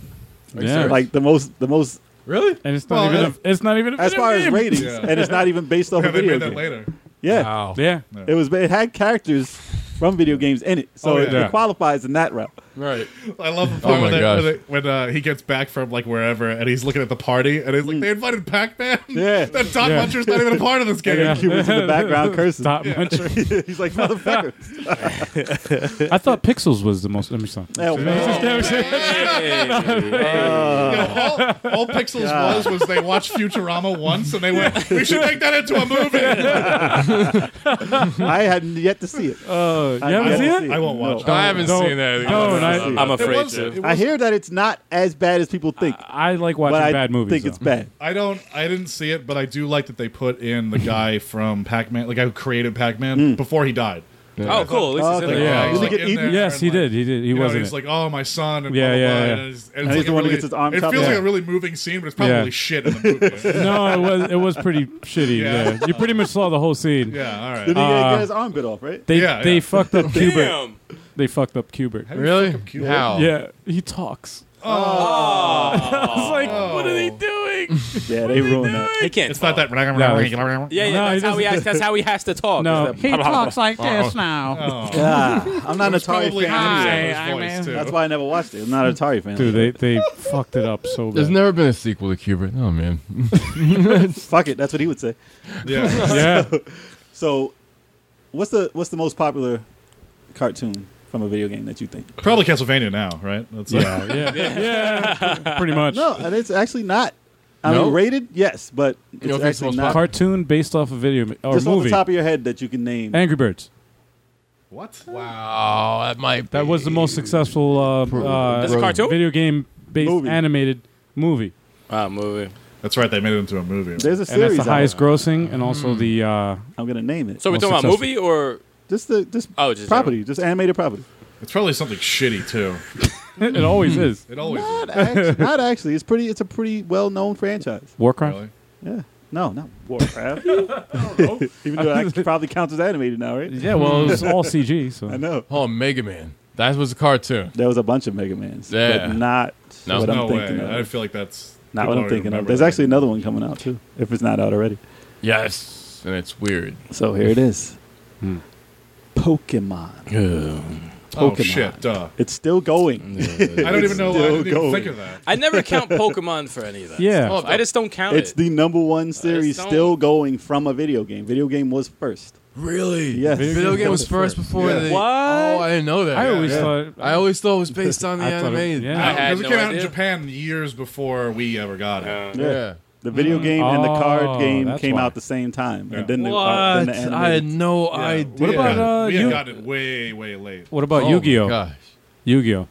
Speaker 5: Yeah.
Speaker 2: Like the most, the most
Speaker 1: Really?
Speaker 5: and it's not
Speaker 4: Well,
Speaker 5: even a, it's not even a
Speaker 2: as
Speaker 5: video
Speaker 2: far as
Speaker 5: game.
Speaker 2: ratings,
Speaker 4: Yeah.
Speaker 2: and it's not even based off
Speaker 4: Yeah,
Speaker 2: a
Speaker 4: they
Speaker 2: video
Speaker 4: made that
Speaker 2: game.
Speaker 4: later.
Speaker 2: Yeah,
Speaker 1: Wow.
Speaker 5: Yeah.
Speaker 2: it was. It had characters from video games in it, so
Speaker 4: Oh,
Speaker 2: it,
Speaker 4: yeah.
Speaker 2: it qualifies in that route.
Speaker 1: Right.
Speaker 4: I love
Speaker 5: Oh
Speaker 4: the
Speaker 1: my
Speaker 4: part when, they, when,
Speaker 1: gosh.
Speaker 4: they, when uh, he gets back from like wherever and he's looking at the party and he's like, they invited Pac Man.
Speaker 2: Mm. Yeah.
Speaker 4: that Doc
Speaker 5: Yeah.
Speaker 4: Muncher's not even a part of this game.
Speaker 5: Yeah.
Speaker 2: Cubans in the background cursing.
Speaker 5: Stop Muncher.
Speaker 2: He's like motherfucker.
Speaker 5: I thought Pixels was the most. Let me stop.
Speaker 2: Oh, man.
Speaker 4: You know, all, all Pixels
Speaker 2: God.
Speaker 4: was was they watched Futurama once and they went, we should make that into a movie.
Speaker 2: I hadn't yet to see it.
Speaker 5: Uh, you
Speaker 2: I-
Speaker 5: haven't
Speaker 2: I haven't
Speaker 5: seen it?
Speaker 2: seen
Speaker 4: I won't watch
Speaker 2: No.
Speaker 4: it.
Speaker 1: I haven't
Speaker 5: Don't-
Speaker 1: seen that.
Speaker 5: don't, I-
Speaker 1: either.
Speaker 3: I'm
Speaker 4: It
Speaker 3: afraid
Speaker 4: wasn't-
Speaker 3: to.
Speaker 4: it
Speaker 2: I
Speaker 4: wasn't-
Speaker 2: hear that it's not as bad as people think,
Speaker 5: I like Uh, watching
Speaker 2: but I
Speaker 5: bad movies.
Speaker 2: think
Speaker 5: though.
Speaker 2: it's bad.
Speaker 4: I don't. I didn't see it, but I do like that they put in the guy from Pac Man, the guy who created Pac Man before he died.
Speaker 3: Oh, cool. At least it's in
Speaker 2: Okay.
Speaker 3: there.
Speaker 2: Did Mm.
Speaker 4: he's,
Speaker 5: Yeah.
Speaker 2: he
Speaker 4: like,
Speaker 2: get
Speaker 4: in
Speaker 2: eaten?
Speaker 4: there
Speaker 5: Yes,
Speaker 4: and,
Speaker 5: he
Speaker 4: like,
Speaker 5: did. He did. He
Speaker 4: you know,
Speaker 5: was in
Speaker 4: he's
Speaker 5: it.
Speaker 4: like, "Oh, my son," and blah,
Speaker 5: Yeah,
Speaker 4: blah,
Speaker 5: yeah,
Speaker 4: blah,
Speaker 5: yeah.
Speaker 4: And
Speaker 2: And
Speaker 4: it's, and it's
Speaker 2: he's
Speaker 4: like
Speaker 2: the
Speaker 4: a
Speaker 2: one who
Speaker 4: really-
Speaker 2: gets his arm
Speaker 4: It
Speaker 2: chopped
Speaker 4: feels like
Speaker 5: off.
Speaker 4: a really moving scene, but it's probably
Speaker 5: Yeah.
Speaker 4: shit in the movie.
Speaker 5: no, it was it was pretty shitty.
Speaker 4: Yeah.
Speaker 5: Yeah. you pretty much saw the whole scene.
Speaker 4: yeah, all right.
Speaker 2: Did he uh,
Speaker 5: Uh,
Speaker 2: get his arm bit off? Right?
Speaker 5: They
Speaker 4: Yeah,
Speaker 5: they
Speaker 4: yeah.
Speaker 5: fucked up Kubert.
Speaker 3: Damn.
Speaker 5: They fucked up Kubert.
Speaker 1: Really?
Speaker 4: Cuba?
Speaker 1: How?
Speaker 5: Yeah, he talks.
Speaker 4: Oh.
Speaker 3: Oh.
Speaker 5: I was like, what are they doing?
Speaker 2: Yeah, they ruined that.
Speaker 3: He can't.
Speaker 4: It's not that.
Speaker 3: Yeah, yeah.
Speaker 5: No,
Speaker 3: that's, how
Speaker 5: he
Speaker 3: he has, that's how he has to talk.
Speaker 5: No,
Speaker 3: Is
Speaker 5: he talks like this
Speaker 4: Oh.
Speaker 5: now.
Speaker 2: Ah, I'm not an Atari
Speaker 4: Probably
Speaker 2: fan.
Speaker 5: high.
Speaker 2: anyway.
Speaker 5: Hi,
Speaker 4: Andy Samberg's
Speaker 5: I'm
Speaker 4: voice, too.
Speaker 2: That's why I never watched it. I'm not an Atari fan.
Speaker 5: Dude, they they fucked it up so
Speaker 1: There's
Speaker 5: bad.
Speaker 1: never been a sequel to Kubrick. Oh man.
Speaker 2: Fuck it. That's what he would say.
Speaker 4: Yeah.
Speaker 5: yeah,
Speaker 2: So, what's the what's the most popular cartoon from a video game that you think?
Speaker 4: Probably Castlevania now, right? That's yeah.
Speaker 5: yeah, yeah, yeah. Pretty much.
Speaker 2: No, and it's actually not. I
Speaker 1: No?
Speaker 2: mean, rated, yes, but
Speaker 1: don't think
Speaker 2: it's
Speaker 1: it's the
Speaker 2: actually
Speaker 1: most
Speaker 2: not.
Speaker 5: Cartoon based off a video ma- or
Speaker 2: Just off
Speaker 5: movie.
Speaker 2: the top of your head that you can name.
Speaker 5: Angry Birds.
Speaker 4: What?
Speaker 1: Wow, that might.
Speaker 5: That was the most successful uh,
Speaker 1: That's
Speaker 5: uh,
Speaker 1: a
Speaker 3: cartoon?
Speaker 5: video game based
Speaker 2: Movie.
Speaker 5: animated movie,
Speaker 3: Ah, movie.
Speaker 4: That's right. They made it into a movie.
Speaker 2: There's a
Speaker 5: and
Speaker 2: series.
Speaker 5: that's the
Speaker 2: out.
Speaker 5: highest grossing, and also
Speaker 4: Mm.
Speaker 5: the uh,
Speaker 2: I'm gonna name it.
Speaker 3: So we're
Speaker 5: Most
Speaker 3: talking about
Speaker 5: successful.
Speaker 3: movie or
Speaker 2: just the just
Speaker 3: oh, just
Speaker 2: property, just animated property.
Speaker 4: It's probably something shitty too.
Speaker 5: it
Speaker 4: Mm.
Speaker 5: always is
Speaker 4: It always.
Speaker 2: Not actually, not actually. It's pretty. It's a pretty well-known franchise.
Speaker 4: Is,
Speaker 5: Warcraft.
Speaker 4: really.
Speaker 2: Yeah. No, not Warcraft.
Speaker 4: Oh,
Speaker 2: Even though that probably counts as animated now, right?
Speaker 5: Yeah, well, it was all CG. So
Speaker 2: I know.
Speaker 1: Oh, Mega Man. That was a cartoon.
Speaker 2: There was a bunch of Mega Mans,
Speaker 1: Yeah.
Speaker 2: but not
Speaker 1: No.
Speaker 2: what I'm
Speaker 4: No way.
Speaker 2: thinking
Speaker 4: I
Speaker 2: of.
Speaker 4: feel like that's
Speaker 2: Not
Speaker 4: people
Speaker 2: what I'm
Speaker 4: don't
Speaker 2: thinking of.
Speaker 4: remember
Speaker 2: There's
Speaker 4: that.
Speaker 2: actually another one coming out too, if it's not out already.
Speaker 1: Yes, and it's weird.
Speaker 2: So here it is. Pokemon.
Speaker 4: Oh
Speaker 2: Pokemon.
Speaker 4: shit! Duh.
Speaker 2: It's still going.
Speaker 4: I don't even know. I didn't
Speaker 2: still
Speaker 4: even think
Speaker 2: going.
Speaker 4: of that.
Speaker 3: I never count Pokemon for any of that.
Speaker 5: Yeah.
Speaker 3: stuff. I just don't count
Speaker 2: It's
Speaker 3: it.
Speaker 2: the number one series
Speaker 3: don't-
Speaker 2: still going from a video game. Video game was first.
Speaker 1: Really?
Speaker 2: Yes.
Speaker 1: Video,
Speaker 5: Video
Speaker 1: game
Speaker 5: game
Speaker 1: was
Speaker 5: was
Speaker 1: first
Speaker 5: first.
Speaker 1: before
Speaker 4: Yeah.
Speaker 1: the.
Speaker 3: What?
Speaker 1: Oh, I didn't know that.
Speaker 5: I always
Speaker 2: Yeah.
Speaker 5: thought
Speaker 1: I always thought it was based on the
Speaker 5: I thought
Speaker 1: anime.
Speaker 5: it- yeah.
Speaker 3: I had
Speaker 4: Because it
Speaker 3: no
Speaker 4: came out in
Speaker 3: idea.
Speaker 4: Japan years before we ever got it.
Speaker 2: Yeah.
Speaker 1: Yeah.
Speaker 2: The video game and the
Speaker 5: Oh,
Speaker 2: card game
Speaker 5: that's
Speaker 2: came
Speaker 5: why.
Speaker 2: out the same time,
Speaker 4: Yeah.
Speaker 2: and then the,
Speaker 1: What?
Speaker 2: uh, then the
Speaker 1: I had
Speaker 2: animated.
Speaker 1: no
Speaker 4: Yeah.
Speaker 1: idea.
Speaker 4: We had
Speaker 5: about,
Speaker 4: got it-
Speaker 5: uh,
Speaker 4: we had
Speaker 5: Yu-
Speaker 4: got it way way late.
Speaker 5: What about
Speaker 1: Oh my
Speaker 5: Yu-Gi-Oh?
Speaker 1: Gosh.
Speaker 5: Yu-Gi-Oh.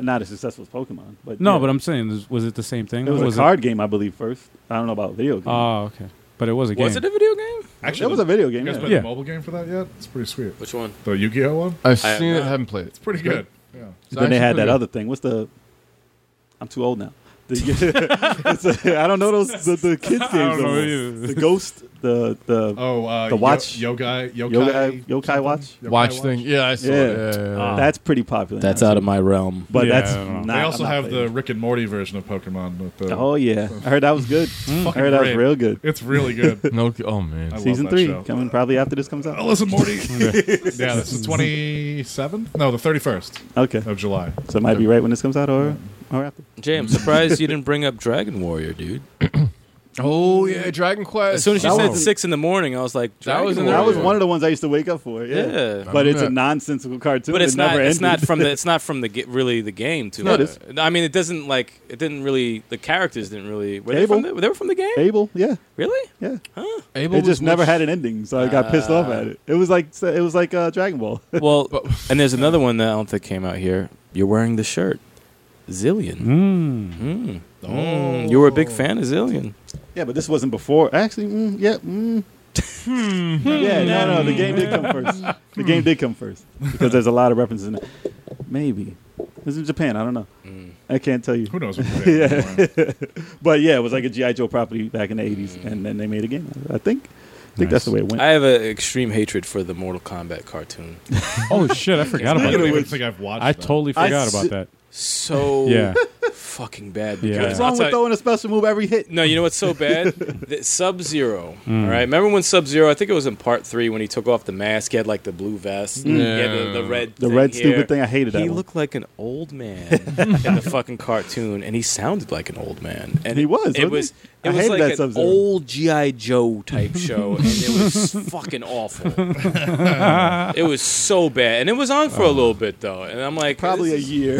Speaker 2: not as successful as Pokemon, but
Speaker 5: No,
Speaker 2: yeah.
Speaker 5: but I'm saying, is- was it the same thing?
Speaker 2: it was,
Speaker 5: Or
Speaker 2: a card game, I believe. First, I don't know about video game.
Speaker 5: Oh, okay. But it was a game.
Speaker 3: Was it a video game?
Speaker 4: Actually,
Speaker 2: it was a video game.
Speaker 4: You guys
Speaker 2: yeah.
Speaker 4: played
Speaker 5: Yeah.
Speaker 4: the mobile game for that yet? It's pretty sweet.
Speaker 3: Which one?
Speaker 4: The Yu-Gi-Oh one.
Speaker 1: I've
Speaker 3: I have
Speaker 1: seen it,
Speaker 3: not.
Speaker 1: haven't played it.
Speaker 4: It's pretty good. Yeah.
Speaker 1: It's
Speaker 2: then they
Speaker 1: actually
Speaker 2: had that
Speaker 1: pretty
Speaker 2: other thing. What's the? I'm too old now. The, it's a, I don't know those the, the kids games.
Speaker 5: don't know
Speaker 2: though.
Speaker 5: either.
Speaker 2: the ghost, the the
Speaker 4: Oh, uh,
Speaker 2: The watch.
Speaker 4: Yo- yokai, yokai,
Speaker 2: yokai,
Speaker 4: something?
Speaker 2: yokai watch. Ah.
Speaker 4: Yokai
Speaker 1: watch thing. Yeah, I saw
Speaker 2: Yeah.
Speaker 1: it. Yeah, yeah, yeah.
Speaker 2: That's pretty popular.
Speaker 6: That's
Speaker 2: now.
Speaker 6: out of my realm.
Speaker 2: But
Speaker 5: Oh, Yeah,
Speaker 2: that's
Speaker 5: I don't know.
Speaker 2: not.
Speaker 4: They
Speaker 2: I'm
Speaker 4: also
Speaker 2: not
Speaker 4: have the
Speaker 2: playing.
Speaker 4: Rick and Morty version of Pokemon. With the,
Speaker 2: Oh yeah, I heard that was good. I
Speaker 4: fucking
Speaker 2: heard that was
Speaker 4: great.
Speaker 2: real good.
Speaker 4: It's really good.
Speaker 1: no, oh man,
Speaker 4: I love
Speaker 2: Season
Speaker 4: that
Speaker 2: three
Speaker 4: show.
Speaker 2: coming probably after this comes out.
Speaker 4: Ellis and Morty. yeah, that's the twenty seventh. No, the thirty first
Speaker 2: Okay,
Speaker 4: of July.
Speaker 2: so it might be right when this comes out, or or after.
Speaker 3: Jay, I'm surprised you didn't bring up Dragon Warrior, dude.
Speaker 1: oh yeah, Dragon Quest.
Speaker 3: As soon as you
Speaker 2: That
Speaker 3: said
Speaker 2: was-
Speaker 3: six in the morning, I was like, Dragon
Speaker 1: was in
Speaker 3: Warrior.
Speaker 1: there,
Speaker 2: That was
Speaker 1: yeah.
Speaker 2: one of the ones I used to wake up for. Yeah,
Speaker 3: Yeah.
Speaker 2: but it's
Speaker 1: Yeah.
Speaker 2: a nonsensical cartoon.
Speaker 3: But it's
Speaker 2: It
Speaker 3: not.
Speaker 2: never
Speaker 3: It's not
Speaker 2: ended.
Speaker 3: from the. It's not from the ge- really the game too.
Speaker 2: No, it
Speaker 3: much.
Speaker 2: is.
Speaker 3: I mean, it doesn't like. It didn't really. The characters didn't really. Were they
Speaker 2: Cable.
Speaker 3: from? The, they were from the game.
Speaker 2: Able. Yeah,
Speaker 3: Really?
Speaker 2: yeah.
Speaker 1: Abel
Speaker 2: It
Speaker 1: was
Speaker 2: just never
Speaker 1: much-
Speaker 2: had an ending, so I got pissed off
Speaker 3: Ah.
Speaker 2: at it. It was like it was like uh, Dragon Ball.
Speaker 3: Well,
Speaker 1: But-
Speaker 3: and there's another one that I don't think came out here. You're wearing the shirt, Zillion.
Speaker 5: Mm.
Speaker 3: Mm. Mm. You were a big fan of Zillion.
Speaker 2: Yeah, but this wasn't before. Actually, mm, yeah, mm.
Speaker 3: Hmm.
Speaker 2: yeah, no, no, the game did come first. The game did come first because there's a lot of references in it. Maybe this is in Japan. I don't know.
Speaker 3: Hmm.
Speaker 2: I can't tell you.
Speaker 4: Who knows? What we're doing anymore.
Speaker 2: But yeah, it was like a GI Joe property back in the '80s, and then they made a game. I think. I think that's the way it went.
Speaker 3: I have an extreme hatred for the Mortal Kombat cartoon.
Speaker 5: Oh shit! I forgot
Speaker 4: I
Speaker 5: about
Speaker 4: don't
Speaker 5: that.
Speaker 4: even think I've watched.
Speaker 5: I
Speaker 4: that.
Speaker 5: totally
Speaker 2: I
Speaker 5: forgot
Speaker 2: s-
Speaker 5: about that.
Speaker 3: So
Speaker 5: Yeah.
Speaker 3: fucking bad.
Speaker 5: Yeah.
Speaker 3: Because
Speaker 2: What's
Speaker 3: I'll
Speaker 2: wrong
Speaker 3: tell
Speaker 2: with
Speaker 3: you-
Speaker 2: throwing a special move every hit?
Speaker 3: No, you know what's so bad? Sub Zero.
Speaker 5: Mm.
Speaker 3: All right. Remember when Sub Zero, I think it was in part three when he took off the mask, he had like the blue vest.
Speaker 1: Mm.
Speaker 3: He had the, the red
Speaker 2: The
Speaker 3: thing
Speaker 2: red
Speaker 3: here.
Speaker 2: stupid thing. I hated that.
Speaker 3: He
Speaker 2: one.
Speaker 3: looked like an old man in the fucking cartoon, and he sounded like an old man. And
Speaker 2: He was, wasn't
Speaker 3: It was.
Speaker 2: he?
Speaker 3: It
Speaker 2: I
Speaker 3: was
Speaker 2: hated
Speaker 3: like
Speaker 2: that
Speaker 3: an
Speaker 2: Sub-Zero.
Speaker 3: old GI Joe type show, and it was fucking awful. it was so bad, and it was on for a little bit though. And I'm like,
Speaker 2: Oh. probably a
Speaker 3: this is-
Speaker 2: year.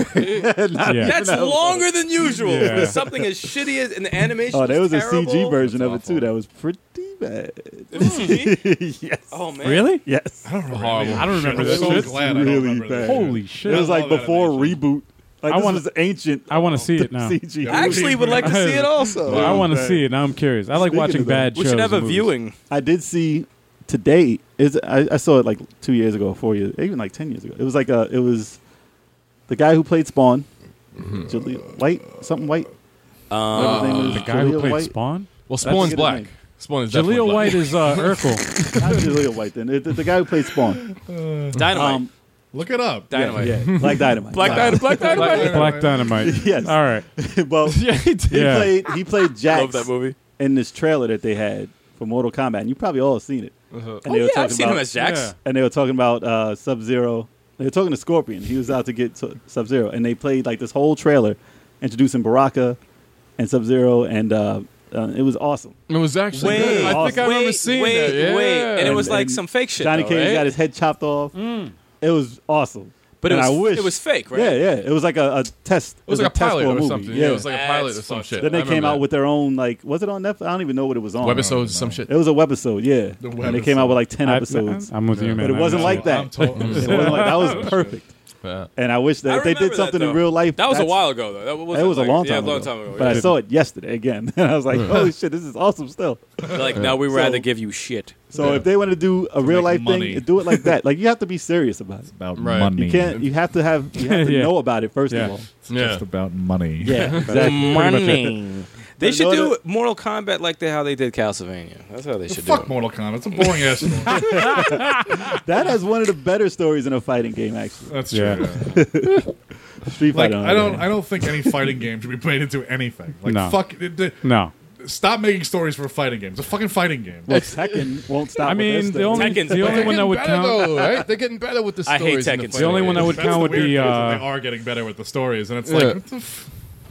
Speaker 2: Not
Speaker 5: Yeah.
Speaker 3: That's
Speaker 2: even a-
Speaker 3: longer than usual
Speaker 5: Yeah.
Speaker 3: for something as shitty as and the animation.
Speaker 2: Oh, there was a CG
Speaker 3: terrible.
Speaker 2: version
Speaker 1: That's
Speaker 2: of it
Speaker 1: awful.
Speaker 2: too. That was pretty bad.
Speaker 3: It was CG?
Speaker 2: yes.
Speaker 3: Oh man,
Speaker 5: Really?
Speaker 2: Yes.
Speaker 4: I don't remember.
Speaker 1: Horrible.
Speaker 4: any of
Speaker 5: I don't
Speaker 4: shit.
Speaker 5: remember
Speaker 4: I'm
Speaker 5: that
Speaker 4: so
Speaker 5: shit.
Speaker 4: glad I
Speaker 2: Really
Speaker 4: don't remember that
Speaker 2: bad.
Speaker 4: shit.
Speaker 5: Holy shit!
Speaker 2: It was
Speaker 4: all
Speaker 2: like
Speaker 4: that
Speaker 2: before
Speaker 4: animation.
Speaker 2: reboot. Like
Speaker 5: I
Speaker 2: this
Speaker 5: wanna-
Speaker 2: is ancient
Speaker 5: I want to see it now.
Speaker 2: CG.
Speaker 3: I actually would like to see it also.
Speaker 5: I want to
Speaker 2: Right.
Speaker 5: see it. Now I'm curious. I like
Speaker 2: Speaking
Speaker 5: watching
Speaker 2: of that,
Speaker 5: bad
Speaker 3: We
Speaker 5: shows.
Speaker 3: should have a
Speaker 5: and movies.
Speaker 3: viewing.
Speaker 2: I did see today. Is I, I saw it like two years ago, four years, even like ten years ago. It was like a. It was the guy who played Spawn, Julia White, something White.
Speaker 3: Um,
Speaker 2: Whatever his name
Speaker 5: Uh, The
Speaker 2: is,
Speaker 5: guy who
Speaker 2: Jaleel
Speaker 5: played
Speaker 2: White.
Speaker 5: Spawn.
Speaker 1: Well, Spawn's
Speaker 2: good
Speaker 1: black.
Speaker 2: name.
Speaker 1: Spawn is definitely
Speaker 5: Jaleel
Speaker 1: black.
Speaker 5: White is uh, Urkel.
Speaker 2: Not Jaleel White. Then It- the, the guy who played Spawn.
Speaker 3: Dynamite.
Speaker 2: Um,
Speaker 4: Look it up.
Speaker 3: Dynamite.
Speaker 2: yeah, Black Dynamite.
Speaker 3: Black Dynamite. Black Dynamite.
Speaker 5: Black Dynamite.
Speaker 2: Yes.
Speaker 5: All right.
Speaker 2: well,
Speaker 1: yeah, he did.
Speaker 2: he
Speaker 5: Yeah.
Speaker 2: played. He played Jax.
Speaker 3: Love that movie.
Speaker 2: in this trailer that they had for Mortal Kombat, and you probably all have seen it. And
Speaker 3: Oh, yeah, I've
Speaker 2: talking
Speaker 3: seen
Speaker 2: about,
Speaker 3: him as Jax.
Speaker 5: Yeah.
Speaker 2: and they were talking about uh, Sub Zero. They were talking to Scorpion. He was out to get Sub Zero, and they played like this whole trailer introducing Baraka and Sub Zero, and uh, uh, it was awesome.
Speaker 1: It was actually
Speaker 3: Wait,
Speaker 1: good. I think
Speaker 2: awesome.
Speaker 1: I remember
Speaker 3: wait,
Speaker 1: seeing
Speaker 3: wait,
Speaker 1: that. Yeah.
Speaker 3: wait, and it was
Speaker 2: And-
Speaker 3: like
Speaker 2: and
Speaker 3: some fake shit.
Speaker 2: Johnny
Speaker 3: though,
Speaker 2: Cage
Speaker 3: right? Mm.
Speaker 2: got his head chopped off. It was awesome.
Speaker 3: but it
Speaker 2: and
Speaker 3: was,
Speaker 2: I wish
Speaker 3: it was fake, right?
Speaker 2: Yeah, yeah. It was like a, a test.
Speaker 1: It was like a
Speaker 2: test
Speaker 1: pilot
Speaker 2: for a
Speaker 1: or
Speaker 2: movie.
Speaker 1: something.
Speaker 2: Yeah.
Speaker 1: Yeah, it was like a
Speaker 3: That's
Speaker 1: pilot or some
Speaker 3: fucked
Speaker 1: shit.
Speaker 3: up.
Speaker 2: then
Speaker 1: I
Speaker 2: they
Speaker 1: remember
Speaker 2: came out
Speaker 1: that.
Speaker 2: with their own like was it on Netflix? I don't even know what it was on.
Speaker 1: webisodes or some shit.
Speaker 2: It was a webisode, yeah.
Speaker 4: The
Speaker 2: and they came out with like ten
Speaker 5: I,
Speaker 2: episodes.
Speaker 5: I'm with you, man.
Speaker 2: it
Speaker 5: I
Speaker 2: wasn't
Speaker 5: know.
Speaker 2: like that.
Speaker 4: I'm totally- I'm
Speaker 2: It wasn't like- that was
Speaker 4: totally-
Speaker 2: perfect.
Speaker 1: Yeah.
Speaker 2: And I wish
Speaker 3: I
Speaker 2: that if they
Speaker 3: remember
Speaker 2: did
Speaker 3: that,
Speaker 2: something
Speaker 3: though.
Speaker 2: in real life.
Speaker 3: That was a
Speaker 2: that's-
Speaker 3: while ago though. That was,
Speaker 2: That was a long
Speaker 3: yeah,
Speaker 2: time.
Speaker 3: long
Speaker 2: ago.
Speaker 3: time ago.
Speaker 2: But I
Speaker 3: yeah.
Speaker 2: saw it yesterday again, and I was like, "Holy shit, this is awesome!" Still.
Speaker 3: like now we rather
Speaker 2: So-
Speaker 3: give you shit.
Speaker 2: So if they want to do a real life
Speaker 4: money.
Speaker 2: thing, do it like that. Like you have to be serious about it.
Speaker 4: about
Speaker 1: Right.
Speaker 4: money.
Speaker 2: You can't. You have to have. You have to
Speaker 5: Yeah.
Speaker 2: know about it first
Speaker 5: Yeah.
Speaker 2: of all.
Speaker 4: It's
Speaker 1: Yeah.
Speaker 4: just about money.
Speaker 2: Yeah, exactly.
Speaker 3: Money. Mm. They
Speaker 2: But
Speaker 3: should
Speaker 2: in
Speaker 3: do
Speaker 2: order-
Speaker 3: Mortal Kombat like the, how they did Castlevania. That's how they should
Speaker 4: Fuck
Speaker 3: do it.
Speaker 4: Mortal Kombat. It's a boring ass. story.
Speaker 2: that has one of the better stories in a fighting game. Actually,
Speaker 4: That's true.
Speaker 5: Yeah.
Speaker 2: Street
Speaker 4: Like
Speaker 2: Fighter. on
Speaker 4: I
Speaker 2: the
Speaker 4: don't.
Speaker 2: other
Speaker 4: I don't think any fighting game should be played into anything. Like
Speaker 5: No.
Speaker 4: fuck. It, it-
Speaker 5: No.
Speaker 4: stop making stories for a fighting game. It's a fucking fighting game.
Speaker 2: hand. Well, Tekken won't stop.
Speaker 5: I
Speaker 2: with this
Speaker 5: mean, the
Speaker 2: though.
Speaker 5: only
Speaker 3: Tekken's
Speaker 5: the only
Speaker 3: better.
Speaker 5: one that would
Speaker 1: better,
Speaker 5: count.
Speaker 1: Though, right? They're getting better with the
Speaker 3: I
Speaker 1: stories.
Speaker 3: hate
Speaker 1: and
Speaker 3: Tekken
Speaker 1: The
Speaker 3: too.
Speaker 5: The only one that would
Speaker 4: That's the
Speaker 5: count would
Speaker 4: weird
Speaker 5: be
Speaker 4: thing, is
Speaker 5: uh,
Speaker 4: they are getting better with the stories, and it's
Speaker 1: Yeah.
Speaker 4: like what the f-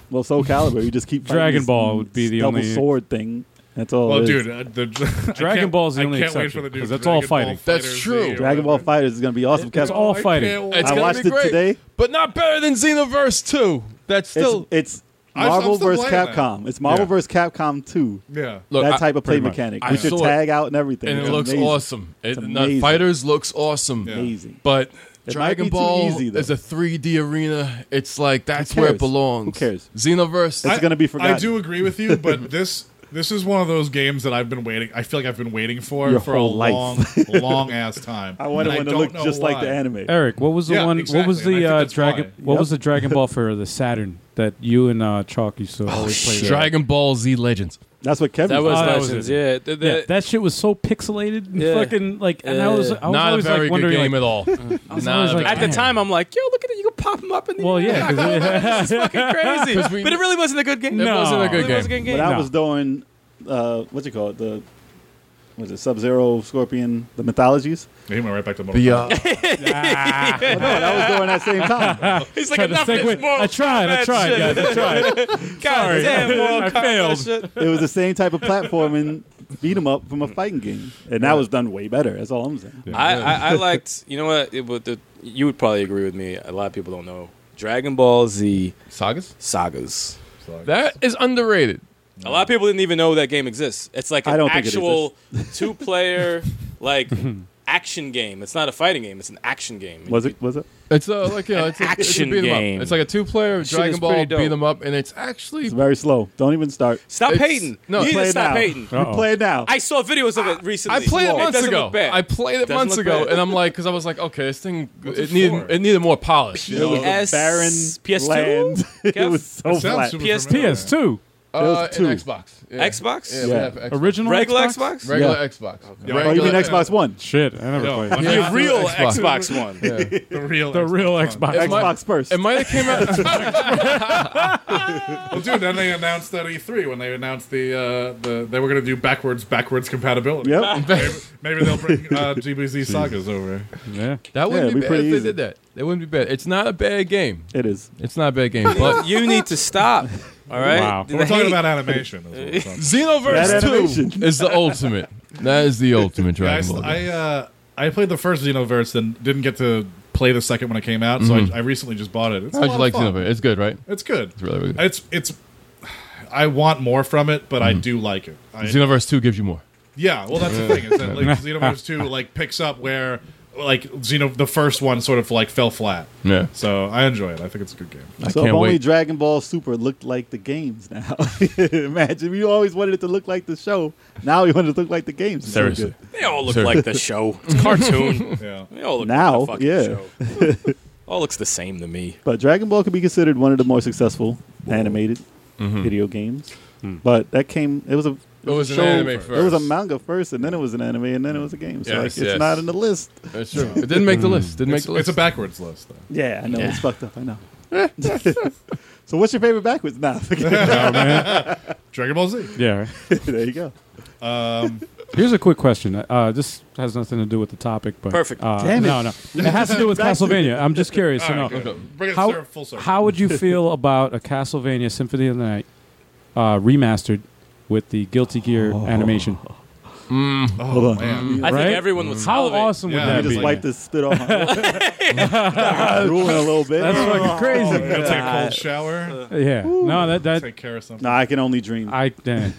Speaker 2: Well, Soul Calibur, you just keep fighting
Speaker 5: Dragon
Speaker 2: this
Speaker 5: Ball would be the
Speaker 2: double
Speaker 5: only-
Speaker 2: sword thing. That's all.
Speaker 4: Well,
Speaker 2: it is.
Speaker 4: dude, uh, the,
Speaker 5: Dragon Ball's the only exception, 'cause that's all fighting.
Speaker 1: That's true.
Speaker 2: Dragon Ball Fighters is gonna be awesome.
Speaker 5: It's
Speaker 2: Kev.
Speaker 5: all fighting.
Speaker 1: It's
Speaker 2: I
Speaker 1: gonna
Speaker 2: watched
Speaker 1: be
Speaker 2: it
Speaker 1: great,
Speaker 2: today.
Speaker 1: but not better than Xenoverse Two. That's still
Speaker 2: it's, it's
Speaker 4: I'm- I'm
Speaker 2: Marvel
Speaker 4: still
Speaker 2: versus
Speaker 4: playing that.
Speaker 2: Capcom. It's Marvel
Speaker 5: Yeah.
Speaker 2: versus Capcom two.
Speaker 4: Yeah.
Speaker 1: Look,
Speaker 2: that
Speaker 1: I-
Speaker 2: type of play
Speaker 5: pretty much.
Speaker 2: mechanic
Speaker 1: I
Speaker 2: with your
Speaker 1: saw it.
Speaker 2: tag out and everything.
Speaker 1: and
Speaker 2: It's
Speaker 1: it looks
Speaker 2: amazing.
Speaker 1: awesome. It,
Speaker 2: It's
Speaker 1: no,
Speaker 2: amazing.
Speaker 1: Fighters looks awesome.
Speaker 4: Yeah.
Speaker 2: Amazing.
Speaker 1: But
Speaker 2: It might be
Speaker 1: Dragon
Speaker 2: too
Speaker 1: Ball
Speaker 2: easy, though.
Speaker 1: is a 3D arena. It's like that's
Speaker 2: Who
Speaker 1: where it
Speaker 2: cares?
Speaker 1: belongs.
Speaker 2: Who cares?
Speaker 1: Xenoverse.
Speaker 2: It's
Speaker 4: I-
Speaker 2: gonna be forgotten.
Speaker 4: I do agree with you, but this this is one of those games that I've been waiting. I feel like I've been waiting for
Speaker 2: Your
Speaker 4: for a
Speaker 2: whole life.
Speaker 4: long, long ass time.
Speaker 2: I wanted
Speaker 4: And
Speaker 2: one to
Speaker 4: don't
Speaker 2: look
Speaker 4: know
Speaker 2: just like
Speaker 4: why.
Speaker 2: the anime.
Speaker 5: Eric, what was the
Speaker 4: Yeah,
Speaker 5: one? What
Speaker 4: exactly,
Speaker 5: was
Speaker 4: and I
Speaker 5: the
Speaker 4: think
Speaker 5: uh,
Speaker 4: that's
Speaker 5: Dragon?
Speaker 4: why.
Speaker 5: What
Speaker 2: Yep.
Speaker 5: was the Dragon Ball for the Saturn? that you and uh, Chalk used to always play. that.
Speaker 1: Dragon Ball Z Legends.
Speaker 2: That's what Kevin.
Speaker 3: That was
Speaker 5: Oh, that was
Speaker 3: Legends,
Speaker 5: it.
Speaker 3: yeah. The- the-
Speaker 5: yeah, that shit was so pixelated, and
Speaker 3: Yeah.
Speaker 5: fucking like, and I was, I was
Speaker 1: Not a
Speaker 5: always
Speaker 1: very
Speaker 5: like
Speaker 1: good
Speaker 5: wondering,
Speaker 1: game
Speaker 5: like,
Speaker 1: at all.
Speaker 5: was
Speaker 1: Not
Speaker 5: always
Speaker 1: a
Speaker 5: like,
Speaker 1: very
Speaker 3: at the
Speaker 1: good
Speaker 5: Damn.
Speaker 3: time, I'm like, yo, look at it. You can pop them up in the
Speaker 5: well, yeah, 'cause it-
Speaker 3: This is fucking crazy.
Speaker 1: 'Cause we-
Speaker 3: but it really wasn't a good game.
Speaker 5: It No. wasn't a
Speaker 1: good
Speaker 3: It wasn't a good
Speaker 2: When
Speaker 3: game.
Speaker 2: I
Speaker 5: No.
Speaker 2: was doing, uh, what you call it? The was it Sub Zero, Scorpion, the mythologies?
Speaker 4: He went right back to Mortal
Speaker 1: The, uh,
Speaker 2: Oh, no, that was during that same time.
Speaker 3: He's like,
Speaker 5: tried to
Speaker 3: enough of this
Speaker 5: segue.
Speaker 3: Mortal
Speaker 5: I tried, I
Speaker 3: Kombat
Speaker 5: tried,
Speaker 3: shit.
Speaker 5: guys, I tried.
Speaker 3: God damn, Mortal
Speaker 5: I
Speaker 3: Kombat
Speaker 5: failed.
Speaker 3: shit.
Speaker 2: It was the same type of platforming, beat 'em up from a fighting game, and that was done way better. That's all I'm saying.
Speaker 3: I, I, I liked. You know what? It, would- the, you would probably agree with me. A lot of people don't know Dragon Ball Z
Speaker 1: sagas?
Speaker 3: sagas.
Speaker 4: Kombat.
Speaker 1: That is underrated.
Speaker 3: A lot of people didn't even know that game exists. It's like
Speaker 2: I
Speaker 3: an
Speaker 2: don't think it
Speaker 3: actual two-player like action game. It's not a fighting game. It's an action game.
Speaker 2: Was it? Was it?
Speaker 1: It's uh, like yeah, it's a, it's a
Speaker 3: Action
Speaker 1: beat 'em
Speaker 3: game.
Speaker 1: up. It's like a two-player
Speaker 3: Shit is
Speaker 1: Dragon Ball
Speaker 3: pretty dope.
Speaker 1: beat 'em up, and it's actually
Speaker 2: It's very slow. Don't even start.
Speaker 3: Stop
Speaker 1: It's-
Speaker 3: hating.
Speaker 1: no,
Speaker 3: you need
Speaker 2: Play
Speaker 3: to
Speaker 2: it
Speaker 3: stop
Speaker 2: now.
Speaker 3: hating.
Speaker 5: Uh-oh.
Speaker 2: You play it now.
Speaker 3: I saw videos of it recently.
Speaker 1: I played it
Speaker 3: Whoa.
Speaker 1: months
Speaker 3: doesn't
Speaker 1: ago.
Speaker 3: Look bad.
Speaker 1: I played it
Speaker 3: Doesn't
Speaker 1: months
Speaker 3: look
Speaker 1: ago,
Speaker 3: bad.
Speaker 1: and I'm like, because I was like, okay, this thing
Speaker 4: it
Speaker 1: it needed
Speaker 4: for?
Speaker 1: it needed more polish. You
Speaker 2: It
Speaker 1: know?
Speaker 2: was a
Speaker 3: PS
Speaker 2: barren
Speaker 3: PS2?
Speaker 2: land. it
Speaker 3: Kev?
Speaker 2: was so
Speaker 4: Sounds
Speaker 2: Oh, flat.
Speaker 4: super
Speaker 3: PS2.
Speaker 4: familiar.
Speaker 5: PS2
Speaker 2: was
Speaker 1: Uh,
Speaker 2: two.
Speaker 1: and Xbox. Yeah.
Speaker 3: Xbox?
Speaker 1: Yeah, we
Speaker 2: Yeah.
Speaker 1: have Xbox.
Speaker 5: original
Speaker 3: Regular
Speaker 5: Xbox?
Speaker 3: Xbox?
Speaker 1: Regular
Speaker 2: Yeah.
Speaker 1: Xbox.
Speaker 4: Yeah.
Speaker 2: Oh, you mean Xbox One?
Speaker 5: Shit, I never
Speaker 4: No,
Speaker 5: played.
Speaker 4: I'm
Speaker 5: it.
Speaker 4: not-
Speaker 3: The real
Speaker 1: Xbox.
Speaker 3: Xbox, one.
Speaker 4: The real,
Speaker 5: The real Xbox.
Speaker 1: It might-
Speaker 2: Xbox first.
Speaker 1: It might have came out.
Speaker 4: Well, dude, then they announced at E3 when they announced the uh, the they were going to do backwards backwards compatibility.
Speaker 2: Yep.
Speaker 4: Maybe, maybe they'll bring uh, GBZ sagas over.
Speaker 5: Yeah.
Speaker 1: That wouldn't
Speaker 2: it'd
Speaker 1: be
Speaker 2: be
Speaker 1: bad if
Speaker 2: pretty
Speaker 1: they
Speaker 2: easy.
Speaker 1: did that. It wouldn't be bad. It's not a bad game.
Speaker 2: It is.
Speaker 1: It's not a bad game, but
Speaker 3: You need to stop. All right.
Speaker 5: Wow.
Speaker 3: The
Speaker 4: We're talking
Speaker 3: hate-
Speaker 4: about animation. Is what we're talking
Speaker 2: That
Speaker 1: Xenoverse
Speaker 2: animation.
Speaker 1: Two is the ultimate. That is the ultimate
Speaker 4: Yeah, I,
Speaker 1: Dragon
Speaker 4: s-
Speaker 1: Ball. game.
Speaker 4: I, uh, I played the first Xenoverse, then didn't get to play the second when it came out, so I, I recently just bought it. It's a
Speaker 1: Mm-hmm. How'd you
Speaker 4: lot of
Speaker 1: like
Speaker 4: fun.
Speaker 1: Xenoverse? It's good, right?
Speaker 4: It's good.
Speaker 1: It's really, really good. Mm-hmm.
Speaker 4: It's it's. I want more from it, but I do like it. I,
Speaker 1: Xenoverse Two gives you more.
Speaker 4: yeah, well, that's the thing is that like, Xenoverse Two like picks up where like Xeno the first one sort of like fell flat.
Speaker 1: Yeah.
Speaker 4: So I enjoy it. I think it's a good game.
Speaker 1: I
Speaker 2: so if
Speaker 1: can't
Speaker 2: only
Speaker 1: wait.
Speaker 2: Dragon Ball Super looked like the games now. Imagine you always wanted it to look like the show. Now you want it to look like the games. It's so
Speaker 1: Seriously.
Speaker 2: good.
Speaker 3: They all look
Speaker 1: Sure.
Speaker 3: like the show. It's a cartoon.
Speaker 4: Yeah.
Speaker 3: They all look
Speaker 2: Now,
Speaker 3: like the
Speaker 2: yeah.
Speaker 3: fucking show. all looks the same to me.
Speaker 2: But Dragon Ball could be considered one of the more successful animated video games.
Speaker 4: Hmm.
Speaker 2: But that came. It was a.
Speaker 1: It was an
Speaker 2: show-
Speaker 1: anime
Speaker 2: It was a
Speaker 1: first.
Speaker 2: manga first, and then it was an anime, and then it was a game. So like,
Speaker 1: Yes,
Speaker 2: it's
Speaker 1: yes.
Speaker 2: not in the list.
Speaker 1: That's true. It didn't make the list. Didn't make
Speaker 4: It's,
Speaker 1: the list.
Speaker 4: it's a backwards list though.
Speaker 2: Yeah, I know it's fucked up. I know. so what's your favorite backwards? Nah,
Speaker 4: Dragon Ball Z.
Speaker 5: Oh, Yeah.
Speaker 2: there you go.
Speaker 5: Here's a quick question. Uh, this has nothing to do with the topic, but
Speaker 3: Perfect.
Speaker 5: Uh,
Speaker 2: Damn it.
Speaker 5: No, no, it has to do with Castlevania. I'm just curious to know.
Speaker 4: Bring it
Speaker 5: How-
Speaker 4: sir, full circle.
Speaker 5: How would you feel about a Castlevania Symphony of the Night uh, remastered with the Guilty Gear animation?
Speaker 4: oh,
Speaker 2: Hold on.
Speaker 4: man.
Speaker 3: I think
Speaker 5: Right? Mm.
Speaker 3: everyone would
Speaker 5: How
Speaker 3: salivate.
Speaker 5: awesome
Speaker 4: Yeah.
Speaker 5: would
Speaker 2: I
Speaker 5: that
Speaker 2: just
Speaker 5: be?
Speaker 2: wiped this spit off my Ruin a little bit.
Speaker 5: That's fucking
Speaker 4: Oh,
Speaker 5: crazy.
Speaker 4: you'll take a cold shower.
Speaker 5: Yeah. No, that
Speaker 3: Uh,
Speaker 5: that
Speaker 4: take care of something.
Speaker 2: No, I can only dream.
Speaker 5: I damn.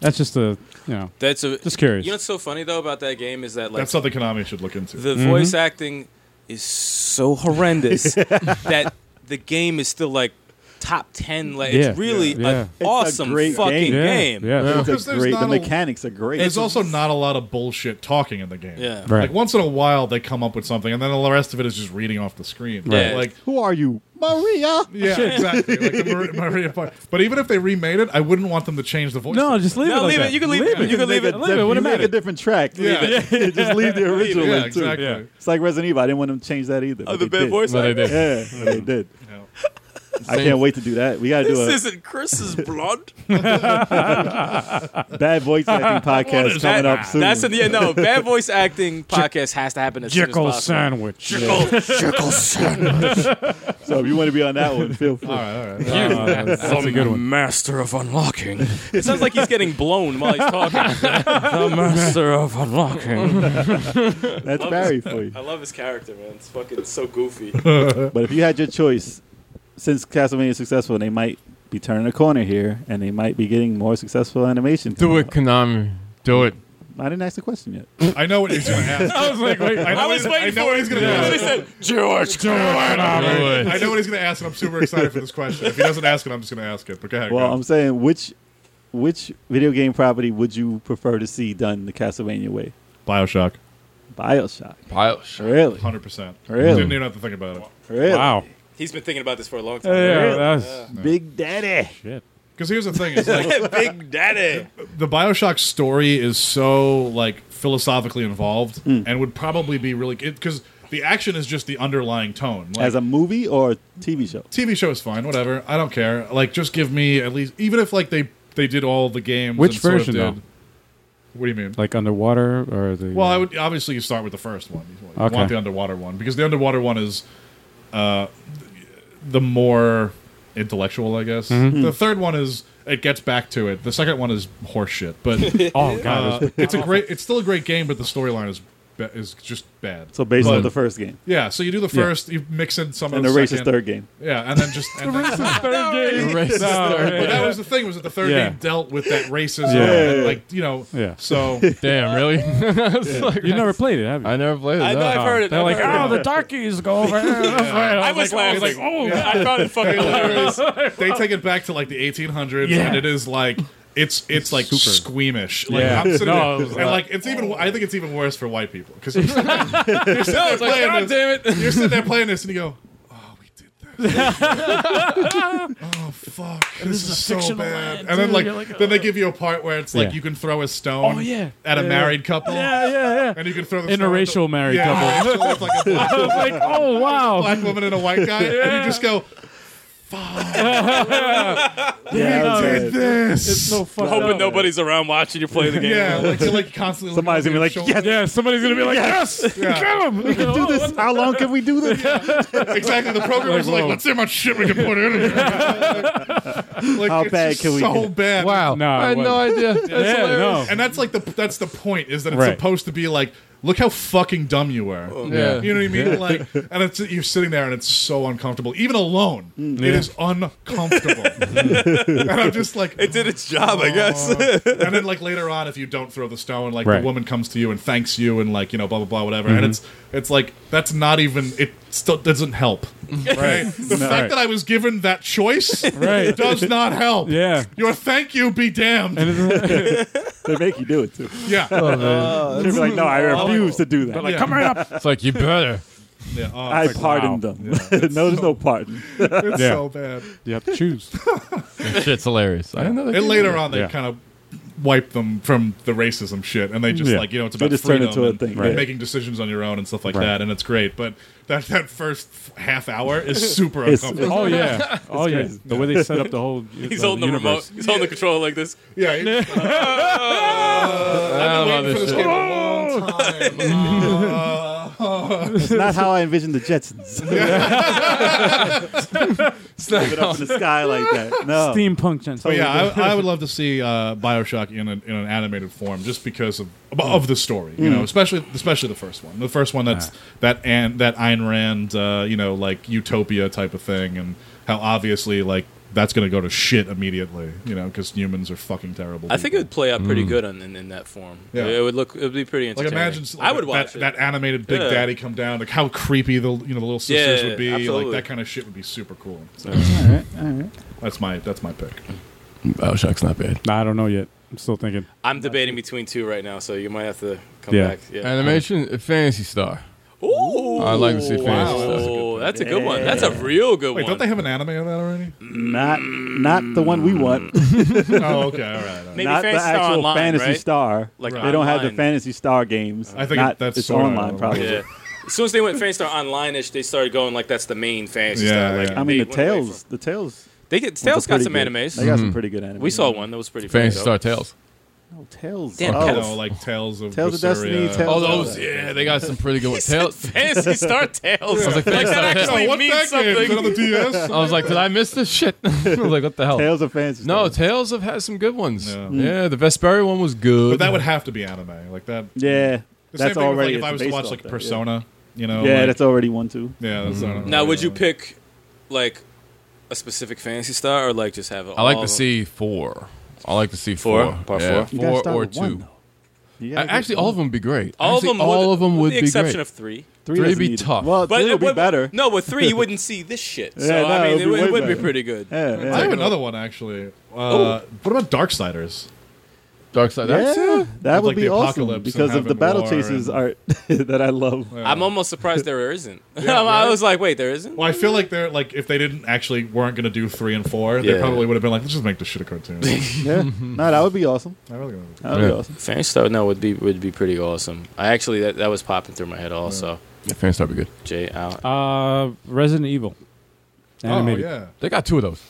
Speaker 5: that's just a you know
Speaker 3: That's a.
Speaker 5: just curious.
Speaker 3: You know what's so funny though about that game is that like
Speaker 4: That's something Konami should look into.
Speaker 3: the
Speaker 5: Mm-hmm.
Speaker 3: voice acting is so horrendous that the game is still like top ten. Like
Speaker 5: Yeah.
Speaker 3: it's really
Speaker 5: Yeah. Yeah.
Speaker 3: an
Speaker 2: a
Speaker 3: awesome
Speaker 2: great
Speaker 3: fucking
Speaker 2: game.
Speaker 5: yeah,
Speaker 3: game.
Speaker 5: Yeah.
Speaker 2: It's a
Speaker 4: Because there's
Speaker 2: great.
Speaker 4: not
Speaker 2: The
Speaker 4: a-
Speaker 2: mechanics are great.
Speaker 4: There's also not a lot of bullshit talking in the game.
Speaker 3: Yeah.
Speaker 5: Right.
Speaker 4: Like once in a while they come up with something, and then the rest of it is just reading off the screen.
Speaker 3: Right.
Speaker 4: Like.
Speaker 2: Who are you, Maria?
Speaker 4: Yeah, exactly. Like the Mar- Maria part. But even if they remade it, I wouldn't want them to change the voice.
Speaker 5: No, just leave
Speaker 3: No,
Speaker 5: it. like
Speaker 3: leave it.
Speaker 5: that.
Speaker 3: You can leave it. You can leave it.
Speaker 5: Leave it. What
Speaker 2: you
Speaker 5: a
Speaker 2: make a
Speaker 5: minute.
Speaker 2: different track.
Speaker 4: Yeah.
Speaker 2: Leave it. Just leave the original
Speaker 4: yeah,
Speaker 2: one too.
Speaker 4: exactly.
Speaker 5: Yeah.
Speaker 2: It's like Resident Evil. I didn't want them to change that either. but
Speaker 3: Oh, the
Speaker 2: they
Speaker 3: bad
Speaker 2: did.
Speaker 3: voice
Speaker 1: No, they
Speaker 3: acting.
Speaker 1: did.
Speaker 2: Yeah, they did.
Speaker 4: Yeah.
Speaker 2: I can't wait to do that. We got to do
Speaker 3: This
Speaker 2: a
Speaker 3: isn't Chris's blood.
Speaker 2: bad voice acting podcast coming up soon.
Speaker 3: That's in the end. No, bad voice acting podcast has to happen as soon
Speaker 5: Jekyll
Speaker 3: as possible.
Speaker 5: sandwich.
Speaker 2: so if you want to be on that one, feel free.
Speaker 4: All right, all right.
Speaker 5: Oh, that's, that's a good one.
Speaker 3: Master of unlocking. It sounds like he's getting blown while he's talking. the master of unlocking.
Speaker 2: That's Barry for you.
Speaker 3: I love his character, man. It's fucking so goofy.
Speaker 2: But if you had your choice, since Castlevania is successful, they might be turning a corner here, and they might be getting more successful animation.
Speaker 1: Do it, Konami. Do it.
Speaker 2: I didn't ask the question yet.
Speaker 4: I know what he's going to ask.
Speaker 5: I was like, wait,
Speaker 4: I, know
Speaker 3: I
Speaker 4: what
Speaker 3: was
Speaker 4: he's-
Speaker 3: waiting
Speaker 4: I know
Speaker 3: for
Speaker 4: what
Speaker 3: it.
Speaker 4: he's going to ask.
Speaker 3: Somebody said, George, do it.
Speaker 1: Do it.
Speaker 4: I know what he's going to ask, and I'm super excited for this question. If he doesn't ask it, I'm just going to ask it. But go ahead.
Speaker 2: Well,
Speaker 4: go.
Speaker 2: I'm saying which which video game property would you prefer to see done the Castlevania way?
Speaker 4: Bioshock,
Speaker 2: Bioshock.
Speaker 1: Bioshock.
Speaker 2: Really?
Speaker 4: hundred percent.
Speaker 2: Really?
Speaker 4: Didn't even have to think about it.
Speaker 2: Really?
Speaker 5: wow.
Speaker 3: He's been thinking about this for a long time.
Speaker 5: Yeah, that was
Speaker 2: Big Daddy.
Speaker 5: shit.
Speaker 4: Because here's the thing: is like
Speaker 3: Big Daddy.
Speaker 4: the Bioshock story is so like philosophically involved
Speaker 2: Hmm.
Speaker 4: and would probably be really because the action is just the underlying tone. Like,
Speaker 2: As a movie or TV show?
Speaker 4: TV show is fine, whatever. I don't care. Like, just give me at least, even if like they they did all the games.
Speaker 5: Which
Speaker 4: and sort of
Speaker 5: version,
Speaker 4: did-
Speaker 5: though?
Speaker 4: What do you mean?
Speaker 5: Like underwater or the. uh,
Speaker 4: Well, I would obviously you start with the first one. You
Speaker 5: Okay.
Speaker 4: want the underwater one because the underwater one is uh, the more intellectual, I guess.
Speaker 5: Mm-hmm.
Speaker 4: The third one is it gets back to it. The second one is horseshit, but
Speaker 5: Oh god.
Speaker 4: uh, it's a great. It's still a great game, but the storyline is ba- is just bad.
Speaker 2: So based
Speaker 4: But-
Speaker 2: on the first game
Speaker 4: yeah, so you do the
Speaker 5: Yeah.
Speaker 4: first, you mix in some
Speaker 2: and the
Speaker 4: of the
Speaker 2: racist
Speaker 4: second,
Speaker 2: third game.
Speaker 4: yeah, and then just and then,
Speaker 1: Racist third.
Speaker 4: But that was the thing was that the third
Speaker 5: Yeah.
Speaker 4: game dealt with that racism,
Speaker 5: Yeah.
Speaker 4: and, like you know.
Speaker 5: Yeah.
Speaker 4: So
Speaker 1: Damn, really? It's like-
Speaker 5: you never played it, have you?
Speaker 1: I never played it.
Speaker 3: I know
Speaker 1: no.
Speaker 3: I've heard it.
Speaker 5: They're
Speaker 3: I've
Speaker 5: like,
Speaker 3: heard
Speaker 5: oh,
Speaker 3: it.
Speaker 5: the darkies go over. there." That's right.
Speaker 3: I
Speaker 5: I
Speaker 3: was
Speaker 5: was
Speaker 3: laughing.
Speaker 5: like, oh,
Speaker 3: like, oh, I found it fucking hilarious.
Speaker 4: they take it back to like the 1800s,
Speaker 5: Yeah.
Speaker 4: and it is like. It's it's like squeamish, like
Speaker 5: Yeah.
Speaker 4: I'm sitting
Speaker 5: No,
Speaker 4: there,
Speaker 5: it was
Speaker 4: and like
Speaker 5: like-
Speaker 4: it's even. I think it's even worse for white people because you're, sitting there-
Speaker 3: no, it's like,
Speaker 4: playing
Speaker 3: God
Speaker 4: this.
Speaker 3: damn it.
Speaker 4: you're sitting there playing this, and you go, "Oh, we did this. oh fuck, this, is, so
Speaker 5: fictional
Speaker 4: bad."
Speaker 5: land,
Speaker 4: and then
Speaker 5: too.
Speaker 4: like,
Speaker 5: You're like,
Speaker 4: then they give you a part where it's like
Speaker 5: Yeah.
Speaker 4: you can throw a stone,
Speaker 5: Oh, yeah.
Speaker 4: at a married couple,
Speaker 5: yeah, yeah, yeah.
Speaker 4: and you can throw the stone at the-
Speaker 5: Interracial married
Speaker 4: yeah,
Speaker 5: couple.
Speaker 4: it's like a
Speaker 5: I was like, oh wow.
Speaker 4: black woman and a white guy, and you just go,
Speaker 2: Yeah,
Speaker 4: did this.
Speaker 5: It's so fucked
Speaker 3: Hoping
Speaker 5: up.
Speaker 3: nobody's around watching you play the game.
Speaker 4: yeah, like you're like constantly.
Speaker 2: Somebody's
Speaker 4: looking
Speaker 2: gonna be
Speaker 4: over
Speaker 2: like,
Speaker 4: your
Speaker 2: "Yes,
Speaker 5: Yeah, somebody's gonna be like, yes,
Speaker 4: Yeah.
Speaker 5: get him. We can
Speaker 2: do this. How long can we do this?
Speaker 4: shoulder." exactly. The programmer's
Speaker 5: Like,
Speaker 4: like,
Speaker 5: whoa.
Speaker 4: let's see how much shit we can put in here. like,
Speaker 2: How
Speaker 4: it's
Speaker 2: bad
Speaker 4: just
Speaker 2: can we
Speaker 4: So
Speaker 2: get?
Speaker 4: bad.
Speaker 1: Wow.
Speaker 5: No,
Speaker 1: I
Speaker 5: it
Speaker 1: had no idea. That's
Speaker 5: Yeah,
Speaker 1: hilarious.
Speaker 5: no.
Speaker 4: And that's like the that's the point is that it's
Speaker 5: Right.
Speaker 4: supposed to be like, look how fucking dumb you were.
Speaker 2: Oh.
Speaker 1: Yeah.
Speaker 4: You know what I mean? Like, and it's you're sitting there and it's so uncomfortable. Even alone,
Speaker 2: Mm.
Speaker 4: it is uncomfortable. and I'm just like,
Speaker 3: It did its job, I guess.
Speaker 4: and then like later on, if you don't throw the stone, like
Speaker 5: Right. Mm-hmm.
Speaker 4: the woman comes to you and thanks you and like you know blah blah blah whatever, and it's it's like that's not even it still doesn't help. Right, the fact
Speaker 5: Right.
Speaker 4: that I was given that choice
Speaker 5: Right.
Speaker 4: does not help.
Speaker 5: Yeah.
Speaker 4: your thank you be damned.
Speaker 2: They make you do it too.
Speaker 4: yeah,
Speaker 2: They're like, no, I refuse to do that.
Speaker 5: Like,
Speaker 4: Yeah.
Speaker 5: come right up.
Speaker 1: It's like, you better.
Speaker 4: yeah. Oh,
Speaker 2: I
Speaker 4: it's, like,
Speaker 2: pardoned them. no, there's no pardon.
Speaker 4: it's
Speaker 5: Yeah.
Speaker 4: so bad.
Speaker 5: You have to choose.
Speaker 1: That shit's hilarious. I didn't know that.
Speaker 4: And later on, they
Speaker 5: Yeah.
Speaker 4: kind of wipe them from the racism shit, and they just
Speaker 5: Yeah.
Speaker 4: like you know it's
Speaker 2: They
Speaker 4: about
Speaker 2: just turn
Speaker 4: freedom
Speaker 2: it to a
Speaker 4: and,
Speaker 2: thing,
Speaker 4: and
Speaker 2: yeah.
Speaker 4: making decisions on your own and stuff like
Speaker 5: Right.
Speaker 4: that, and it's great. But that that first half hour is super
Speaker 2: It's-
Speaker 4: uncomfortable.
Speaker 5: Oh yeah. Oh yeah.
Speaker 2: crazy.
Speaker 5: The way they set up the whole.
Speaker 3: He's holding the remote. He's holding the controller like this.
Speaker 4: yeah, it-
Speaker 1: I don't know
Speaker 4: for
Speaker 1: this
Speaker 4: this
Speaker 1: shit.
Speaker 4: game a long time.
Speaker 2: It's not how I envisioned the Jetsons. Leave it up in the sky like that. No.
Speaker 5: Steampunk gents.
Speaker 4: but Oh, yeah, I, I would love to see uh, Bioshock in an, in an animated form, just because of of the story.
Speaker 3: Mm.
Speaker 4: You know, especially especially the first one. The first one that's that and that Ayn Rand, uh, you know, like utopia type of thing, and how obviously like that's going to go to shit immediately. You know, because humans are fucking terrible.
Speaker 3: I think it
Speaker 4: people.
Speaker 3: would play out pretty good on, in, in that form.
Speaker 4: Yeah.
Speaker 3: It would look. It would be pretty
Speaker 4: Like
Speaker 3: entertaining.
Speaker 4: imagine,
Speaker 3: I would watch
Speaker 4: that,
Speaker 3: it.
Speaker 4: that animated Big
Speaker 3: Yeah.
Speaker 4: Daddy come down. Like how creepy the you know the little sisters
Speaker 3: Yeah,
Speaker 4: would be.
Speaker 3: absolutely.
Speaker 4: Like that kind of shit would be super cool. So that's my that's my pick.
Speaker 1: Bioshock's not bad.
Speaker 5: Nah, I don't know yet. I'm still thinking.
Speaker 3: I'm debating between two right now, so you might have to come
Speaker 5: Yeah.
Speaker 3: back. Yeah.
Speaker 1: Animation, uh, Fantasy Star.
Speaker 3: Ooh,
Speaker 1: I like to see fantasy stuff.
Speaker 3: Oh, that's a good one. That's a real good
Speaker 4: Wait,
Speaker 3: one.
Speaker 4: don't they have an anime of that already?
Speaker 2: Not, not the one we want.
Speaker 4: oh, okay, all right. All right.
Speaker 3: Maybe
Speaker 2: not the
Speaker 3: Fantasy Star
Speaker 2: actual
Speaker 3: Online,
Speaker 2: Fantasy
Speaker 3: right?
Speaker 2: Star.
Speaker 3: Like
Speaker 2: They don't have the
Speaker 3: online.
Speaker 2: Fantasy Star games.
Speaker 4: I think
Speaker 2: Not-
Speaker 4: that's
Speaker 2: it's
Speaker 4: sorta-
Speaker 2: online, probably.
Speaker 3: Yeah. As soon as they went Fantasy Star Online-ish, they started going like that's the main Fantasy
Speaker 4: Yeah,
Speaker 3: Star. Like,
Speaker 4: yeah.
Speaker 2: I
Speaker 3: they
Speaker 2: mean, the
Speaker 3: went away
Speaker 2: Tales,
Speaker 3: from-
Speaker 2: the Tales.
Speaker 3: They get Tails got
Speaker 2: pretty
Speaker 3: some
Speaker 2: good. They
Speaker 3: animes.
Speaker 2: got some pretty good anime.
Speaker 3: We saw one that was pretty.
Speaker 1: Fantasy
Speaker 3: fucking
Speaker 1: Star
Speaker 3: dope.
Speaker 1: Tales.
Speaker 2: Oh, Tales.
Speaker 3: Damn,
Speaker 2: oh,
Speaker 4: You
Speaker 3: Tales.
Speaker 4: know, like Tales of
Speaker 2: Tales of Destiny,
Speaker 4: Berseria.
Speaker 2: Tales-
Speaker 1: Oh, those. Yeah, they got some pretty good ones. Tales.
Speaker 3: Fantasy Star Tales.
Speaker 1: was like,
Speaker 3: like, that
Speaker 1: Fantasy Star
Speaker 3: actually
Speaker 4: Oh, what's
Speaker 3: means
Speaker 4: that game? Is that on
Speaker 3: something.
Speaker 4: the DS?
Speaker 1: I was like, did I miss this shit? I was like, what the hell?
Speaker 2: Tales of Fantasy.
Speaker 1: no,
Speaker 2: Star.
Speaker 1: Tales have had some good ones.
Speaker 4: Yeah.
Speaker 1: Yeah,
Speaker 2: Mm.
Speaker 1: the Vesperia one was good.
Speaker 4: But that would have to be anime. Like that.
Speaker 2: yeah,
Speaker 4: The
Speaker 2: that's
Speaker 4: same thing with,
Speaker 2: already.
Speaker 4: like, if I was to
Speaker 2: based
Speaker 4: watch
Speaker 2: off
Speaker 4: like
Speaker 2: that,
Speaker 4: Persona, you know.
Speaker 2: Yeah, yeah
Speaker 4: like-
Speaker 2: that's already one too.
Speaker 4: yeah. That's not
Speaker 3: Mm. Now, would you pick like a specific Fantasy Star, or like just have it?
Speaker 1: I like
Speaker 3: all
Speaker 1: to
Speaker 3: of them?
Speaker 1: see four. I like to see
Speaker 3: Four?
Speaker 1: four.
Speaker 3: Part
Speaker 1: Yeah,
Speaker 2: You gotta start
Speaker 1: or
Speaker 2: with one,
Speaker 1: two.
Speaker 2: though. You
Speaker 1: A-
Speaker 2: gotta get-
Speaker 1: Actually, all of them would be great.
Speaker 3: All
Speaker 1: Actually,
Speaker 3: of them.
Speaker 1: all
Speaker 3: would,
Speaker 1: of them
Speaker 3: with
Speaker 1: would
Speaker 3: the
Speaker 1: be
Speaker 3: exception
Speaker 1: great.
Speaker 3: of three.
Speaker 2: three
Speaker 1: three'd
Speaker 2: doesn't
Speaker 1: be
Speaker 2: need it.
Speaker 1: tough.
Speaker 2: Well, three would be
Speaker 3: with-
Speaker 2: better.
Speaker 3: No, with three you wouldn't see this shit. So
Speaker 2: Yeah, no,
Speaker 3: I mean,
Speaker 2: it'd
Speaker 3: it,
Speaker 2: be
Speaker 3: would-
Speaker 2: way
Speaker 3: it would be
Speaker 2: better.
Speaker 3: pretty good.
Speaker 2: Yeah, yeah.
Speaker 3: Oh.
Speaker 4: I have another one actually. Uh, what about Darksiders?
Speaker 1: Dark Side. That's
Speaker 2: yeah, that
Speaker 4: With,
Speaker 2: would
Speaker 4: like,
Speaker 2: be
Speaker 4: the
Speaker 2: awesome
Speaker 4: apocalypse
Speaker 2: because
Speaker 4: and
Speaker 2: of the
Speaker 4: having
Speaker 2: battle
Speaker 4: war
Speaker 2: chases
Speaker 4: and-
Speaker 2: art that I love.
Speaker 4: Yeah.
Speaker 3: I'm almost surprised there isn't.
Speaker 4: Yeah,
Speaker 3: I
Speaker 4: right?
Speaker 3: was like, wait, there isn't.
Speaker 4: Well, I feel like they're like if they didn't actually weren't going to do three and four,
Speaker 3: Yeah.
Speaker 4: they probably would have been like, let's just make this shit a cartoon.
Speaker 2: Yeah, no, that would be awesome.
Speaker 4: I really don't know.
Speaker 2: That would be
Speaker 1: Yeah.
Speaker 2: awesome.
Speaker 3: Fan Star no would be would be pretty awesome. I actually that, that was popping through my head also.
Speaker 1: it. Fan Star be good.
Speaker 3: Jay out.
Speaker 5: Uh, Resident Evil. Animated.
Speaker 4: Oh yeah,
Speaker 1: They got two of those.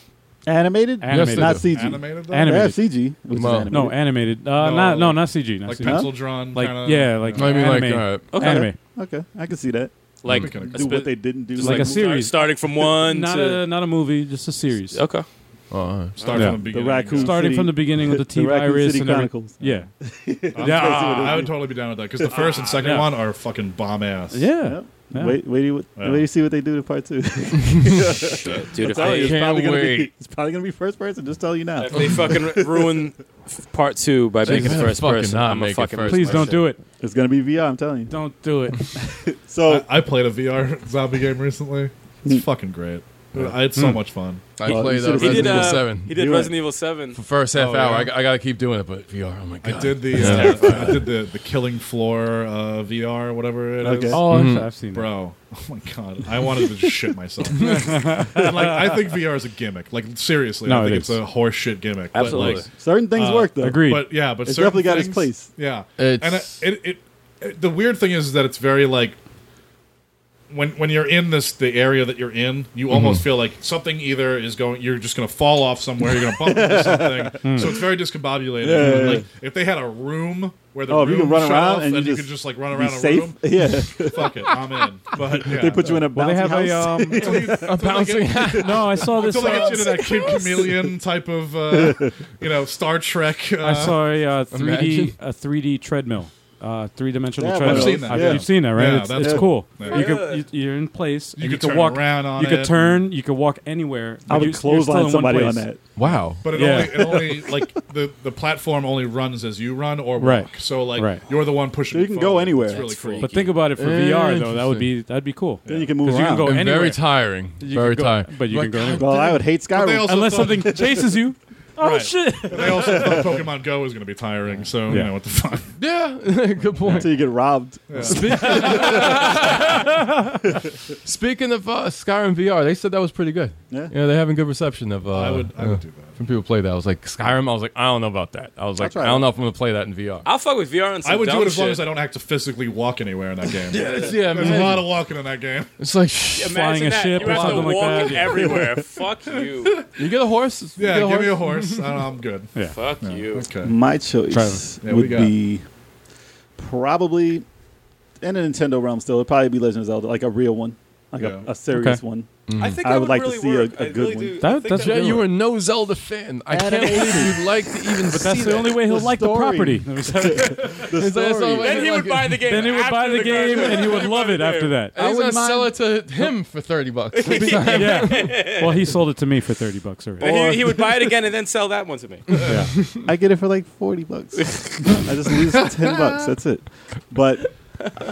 Speaker 2: Animated,
Speaker 5: Animated.
Speaker 2: not
Speaker 5: Yes,
Speaker 2: CG.
Speaker 4: animated though,
Speaker 2: They
Speaker 5: Animated.
Speaker 2: have CG, which is
Speaker 1: Well,
Speaker 2: animated.
Speaker 5: No, animated. Uh,
Speaker 4: No,
Speaker 5: not no,
Speaker 4: like-
Speaker 5: not CG. Not
Speaker 4: like
Speaker 5: CG.
Speaker 4: pencil drawn,
Speaker 5: Like,
Speaker 4: kinda,
Speaker 5: yeah, like
Speaker 1: I mean, like,
Speaker 5: anime.
Speaker 1: all
Speaker 3: Okay.
Speaker 5: anime.
Speaker 2: Okay, I can see that.
Speaker 3: Like
Speaker 4: Do
Speaker 3: a
Speaker 2: Do
Speaker 3: spe-
Speaker 2: what they didn't do,
Speaker 3: just
Speaker 5: like a
Speaker 2: the-
Speaker 5: series.
Speaker 3: starting from one
Speaker 5: not
Speaker 3: to
Speaker 5: a not a movie, just a series.
Speaker 3: okay.
Speaker 1: right.
Speaker 4: start from the
Speaker 5: Yeah.
Speaker 2: the
Speaker 4: beginning.
Speaker 2: Raccoon
Speaker 5: Starting
Speaker 2: City,
Speaker 5: from the beginning with the T
Speaker 2: the Raccoon
Speaker 5: virus
Speaker 2: City
Speaker 5: and everything.
Speaker 2: Chronicles.
Speaker 5: Yeah,
Speaker 4: I'm
Speaker 5: Yeah.
Speaker 4: totally- I would totally be down with that because the first and second
Speaker 5: yeah.
Speaker 4: one are fucking bomb ass.
Speaker 5: yeah.
Speaker 2: Yep.
Speaker 5: Yeah.
Speaker 2: Wait, wait, till you,
Speaker 4: Yeah.
Speaker 2: wait, till you see what they do to part two.
Speaker 3: Dude, if
Speaker 2: Tell you,
Speaker 3: they,
Speaker 2: it's
Speaker 1: can't
Speaker 2: probably gonna
Speaker 1: wait.
Speaker 2: be it's probably gonna be first person. Just tell you now.
Speaker 3: if they fucking ru- ruin f- part two by
Speaker 1: They
Speaker 3: making it
Speaker 1: better
Speaker 3: first
Speaker 1: fucking
Speaker 3: person,
Speaker 1: not
Speaker 3: I'm a
Speaker 1: make it
Speaker 3: fucking
Speaker 1: first
Speaker 5: Please don't do it.
Speaker 2: It's gonna be VR. I'm telling you.
Speaker 5: Don't do it.
Speaker 2: So
Speaker 4: I, I played a VR zombie game recently.
Speaker 5: Mm.
Speaker 4: It's fucking great. I had so much fun.
Speaker 1: I
Speaker 2: Well,
Speaker 1: played
Speaker 2: you said
Speaker 1: uh,
Speaker 2: he
Speaker 1: Resident
Speaker 3: He did,
Speaker 1: Evil
Speaker 3: uh,
Speaker 1: Seven.
Speaker 3: He did
Speaker 2: You're
Speaker 3: Resident
Speaker 2: right.
Speaker 3: Evil Seven.
Speaker 1: for first half
Speaker 4: Oh,
Speaker 1: hour.
Speaker 4: yeah.
Speaker 1: I, got to keep doing it, but VR. Oh my
Speaker 4: I
Speaker 1: god.
Speaker 4: did the uh, I did the, the Killing Floor uh, VR, whatever it is.
Speaker 2: Okay.
Speaker 5: Oh, I've-
Speaker 1: Mhm.
Speaker 5: I've seen that.
Speaker 4: Bro, oh my god, I wanted to just shit myself. And, like, I think VR is a gimmick. Like, seriously,
Speaker 5: No,
Speaker 4: I think
Speaker 5: it
Speaker 4: it's
Speaker 5: is.
Speaker 4: a horseshit gimmick.
Speaker 3: Absolutely.
Speaker 4: But, like,
Speaker 2: certain things
Speaker 4: Uh,
Speaker 2: work though.
Speaker 5: Agreed.
Speaker 4: but yeah, but
Speaker 2: It's
Speaker 4: certain
Speaker 2: definitely got its
Speaker 4: things-
Speaker 2: place.
Speaker 4: Yeah,
Speaker 1: It's-
Speaker 4: and it, it, it, it- the weird thing is that it's very like when when you're in this the area that you're in, you
Speaker 2: Mm-hmm.
Speaker 4: almost feel like something either is going. You're just going to fall off somewhere. You're going to bump into something. So it's very discombobulated.
Speaker 2: Hmm. Yeah, yeah,
Speaker 4: like if they had a room where the
Speaker 2: Oh, if
Speaker 4: room
Speaker 2: you could run
Speaker 4: shut
Speaker 2: around
Speaker 4: off
Speaker 2: and
Speaker 4: and,
Speaker 2: you
Speaker 4: you
Speaker 2: just
Speaker 4: could just like run
Speaker 2: Be
Speaker 4: around a
Speaker 2: safe.
Speaker 4: room.
Speaker 2: Yeah,
Speaker 4: Fuck it, I'm in. But yeah.
Speaker 2: they put you in a
Speaker 5: Well, they
Speaker 2: bouncy
Speaker 5: have
Speaker 2: house.
Speaker 5: a um.
Speaker 4: Until you- until they
Speaker 1: bouncing.
Speaker 4: get-
Speaker 5: no, I saw this.
Speaker 4: until they get
Speaker 5: uh,
Speaker 4: you to that kid chameleon type of, uh, you know, Star Trek. Uh,
Speaker 5: I saw a uh, 3D
Speaker 1: Imagine.
Speaker 5: a 3D treadmill, uh, three dimensional
Speaker 2: Yeah, I've
Speaker 5: treadmill.
Speaker 4: seen that, yeah.
Speaker 5: You've seen that, right?
Speaker 4: Yeah,
Speaker 5: it's,
Speaker 4: that's
Speaker 5: it's
Speaker 4: cool.
Speaker 5: cool.
Speaker 4: Yeah.
Speaker 5: You could you, you're in place. and
Speaker 4: you could
Speaker 5: can
Speaker 4: turn
Speaker 5: walk.
Speaker 4: around on
Speaker 5: you
Speaker 4: it.
Speaker 5: could turn. You could walk anywhere.
Speaker 2: I
Speaker 5: but
Speaker 2: would
Speaker 5: you- you're still in
Speaker 2: clothesline
Speaker 5: one
Speaker 2: somebody on
Speaker 5: place.
Speaker 2: that.
Speaker 1: Wow.
Speaker 4: But it
Speaker 5: Yeah.
Speaker 4: only, it only like the, the platform only runs as you run or walk.
Speaker 5: Right.
Speaker 4: So like
Speaker 5: Right.
Speaker 4: you're the one pushing.
Speaker 2: So you can
Speaker 4: forward.
Speaker 2: go anywhere.
Speaker 4: It's really
Speaker 3: That's
Speaker 4: cool.
Speaker 3: free.
Speaker 5: But think about it for VR though. That
Speaker 1: Interesting.
Speaker 5: would be that'd be cool.
Speaker 2: Then you can move
Speaker 5: Because you can
Speaker 2: around.
Speaker 5: go
Speaker 1: and
Speaker 5: anywhere.
Speaker 1: very tiring.
Speaker 5: You
Speaker 1: very
Speaker 5: can go-
Speaker 1: tiring.
Speaker 5: but you
Speaker 1: Like,
Speaker 5: can go
Speaker 1: God
Speaker 5: anywhere.
Speaker 2: well, I would hate
Speaker 4: But they
Speaker 2: Skyrim.
Speaker 4: also
Speaker 5: Unless
Speaker 4: thought-
Speaker 5: something chases you. Oh
Speaker 4: Right.
Speaker 5: shit!
Speaker 4: They also thought Pokemon Go was going to be tiring. So you
Speaker 5: Yeah.
Speaker 4: know what the fuck.
Speaker 1: Yeah, good point.
Speaker 2: until you get robbed.
Speaker 1: Speaking of uh, Skyrim VR, they said that was pretty good.
Speaker 2: Yeah.
Speaker 1: yeah they're having good reception of. Uh,
Speaker 4: I would I
Speaker 1: uh,
Speaker 4: would do that.
Speaker 1: When people play that, I was like Skyrim. I was like, I don't know about that. I was like,
Speaker 2: try
Speaker 1: I don't
Speaker 2: that.
Speaker 1: know if I'm gonna play that in VR.
Speaker 3: I'll fuck with VR and some
Speaker 4: I would
Speaker 3: dumb
Speaker 4: do it as long
Speaker 3: shit.
Speaker 4: as I don't have to physically walk anywhere in that game.
Speaker 1: It's- yeah,
Speaker 4: There's
Speaker 1: man.
Speaker 4: a lot of walking in that game.
Speaker 1: it's like shh,
Speaker 3: Imagine
Speaker 5: flying a
Speaker 3: that.
Speaker 5: ship
Speaker 3: you
Speaker 5: or
Speaker 3: have to
Speaker 5: something like
Speaker 3: walk
Speaker 5: that.
Speaker 3: everywhere. Fuck you.
Speaker 1: you get a horse. You get
Speaker 4: Yeah,
Speaker 1: a
Speaker 4: give
Speaker 1: horse?
Speaker 4: me a horse. I don't know, I'm good.
Speaker 3: Fuck you.
Speaker 4: Okay.
Speaker 5: Mm.
Speaker 2: My choice
Speaker 4: Trevor. Yeah, what
Speaker 2: would
Speaker 4: you got?
Speaker 2: be probably in a Nintendo realm. Still, it'd probably be Legend of Zelda, like a real one, like
Speaker 4: Yeah.
Speaker 2: a, a serious
Speaker 5: Okay.
Speaker 2: one.
Speaker 3: I think
Speaker 2: I
Speaker 3: that
Speaker 2: would like to
Speaker 3: really
Speaker 2: see a-
Speaker 3: work.
Speaker 2: a
Speaker 3: I
Speaker 2: good
Speaker 3: really
Speaker 2: one.
Speaker 3: do. I
Speaker 5: That-
Speaker 3: think
Speaker 5: that's
Speaker 3: that-
Speaker 1: Jay,
Speaker 5: good.
Speaker 1: you are no Zelda fan. I can't
Speaker 2: Animation.
Speaker 1: believe you like to even.
Speaker 5: But that's the only way he'll
Speaker 2: The
Speaker 5: like the
Speaker 2: story.
Speaker 5: property.
Speaker 2: The
Speaker 1: Is that
Speaker 2: story.
Speaker 1: so-
Speaker 3: Then he would
Speaker 1: Like-
Speaker 3: buy the game.
Speaker 5: then he would buy
Speaker 3: after
Speaker 5: the game
Speaker 3: cartoon.
Speaker 5: and he would love it after that.
Speaker 1: I
Speaker 2: I
Speaker 1: would
Speaker 2: wouldn't
Speaker 1: sell it to him for thirty bucks.
Speaker 5: yeah. Well, he sold it to me for thirty bucks already.
Speaker 3: Then he, he would buy it again and then sell that one to me.
Speaker 5: Yeah.
Speaker 2: I get it for like forty bucks. I just lose ten bucks. That's it. But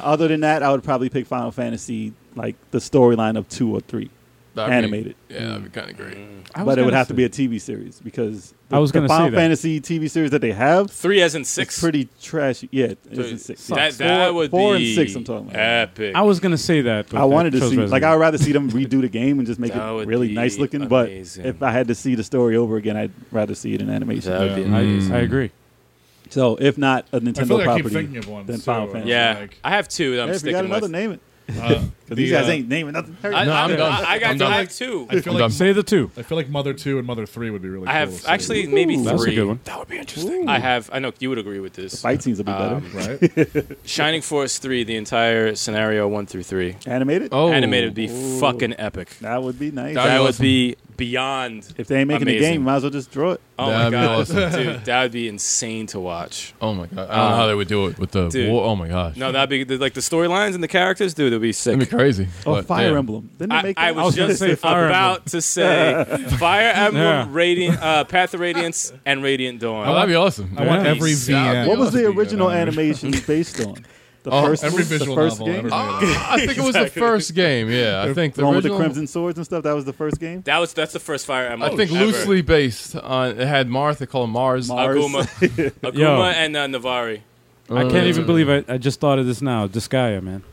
Speaker 2: other than that, I would probably pick Final Fantasy, like the storyline of two or three.
Speaker 1: That'd be-
Speaker 2: Animated.
Speaker 1: yeah, that'd be kind of great.
Speaker 5: I was
Speaker 2: But it would
Speaker 5: gonna
Speaker 2: have to
Speaker 5: say-
Speaker 2: be a TV series because the,
Speaker 5: I was
Speaker 2: the
Speaker 5: gonna say
Speaker 2: Final
Speaker 5: that.
Speaker 2: Fantasy TV series that they have
Speaker 3: Three as in
Speaker 2: is
Speaker 3: six.
Speaker 2: pretty trashy. Yeah, it
Speaker 3: So
Speaker 2: isn't six.
Speaker 3: That, that
Speaker 2: four,
Speaker 3: would
Speaker 2: four
Speaker 3: be
Speaker 2: and six. I'm talking about.
Speaker 3: Epic.
Speaker 5: I was gonna say that. But
Speaker 2: I wanted to
Speaker 5: chose
Speaker 2: see, like, I
Speaker 5: Resident
Speaker 2: would rather see them redo the game and just make
Speaker 3: That
Speaker 2: it
Speaker 3: would
Speaker 2: really
Speaker 3: be
Speaker 2: nice looking. But
Speaker 3: amazing.
Speaker 2: if I had to see the story over again, I'd rather see it in animation.
Speaker 3: that would be
Speaker 4: Yeah. Mm-hmm.
Speaker 5: Evil. I-
Speaker 3: amazing.
Speaker 5: I agree.
Speaker 2: So if not a Nintendo
Speaker 4: I feel like I
Speaker 2: property,
Speaker 4: keep thinking of one.
Speaker 2: then
Speaker 4: too,
Speaker 2: Final
Speaker 4: and,
Speaker 2: Fantasy.
Speaker 3: Yeah,
Speaker 4: like,
Speaker 3: I have two that I'm
Speaker 2: Yeah, if you got
Speaker 3: sticking
Speaker 2: another,
Speaker 3: with.
Speaker 2: name it.
Speaker 4: uh,
Speaker 2: Because
Speaker 4: the,
Speaker 2: these guys
Speaker 4: uh,
Speaker 2: ain't naming nothing.
Speaker 3: I,
Speaker 1: No, I'm
Speaker 3: I-
Speaker 1: done.
Speaker 3: I, I got
Speaker 1: I'm done.
Speaker 3: I have two.
Speaker 4: I feel
Speaker 1: I'm
Speaker 4: like
Speaker 1: done.
Speaker 5: Say the two.
Speaker 4: I feel like Mother Two and Mother Three would be really.
Speaker 3: I
Speaker 4: cool
Speaker 3: have
Speaker 4: to see.
Speaker 3: actually maybe
Speaker 2: Ooh,
Speaker 3: three.
Speaker 5: That's a good one.
Speaker 1: That would be interesting.
Speaker 3: I have. I know you would agree with this.
Speaker 2: Fight scenes would be better.
Speaker 3: Um,
Speaker 4: right.
Speaker 3: Shining Force three, the entire scenario one through three,
Speaker 2: Animated?
Speaker 1: oh,
Speaker 3: animated would be
Speaker 2: Ooh.
Speaker 3: fucking epic.
Speaker 2: That would be nice.
Speaker 1: That'd
Speaker 3: That
Speaker 1: be
Speaker 3: would
Speaker 1: awesome.
Speaker 3: be beyond.
Speaker 2: if they ain't making the
Speaker 3: amazing.
Speaker 2: game, might as well just draw it.
Speaker 3: Oh
Speaker 1: That'd be
Speaker 3: my god,
Speaker 1: awesome.
Speaker 3: dude, that would be insane to watch.
Speaker 1: Oh my god! I don't know how they would do it with the
Speaker 3: Dude.
Speaker 1: war. Oh my gosh!
Speaker 3: No, that'd be the- like the storylines and the characters, dude. It'd be
Speaker 1: that'd be
Speaker 3: sick.
Speaker 1: crazy.
Speaker 2: Oh,
Speaker 1: But,
Speaker 2: Fire
Speaker 1: yeah.
Speaker 2: Emblem. Didn't they
Speaker 3: I,
Speaker 2: make
Speaker 3: I
Speaker 2: that?
Speaker 3: was
Speaker 5: gonna
Speaker 3: just
Speaker 5: say Fire Emblem.
Speaker 3: about to say Fire Emblem,
Speaker 5: Yeah.
Speaker 3: Radiant, uh, Path of Radiance, and Radiant Dawn.
Speaker 1: Oh, that'd be awesome.
Speaker 4: I want
Speaker 5: Yeah.
Speaker 4: every
Speaker 1: Yeah.
Speaker 4: VM.
Speaker 3: uh,
Speaker 2: what was the
Speaker 4: to be good
Speaker 2: original
Speaker 4: animation.
Speaker 2: animation based on? The
Speaker 1: Oh,
Speaker 2: first
Speaker 4: Every
Speaker 2: the
Speaker 4: visual
Speaker 2: first
Speaker 4: novel
Speaker 2: game.
Speaker 4: ever made.
Speaker 1: Ah, I think it was the
Speaker 3: Exactly.
Speaker 1: first game. Yeah, I think
Speaker 2: the
Speaker 1: the
Speaker 2: one with the
Speaker 1: original.
Speaker 2: crimson swords and stuff. That was the first game.
Speaker 3: That was that's the first Fire Emblem.
Speaker 1: I think
Speaker 3: ever.
Speaker 1: loosely based on it had Martha call him Mars.
Speaker 2: Mar-
Speaker 3: Aguma,
Speaker 5: Yo.
Speaker 3: Aguma and uh, Navari.
Speaker 5: I can't even
Speaker 3: Uh.
Speaker 5: believe I, I just thought of this now. Disgaea, man.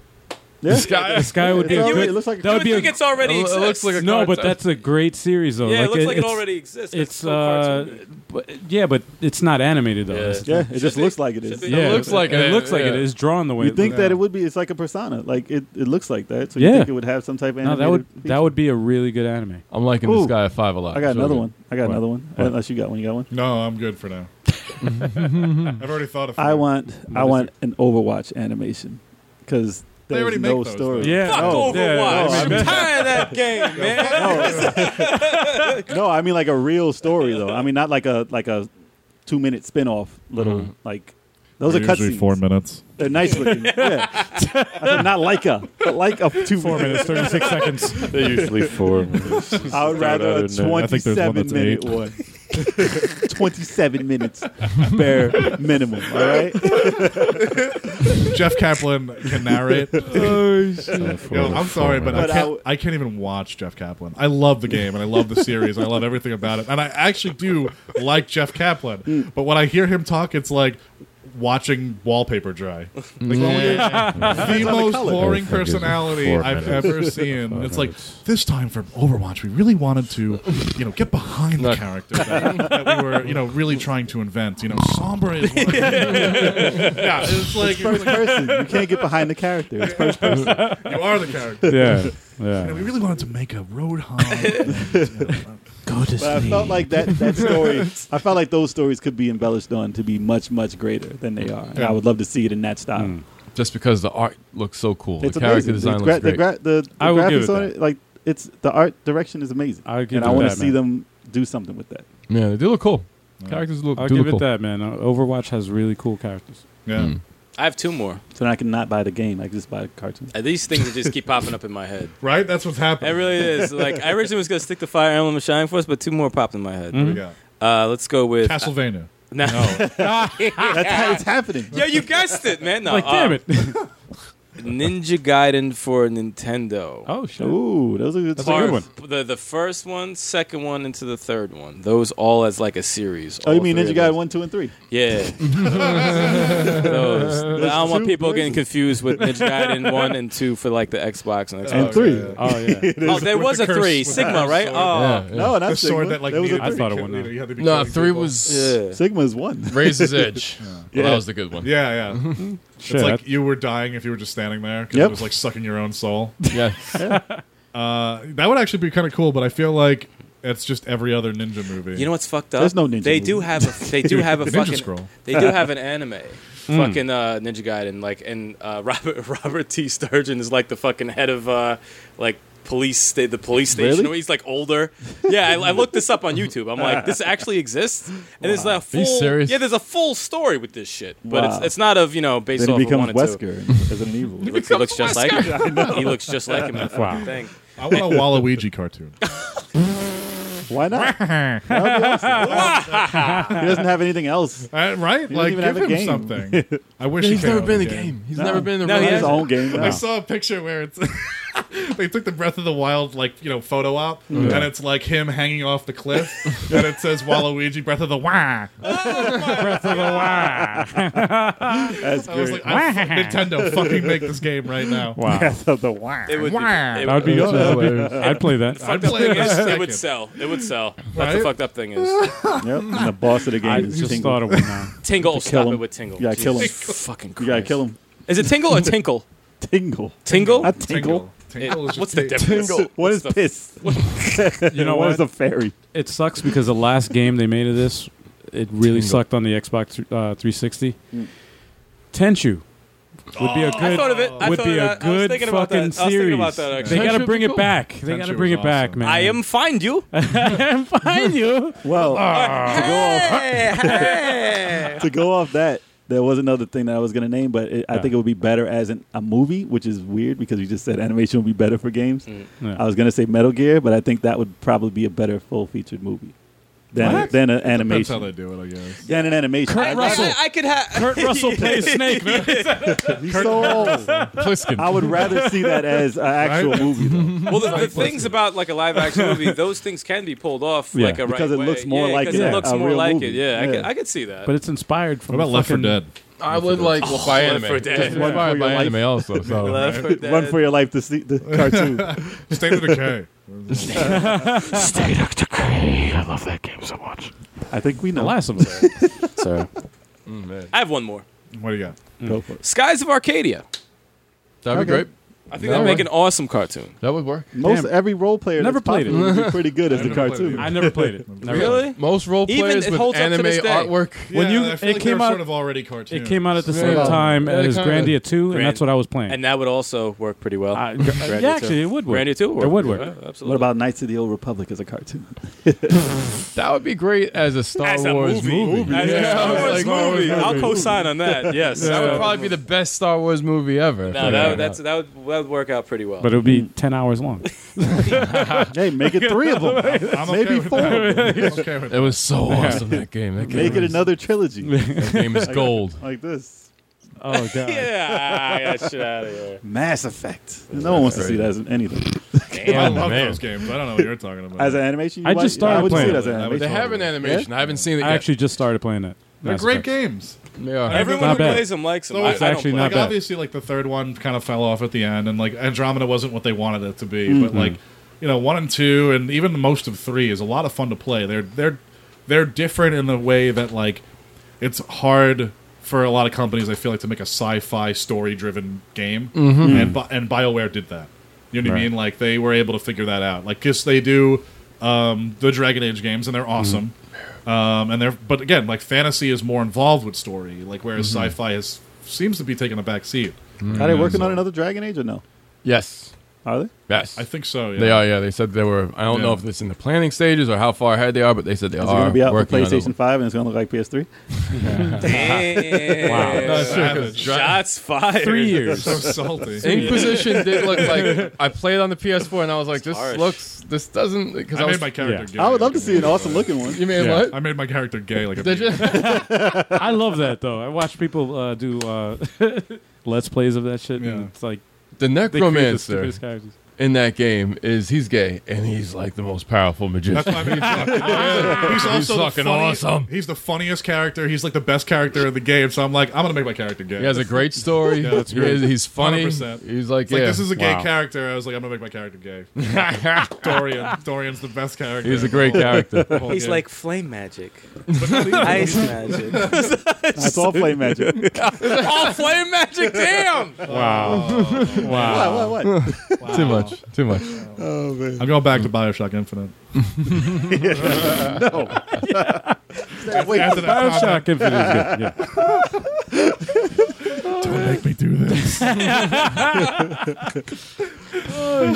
Speaker 2: Yeah.
Speaker 1: This guy,
Speaker 5: Disgaea would be a
Speaker 2: It's
Speaker 5: good.
Speaker 2: already- it looks like a-
Speaker 5: that
Speaker 2: You
Speaker 5: would
Speaker 3: I
Speaker 5: be
Speaker 3: think
Speaker 5: a,
Speaker 3: it's already
Speaker 1: It
Speaker 3: exists.
Speaker 1: looks like a
Speaker 5: no,
Speaker 1: card-
Speaker 5: but that's a great series though.
Speaker 3: yeah, it looks like it
Speaker 5: it's-
Speaker 3: already exists.
Speaker 5: It's
Speaker 3: cool cartoon.
Speaker 5: uh, but, yeah, but it's not animated though.
Speaker 3: Yeah.
Speaker 5: That's-
Speaker 2: Yeah, it just
Speaker 3: they-
Speaker 2: looks like it
Speaker 3: should
Speaker 2: is.
Speaker 3: they-
Speaker 5: yeah,
Speaker 1: It looks like
Speaker 5: it.
Speaker 1: it,
Speaker 5: looks like it
Speaker 1: yeah.
Speaker 5: is drawn the way.
Speaker 2: You
Speaker 5: it
Speaker 2: think
Speaker 5: looks.
Speaker 2: that it would be? It's like a persona. Like it, it looks like that. So
Speaker 5: Yeah.
Speaker 2: you think it would have some type of
Speaker 5: No,
Speaker 2: animated
Speaker 5: that would
Speaker 2: feature?
Speaker 5: that would be a really good anime.
Speaker 1: I'm liking
Speaker 2: Ooh.
Speaker 1: this guy at five a lot.
Speaker 2: I got
Speaker 1: So
Speaker 2: another
Speaker 1: good.
Speaker 2: one. I got
Speaker 5: What?
Speaker 2: another one.
Speaker 5: What?
Speaker 2: Unless you got one, you got one.
Speaker 4: No, I'm good for now. I've already thought of.
Speaker 2: I
Speaker 4: it.
Speaker 2: want I
Speaker 5: is
Speaker 2: want an Overwatch animation because
Speaker 4: They
Speaker 2: there's
Speaker 4: already make
Speaker 2: no
Speaker 4: those,
Speaker 2: story.
Speaker 4: though.
Speaker 5: Yeah,
Speaker 3: Fuck
Speaker 2: no,
Speaker 3: Overwatch.
Speaker 5: Oh, yeah, I
Speaker 3: I'm
Speaker 5: mean-
Speaker 3: tired of that game, man.
Speaker 2: No, I mean like a real story though. I mean not like a like a two minute spin off little
Speaker 5: Mm-hmm.
Speaker 1: Mhm.
Speaker 2: like those are
Speaker 4: They're usually
Speaker 2: cutscenes.
Speaker 4: four minutes.
Speaker 2: They're nice looking. yeah, I said not like a but like a two
Speaker 5: Four minutes, thirty six seconds.
Speaker 6: They're usually four.
Speaker 2: I would rather a
Speaker 6: didn't know.
Speaker 4: I think there's one
Speaker 2: twenty-seven
Speaker 4: that's
Speaker 2: minute
Speaker 4: eight.
Speaker 2: one. twenty-seven minutes bare minimum. All right.
Speaker 4: Jeff Kaplan can narrate. Yo, I'm sorry,
Speaker 2: But
Speaker 4: but, I
Speaker 2: I
Speaker 4: can't.
Speaker 2: w-
Speaker 4: I can't even watch Jeff Kaplan. I love the game and I love the series. I love everything about it, and I actually do like Jeff Kaplan. But when I hear him talk, it's like watching wallpaper dry. Like, oh, the most boring
Speaker 6: Everything is in
Speaker 4: personality
Speaker 6: four
Speaker 4: I've
Speaker 6: minutes.
Speaker 4: ever seen. It's like this time from Overwatch, we really wanted to, you know, get behind the
Speaker 1: Look.
Speaker 4: character that, that we were, you know, really trying to invent. You know, Sombra is. One of the- yeah, it's like,
Speaker 2: First person. You can't get behind the character. It's first person.
Speaker 4: you are the character.
Speaker 5: yeah,
Speaker 4: And
Speaker 5: yeah.
Speaker 4: we really wanted to make a road home.
Speaker 5: Go to
Speaker 2: But I felt like that that story. I felt like those stories could be embellished on to be much much greater than they are. And I would love to see it in that style.
Speaker 5: Hmm.
Speaker 1: Just because the art looks so cool,
Speaker 2: It's
Speaker 1: the character
Speaker 2: amazing.
Speaker 1: design
Speaker 2: the,
Speaker 1: looks
Speaker 2: gra-
Speaker 1: great.
Speaker 2: The, gra- the, the
Speaker 5: I would
Speaker 2: graphics
Speaker 5: give it
Speaker 2: on
Speaker 5: that.
Speaker 2: it, like it's the art direction is amazing.
Speaker 5: I would give
Speaker 2: and
Speaker 5: it
Speaker 2: I wanna
Speaker 5: that,
Speaker 2: see
Speaker 5: man.
Speaker 2: them do something with that.
Speaker 1: yeah, they do look cool.
Speaker 4: Yeah.
Speaker 1: Characters look.
Speaker 5: I'll
Speaker 1: do
Speaker 5: give
Speaker 1: look cool.
Speaker 5: it that, man. Uh, Overwatch has really cool characters.
Speaker 4: yeah.
Speaker 2: Hmm.
Speaker 1: Mm.
Speaker 3: I have two more.
Speaker 2: So then I can not buy the game. I can just buy the cartoon.
Speaker 3: Uh, These things just keep popping up in my head.
Speaker 4: Right? That's what's
Speaker 3: It
Speaker 4: happening.
Speaker 3: really is. Like I originally was gonna stick to Fire Emblem and Shining Force, but two more popped in my head.
Speaker 5: Mhm.
Speaker 4: yeah.
Speaker 3: Uh, let's go with
Speaker 4: Castlevania.
Speaker 3: no.
Speaker 2: That's how it's happening.
Speaker 3: Yo, you guessed it, man. No,
Speaker 5: like,
Speaker 3: uh,
Speaker 5: damn it.
Speaker 3: Ninja Gaiden for Nintendo.
Speaker 5: oh shit.
Speaker 2: Ooh, those are good.
Speaker 5: That's a good
Speaker 3: Or
Speaker 5: one.
Speaker 3: The the first one, second one, into the third one. Those all as like a series.
Speaker 2: Oh, you
Speaker 3: all
Speaker 2: mean
Speaker 3: three
Speaker 2: Ninja
Speaker 3: of
Speaker 2: Guy
Speaker 3: those.
Speaker 2: one, two, and three?
Speaker 3: Yeah. Those. I don't want
Speaker 2: two
Speaker 3: people getting
Speaker 2: places.
Speaker 3: confused with Ninja Gaiden 1 and 2 for like the Xbox and Xbox.
Speaker 2: And three. Uh,
Speaker 5: Oh yeah.
Speaker 3: Oh, there
Speaker 4: With
Speaker 3: was
Speaker 4: the
Speaker 3: a
Speaker 4: curse-
Speaker 3: 3.
Speaker 4: with the
Speaker 3: Sigma,
Speaker 4: curse
Speaker 3: right?
Speaker 4: sword.
Speaker 3: Oh.
Speaker 1: Yeah, yeah.
Speaker 2: No, not
Speaker 4: The
Speaker 2: Sigma.
Speaker 4: sword that like
Speaker 2: there was a
Speaker 4: needed
Speaker 5: I
Speaker 4: to
Speaker 2: three.
Speaker 5: thought it
Speaker 4: be
Speaker 5: went
Speaker 4: killed.
Speaker 5: out.
Speaker 4: You had to be
Speaker 1: No,
Speaker 4: killing
Speaker 1: three
Speaker 4: people.
Speaker 1: was
Speaker 3: Yeah.
Speaker 2: Sigma's one.
Speaker 1: Razor's Edge. Well,
Speaker 2: Yeah.
Speaker 1: that was the good one.
Speaker 4: Yeah, yeah.
Speaker 5: Shit.
Speaker 4: It's like you were dying if you were just standing there because
Speaker 2: Yep.
Speaker 4: it was like sucking your own soul.
Speaker 1: Yeah.
Speaker 4: Uh, that would actually be kind of cool, but I feel like it's just every other ninja movie.
Speaker 3: You know what's fucked up?
Speaker 2: There's no ninja
Speaker 3: They do
Speaker 2: movie.
Speaker 3: have a they do have a
Speaker 4: Ninja
Speaker 3: fucking
Speaker 4: Scroll. Hmm.
Speaker 3: they do have an anime. Fucking uh, Ninja Gaiden, like and uh, Robert Robert T. Sturgeon is like the fucking head of uh, like police state the police station.
Speaker 2: Really?
Speaker 3: He's like older. Yeah, I, I looked this up on YouTube. I'm like, this actually exists, and there's a full
Speaker 1: you serious?
Speaker 3: yeah, there's a full story with this shit. But
Speaker 2: Wow.
Speaker 3: it's it's not of you know based
Speaker 2: Then he
Speaker 3: off
Speaker 2: becomes
Speaker 3: of one and two.
Speaker 2: Wesker as an evil.
Speaker 3: He looks, he looks just like him. He looks just like him. in that
Speaker 5: Wow.
Speaker 3: fucking Thing.
Speaker 4: I want a Waluigi cartoon. Uh,
Speaker 2: Why not? That would be awesome. he doesn't have anything else.
Speaker 4: Uh, right?
Speaker 2: He doesn't
Speaker 4: Like,
Speaker 2: even have
Speaker 4: give
Speaker 2: a
Speaker 4: him
Speaker 2: game.
Speaker 4: something. I wish he
Speaker 1: He's
Speaker 4: came
Speaker 1: never
Speaker 4: out
Speaker 1: been in
Speaker 4: with
Speaker 1: a
Speaker 4: a
Speaker 1: game. He's
Speaker 2: No.
Speaker 1: never been in a
Speaker 3: No, he
Speaker 1: real-
Speaker 2: His
Speaker 3: hasn't.
Speaker 2: own game.
Speaker 4: I
Speaker 2: No.
Speaker 4: saw a picture where it's they took the Breath of the Wild like you know photo op, and it's like him hanging off the cliff, and it says Waluigi Breath of the Wild.
Speaker 5: Breath of the Wild.
Speaker 2: That's
Speaker 4: I was
Speaker 2: great.
Speaker 4: like, I fu- Nintendo, fucking make this game right now.
Speaker 5: Wow.
Speaker 2: the wow.
Speaker 3: It would be,
Speaker 4: Wow.
Speaker 3: it
Speaker 5: That would be
Speaker 1: That's
Speaker 5: that'd be-
Speaker 1: hilarious.
Speaker 5: I'd play that.
Speaker 3: fucked
Speaker 4: I'd
Speaker 3: up
Speaker 4: play it
Speaker 3: thing
Speaker 4: in a
Speaker 3: is, it
Speaker 4: second.
Speaker 3: would sell. It would sell. That's
Speaker 4: Right?
Speaker 3: the fucked up thing is.
Speaker 2: Yep. And the boss of the game
Speaker 5: I
Speaker 2: is
Speaker 5: just
Speaker 2: Tingle.
Speaker 5: thought of one now.
Speaker 3: Tingle, stop
Speaker 2: him.
Speaker 3: it with Tingle.
Speaker 2: You gotta kill him.
Speaker 3: Jesus Fucking
Speaker 2: You
Speaker 3: Christ.
Speaker 2: gotta kill him.
Speaker 3: Is it Tingle or Tinkle?
Speaker 2: Tingle.
Speaker 3: Tingle?
Speaker 2: Not Tingle.
Speaker 4: Tingle is just
Speaker 3: What's the
Speaker 4: T-
Speaker 3: difference?
Speaker 2: What is
Speaker 3: What's the-
Speaker 2: piss?
Speaker 5: You know
Speaker 2: what
Speaker 5: what?
Speaker 2: is a fairy?
Speaker 5: It sucks because the last game they made of this, it really
Speaker 1: Tingle.
Speaker 5: sucked on the Xbox uh, 360. Tenchu would be a
Speaker 3: Oh, I
Speaker 5: good.
Speaker 3: thought of it. I
Speaker 5: would
Speaker 3: thought
Speaker 5: be
Speaker 3: of
Speaker 5: a
Speaker 3: that. I was
Speaker 5: good
Speaker 3: thinking about
Speaker 5: fucking
Speaker 3: that. I was thinking about
Speaker 5: series.
Speaker 3: that, actually.
Speaker 5: They got
Speaker 4: Tenchu
Speaker 5: to bring it
Speaker 4: was
Speaker 5: back. They
Speaker 4: cool.
Speaker 5: got to
Speaker 4: Tenchu
Speaker 5: bring it
Speaker 4: was
Speaker 5: back,
Speaker 4: awesome.
Speaker 5: man.
Speaker 3: I am find you.
Speaker 5: I'm fine, you.
Speaker 2: Well,
Speaker 5: Ah.
Speaker 3: Hey, hey.
Speaker 2: to go off that, there was another thing that I was going to name, but it, I
Speaker 5: Yeah.
Speaker 2: think it would be better as an, a movie, which is weird because you just said animation would be better for games.
Speaker 3: Mm.
Speaker 5: Yeah.
Speaker 2: I was going to say Metal Gear, but I think that would probably be a better full featured movie. than, than an
Speaker 4: That's how
Speaker 2: animation.
Speaker 4: they do it, I guess.
Speaker 2: Than an animation.
Speaker 5: Kurt Russell.
Speaker 3: I, I could have
Speaker 5: Kurt Russell plays Snake. Man.
Speaker 2: He's so old.
Speaker 1: Pliskin.
Speaker 2: I would rather see that as an actual
Speaker 4: Right?
Speaker 2: movie, though.
Speaker 3: Well, the, the things about like a live action movie, those things can be pulled off
Speaker 5: Yeah.
Speaker 3: like a
Speaker 2: Because
Speaker 3: right
Speaker 2: it looks
Speaker 3: way.
Speaker 2: more
Speaker 3: yeah,
Speaker 2: like
Speaker 3: 'cause
Speaker 2: it,
Speaker 3: it looks
Speaker 2: a
Speaker 3: more
Speaker 2: real
Speaker 3: like
Speaker 2: movie.
Speaker 3: it. Yeah, I,
Speaker 2: Yeah.
Speaker 3: could, I could see that.
Speaker 5: But it's inspired from
Speaker 4: What about Left 4
Speaker 5: fucking-
Speaker 4: Dead?
Speaker 1: I would like Left
Speaker 3: Left
Speaker 1: anime.
Speaker 3: 4 Dead.
Speaker 1: Just
Speaker 3: One
Speaker 2: for
Speaker 1: Left
Speaker 2: your life.
Speaker 1: anime also. So.
Speaker 3: Left for Dead.
Speaker 2: Run for your life to see the cartoon.
Speaker 4: State of Decay.
Speaker 2: I think we
Speaker 5: The
Speaker 2: know.
Speaker 5: Last of Us.
Speaker 6: So
Speaker 1: Mm, man.
Speaker 3: I have one more.
Speaker 4: What do you got?
Speaker 2: Go for it.
Speaker 3: Skies of Arcadia.
Speaker 1: That'd be
Speaker 2: Okay.
Speaker 1: great.
Speaker 3: I think
Speaker 1: No
Speaker 3: they
Speaker 1: way.
Speaker 3: make an awesome cartoon.
Speaker 1: That would work.
Speaker 2: Most every role player
Speaker 5: Never
Speaker 2: that's
Speaker 5: played it.
Speaker 2: popular would be pretty good as the
Speaker 4: never played it
Speaker 2: cartoon.
Speaker 4: either.
Speaker 5: I never played it. Never played
Speaker 3: Really?
Speaker 1: Most role
Speaker 3: Even
Speaker 1: players
Speaker 3: it
Speaker 1: with
Speaker 3: holds up to
Speaker 1: anime
Speaker 3: this day.
Speaker 1: artwork.
Speaker 5: When you-
Speaker 4: I feel
Speaker 5: it
Speaker 4: like
Speaker 5: came
Speaker 4: they were
Speaker 5: out-
Speaker 4: sort of already cartoons.
Speaker 5: It came out at the same
Speaker 1: Yeah.
Speaker 5: time
Speaker 1: Yeah,
Speaker 5: as
Speaker 1: kinda.
Speaker 5: Grandia 2, and
Speaker 3: Grand-
Speaker 5: that's what I was playing.
Speaker 3: And that would also work pretty well.
Speaker 5: I-
Speaker 3: Grandia
Speaker 5: yeah,
Speaker 3: too.
Speaker 5: actually, it would work.
Speaker 3: Brandy too.
Speaker 5: It would work.
Speaker 3: absolutely.
Speaker 2: What about Knights of the Old Republic as a cartoon?
Speaker 1: That would be great as a Star
Speaker 3: As a
Speaker 1: Wars
Speaker 3: movie.
Speaker 1: movie.
Speaker 3: As a
Speaker 1: Yeah,
Speaker 3: Star
Speaker 1: I was
Speaker 3: Wars
Speaker 1: like, oh,
Speaker 3: movie. I'll co-sign on that. Yes.
Speaker 1: That
Speaker 3: No,
Speaker 1: would probably be the best Star Wars movie ever. if I
Speaker 3: that,
Speaker 1: got
Speaker 3: would- that's, that, would, that would work out pretty well.
Speaker 5: but it would be 10 hours long.
Speaker 2: hey, make it three of them.
Speaker 4: I'm
Speaker 2: Maybe
Speaker 4: okay with
Speaker 2: four.
Speaker 4: that. I'm okay
Speaker 1: it.
Speaker 4: with
Speaker 1: It
Speaker 4: that.
Speaker 1: was so awesome that game. That game
Speaker 2: Make it
Speaker 1: is,
Speaker 2: another trilogy
Speaker 1: That game is gold.
Speaker 2: like this.
Speaker 5: Oh, God.
Speaker 3: yeah, get that shit out of here.
Speaker 2: Mass Effect. No one wants to see that as an- anything.
Speaker 4: I
Speaker 1: Damn,
Speaker 4: love
Speaker 1: man.
Speaker 4: those games. I don't know what you're talking about.
Speaker 2: As an animation, you
Speaker 5: I
Speaker 2: might-
Speaker 5: just started
Speaker 2: I would
Speaker 5: playing
Speaker 2: see it
Speaker 5: it.
Speaker 2: as an
Speaker 4: I would-
Speaker 1: They
Speaker 2: animation.
Speaker 1: have an animation. I haven't seen it yet.
Speaker 5: I actually just started playing it.
Speaker 4: They're
Speaker 5: Mass
Speaker 4: great
Speaker 5: Effect.
Speaker 4: games.
Speaker 1: They are.
Speaker 4: Every-
Speaker 3: Everyone who
Speaker 5: Not bad.
Speaker 3: plays them likes them.
Speaker 4: So
Speaker 3: I,
Speaker 4: it's
Speaker 3: I don't
Speaker 5: actually
Speaker 3: play
Speaker 5: not
Speaker 4: like
Speaker 5: bad.
Speaker 4: obviously like the third one kind of fell off at the end and like andromeda wasn't what they wanted it to be but like you know one and two and even most of three is a lot of fun to play they're they're they're different in the way that like it's hard for a lot of companies i feel like to make a sci-fi story driven game
Speaker 5: Mm-hmm.
Speaker 4: and Bi- and bioware did that you know what i mean like they were able to figure that out like yes they do um, the dragon age games
Speaker 5: Mm-hmm.
Speaker 4: and they're awesome um, and they're but again like fantasy is more involved with story like whereas
Speaker 1: Mm-hmm.
Speaker 4: sci-fi is seems to be taking a back seat
Speaker 2: Are they working on another Dragon Age or no?
Speaker 1: Yes.
Speaker 2: Are they?
Speaker 1: Yes.
Speaker 4: i think so yeah.
Speaker 1: They are, yeah. They said they were. I don't know
Speaker 4: Yeah.
Speaker 1: if it's in the planning stages or how far ahead they are, but they said they
Speaker 2: Is it
Speaker 1: are
Speaker 2: going to be out for
Speaker 1: working on
Speaker 2: PlayStation 5 and it's going to look like PS3?
Speaker 3: Damn.
Speaker 1: That's true, 'cause
Speaker 4: Savage.
Speaker 1: Dra-
Speaker 3: Shots fired.
Speaker 5: Three years.
Speaker 4: so salty
Speaker 1: Inquisition did look like I played on the PS4 and I was like, this
Speaker 3: harsh.
Speaker 1: looks, this doesn't, because I,
Speaker 4: i
Speaker 1: was,
Speaker 4: made my character
Speaker 5: yeah.
Speaker 4: gay
Speaker 2: I would love to
Speaker 4: Like a
Speaker 2: see an
Speaker 4: man.
Speaker 2: awesome looking one.
Speaker 1: you mean
Speaker 5: Yeah.
Speaker 1: what?
Speaker 4: i made my character gay like a
Speaker 1: Did
Speaker 4: man.
Speaker 1: you?
Speaker 5: I love that, though. I watch people uh, do uh, Let's Plays of that shit,
Speaker 4: Yeah.
Speaker 5: and it's like
Speaker 1: The
Speaker 5: they create the
Speaker 1: necromancer
Speaker 5: stupidest characters.
Speaker 1: in that game is he's gay and he's like the most powerful
Speaker 4: That's
Speaker 1: magician.
Speaker 4: why I mean, he's, he's also the
Speaker 1: fucking
Speaker 4: funny-
Speaker 1: awesome.
Speaker 4: He's the funniest character. He's like the best character in the game. So I'm like, I'm gonna make my character gay.
Speaker 1: He has a great story.
Speaker 4: Yeah, that's
Speaker 1: He is- he's funny.
Speaker 4: 100%.
Speaker 1: He's like,
Speaker 4: It's like
Speaker 1: yeah.
Speaker 4: this is a gay
Speaker 5: Wow.
Speaker 4: character. I was like, I'm gonna make my character gay. Dorian. Dorian's the best character.
Speaker 1: he's a
Speaker 4: in
Speaker 1: great
Speaker 4: the whole-
Speaker 1: character.
Speaker 4: whole
Speaker 3: He's
Speaker 4: game.
Speaker 3: like flame magic,
Speaker 4: But no, he's-
Speaker 3: ice magic,
Speaker 2: That's all flame magic.
Speaker 3: all Oh, flame magic. Damn.
Speaker 5: Wow.
Speaker 2: What, what, what?
Speaker 1: Too much. Too much.
Speaker 4: I'm going back to Bioshock Infinite.
Speaker 2: Wait,
Speaker 4: After that comment,
Speaker 5: Bioshock Infinite is good. Yeah.
Speaker 4: don't make me do this.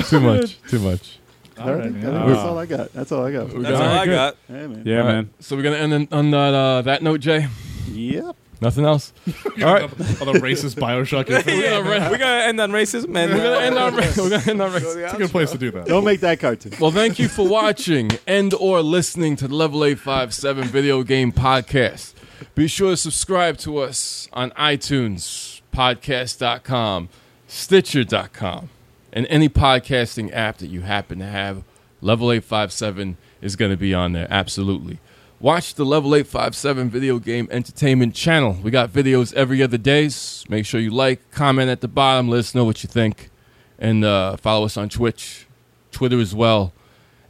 Speaker 1: Too much. Too much.
Speaker 4: All right, man.
Speaker 2: that's all I got. That's all I got.
Speaker 1: We
Speaker 3: That's all
Speaker 1: got-
Speaker 3: I
Speaker 5: good.
Speaker 3: got.
Speaker 2: Hey, man.
Speaker 5: Yeah,
Speaker 1: All right,
Speaker 5: man.
Speaker 1: So we're gonna end on- on that uh, that note, Jay.
Speaker 2: Yep.
Speaker 1: Nothing else. All
Speaker 4: All
Speaker 1: right.
Speaker 4: right. Other racist Bioshock Infinite.
Speaker 1: We're gonna
Speaker 3: We're gonna end on racism, and
Speaker 1: We're gonna end on we're gonna end on race.
Speaker 4: It's a good place to do that.
Speaker 2: Don't make that cartoon.
Speaker 1: Well, thank you for watching and or listening to the Level 857 Video Game Podcast. Be sure to subscribe to us on iTunes, podcast.com, stitcher.com, and any podcasting app that you happen to have. Level 857 is going to be on there, absolutely. Watch the Level 857 Video Game Entertainment channel. We got videos every other days. Make sure you like, comment at the bottom, let us know what you think, and uh, follow us on Twitch, Twitter as well.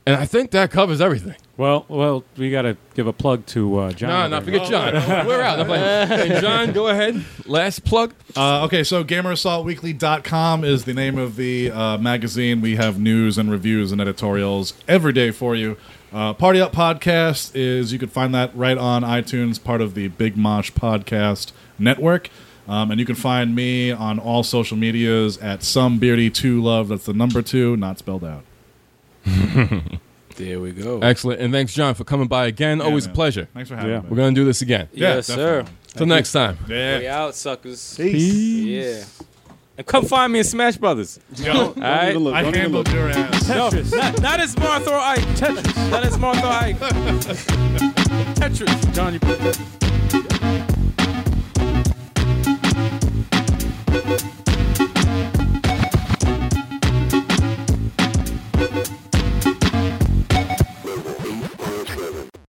Speaker 1: And I think that covers everything.
Speaker 5: Well, well, we got to give a plug to uh, John.
Speaker 1: No,
Speaker 5: over
Speaker 1: no,
Speaker 5: there.
Speaker 3: Oh.
Speaker 1: forget John. We're out. I'm playing. Hey, John, go ahead. Last plug.
Speaker 4: Uh, okay, so gamerassaultweekly.com is the name of the uh, magazine. We have news and reviews and editorials every day for you. Uh, Party Up Podcast is, you can find that right on iTunes, part of the Big Mosh Podcast Network. Um, and you can find me on all social medias at some beardy two love. That's the number two, not spelled out.
Speaker 3: There we go.
Speaker 1: Excellent. And thanks, John, for coming by again. Always a
Speaker 4: man.
Speaker 1: pleasure.
Speaker 4: Thanks for having
Speaker 5: Yeah.
Speaker 4: me.
Speaker 1: We're going to do this again.
Speaker 4: Yeah,
Speaker 3: yes, sir.
Speaker 4: definitely.
Speaker 1: Till next time.
Speaker 4: Yeah.
Speaker 3: We out, suckers.
Speaker 2: Peace.
Speaker 3: Yeah. and come find me in Smash Brothers.
Speaker 4: Yo,
Speaker 3: All right?
Speaker 2: Don't even look,
Speaker 4: I
Speaker 2: don't even
Speaker 4: handled
Speaker 2: look.
Speaker 4: your ass.
Speaker 3: No, not, not as Martha or Ike. Tetris. Not as Martha or Ike. Tetris.
Speaker 5: John, you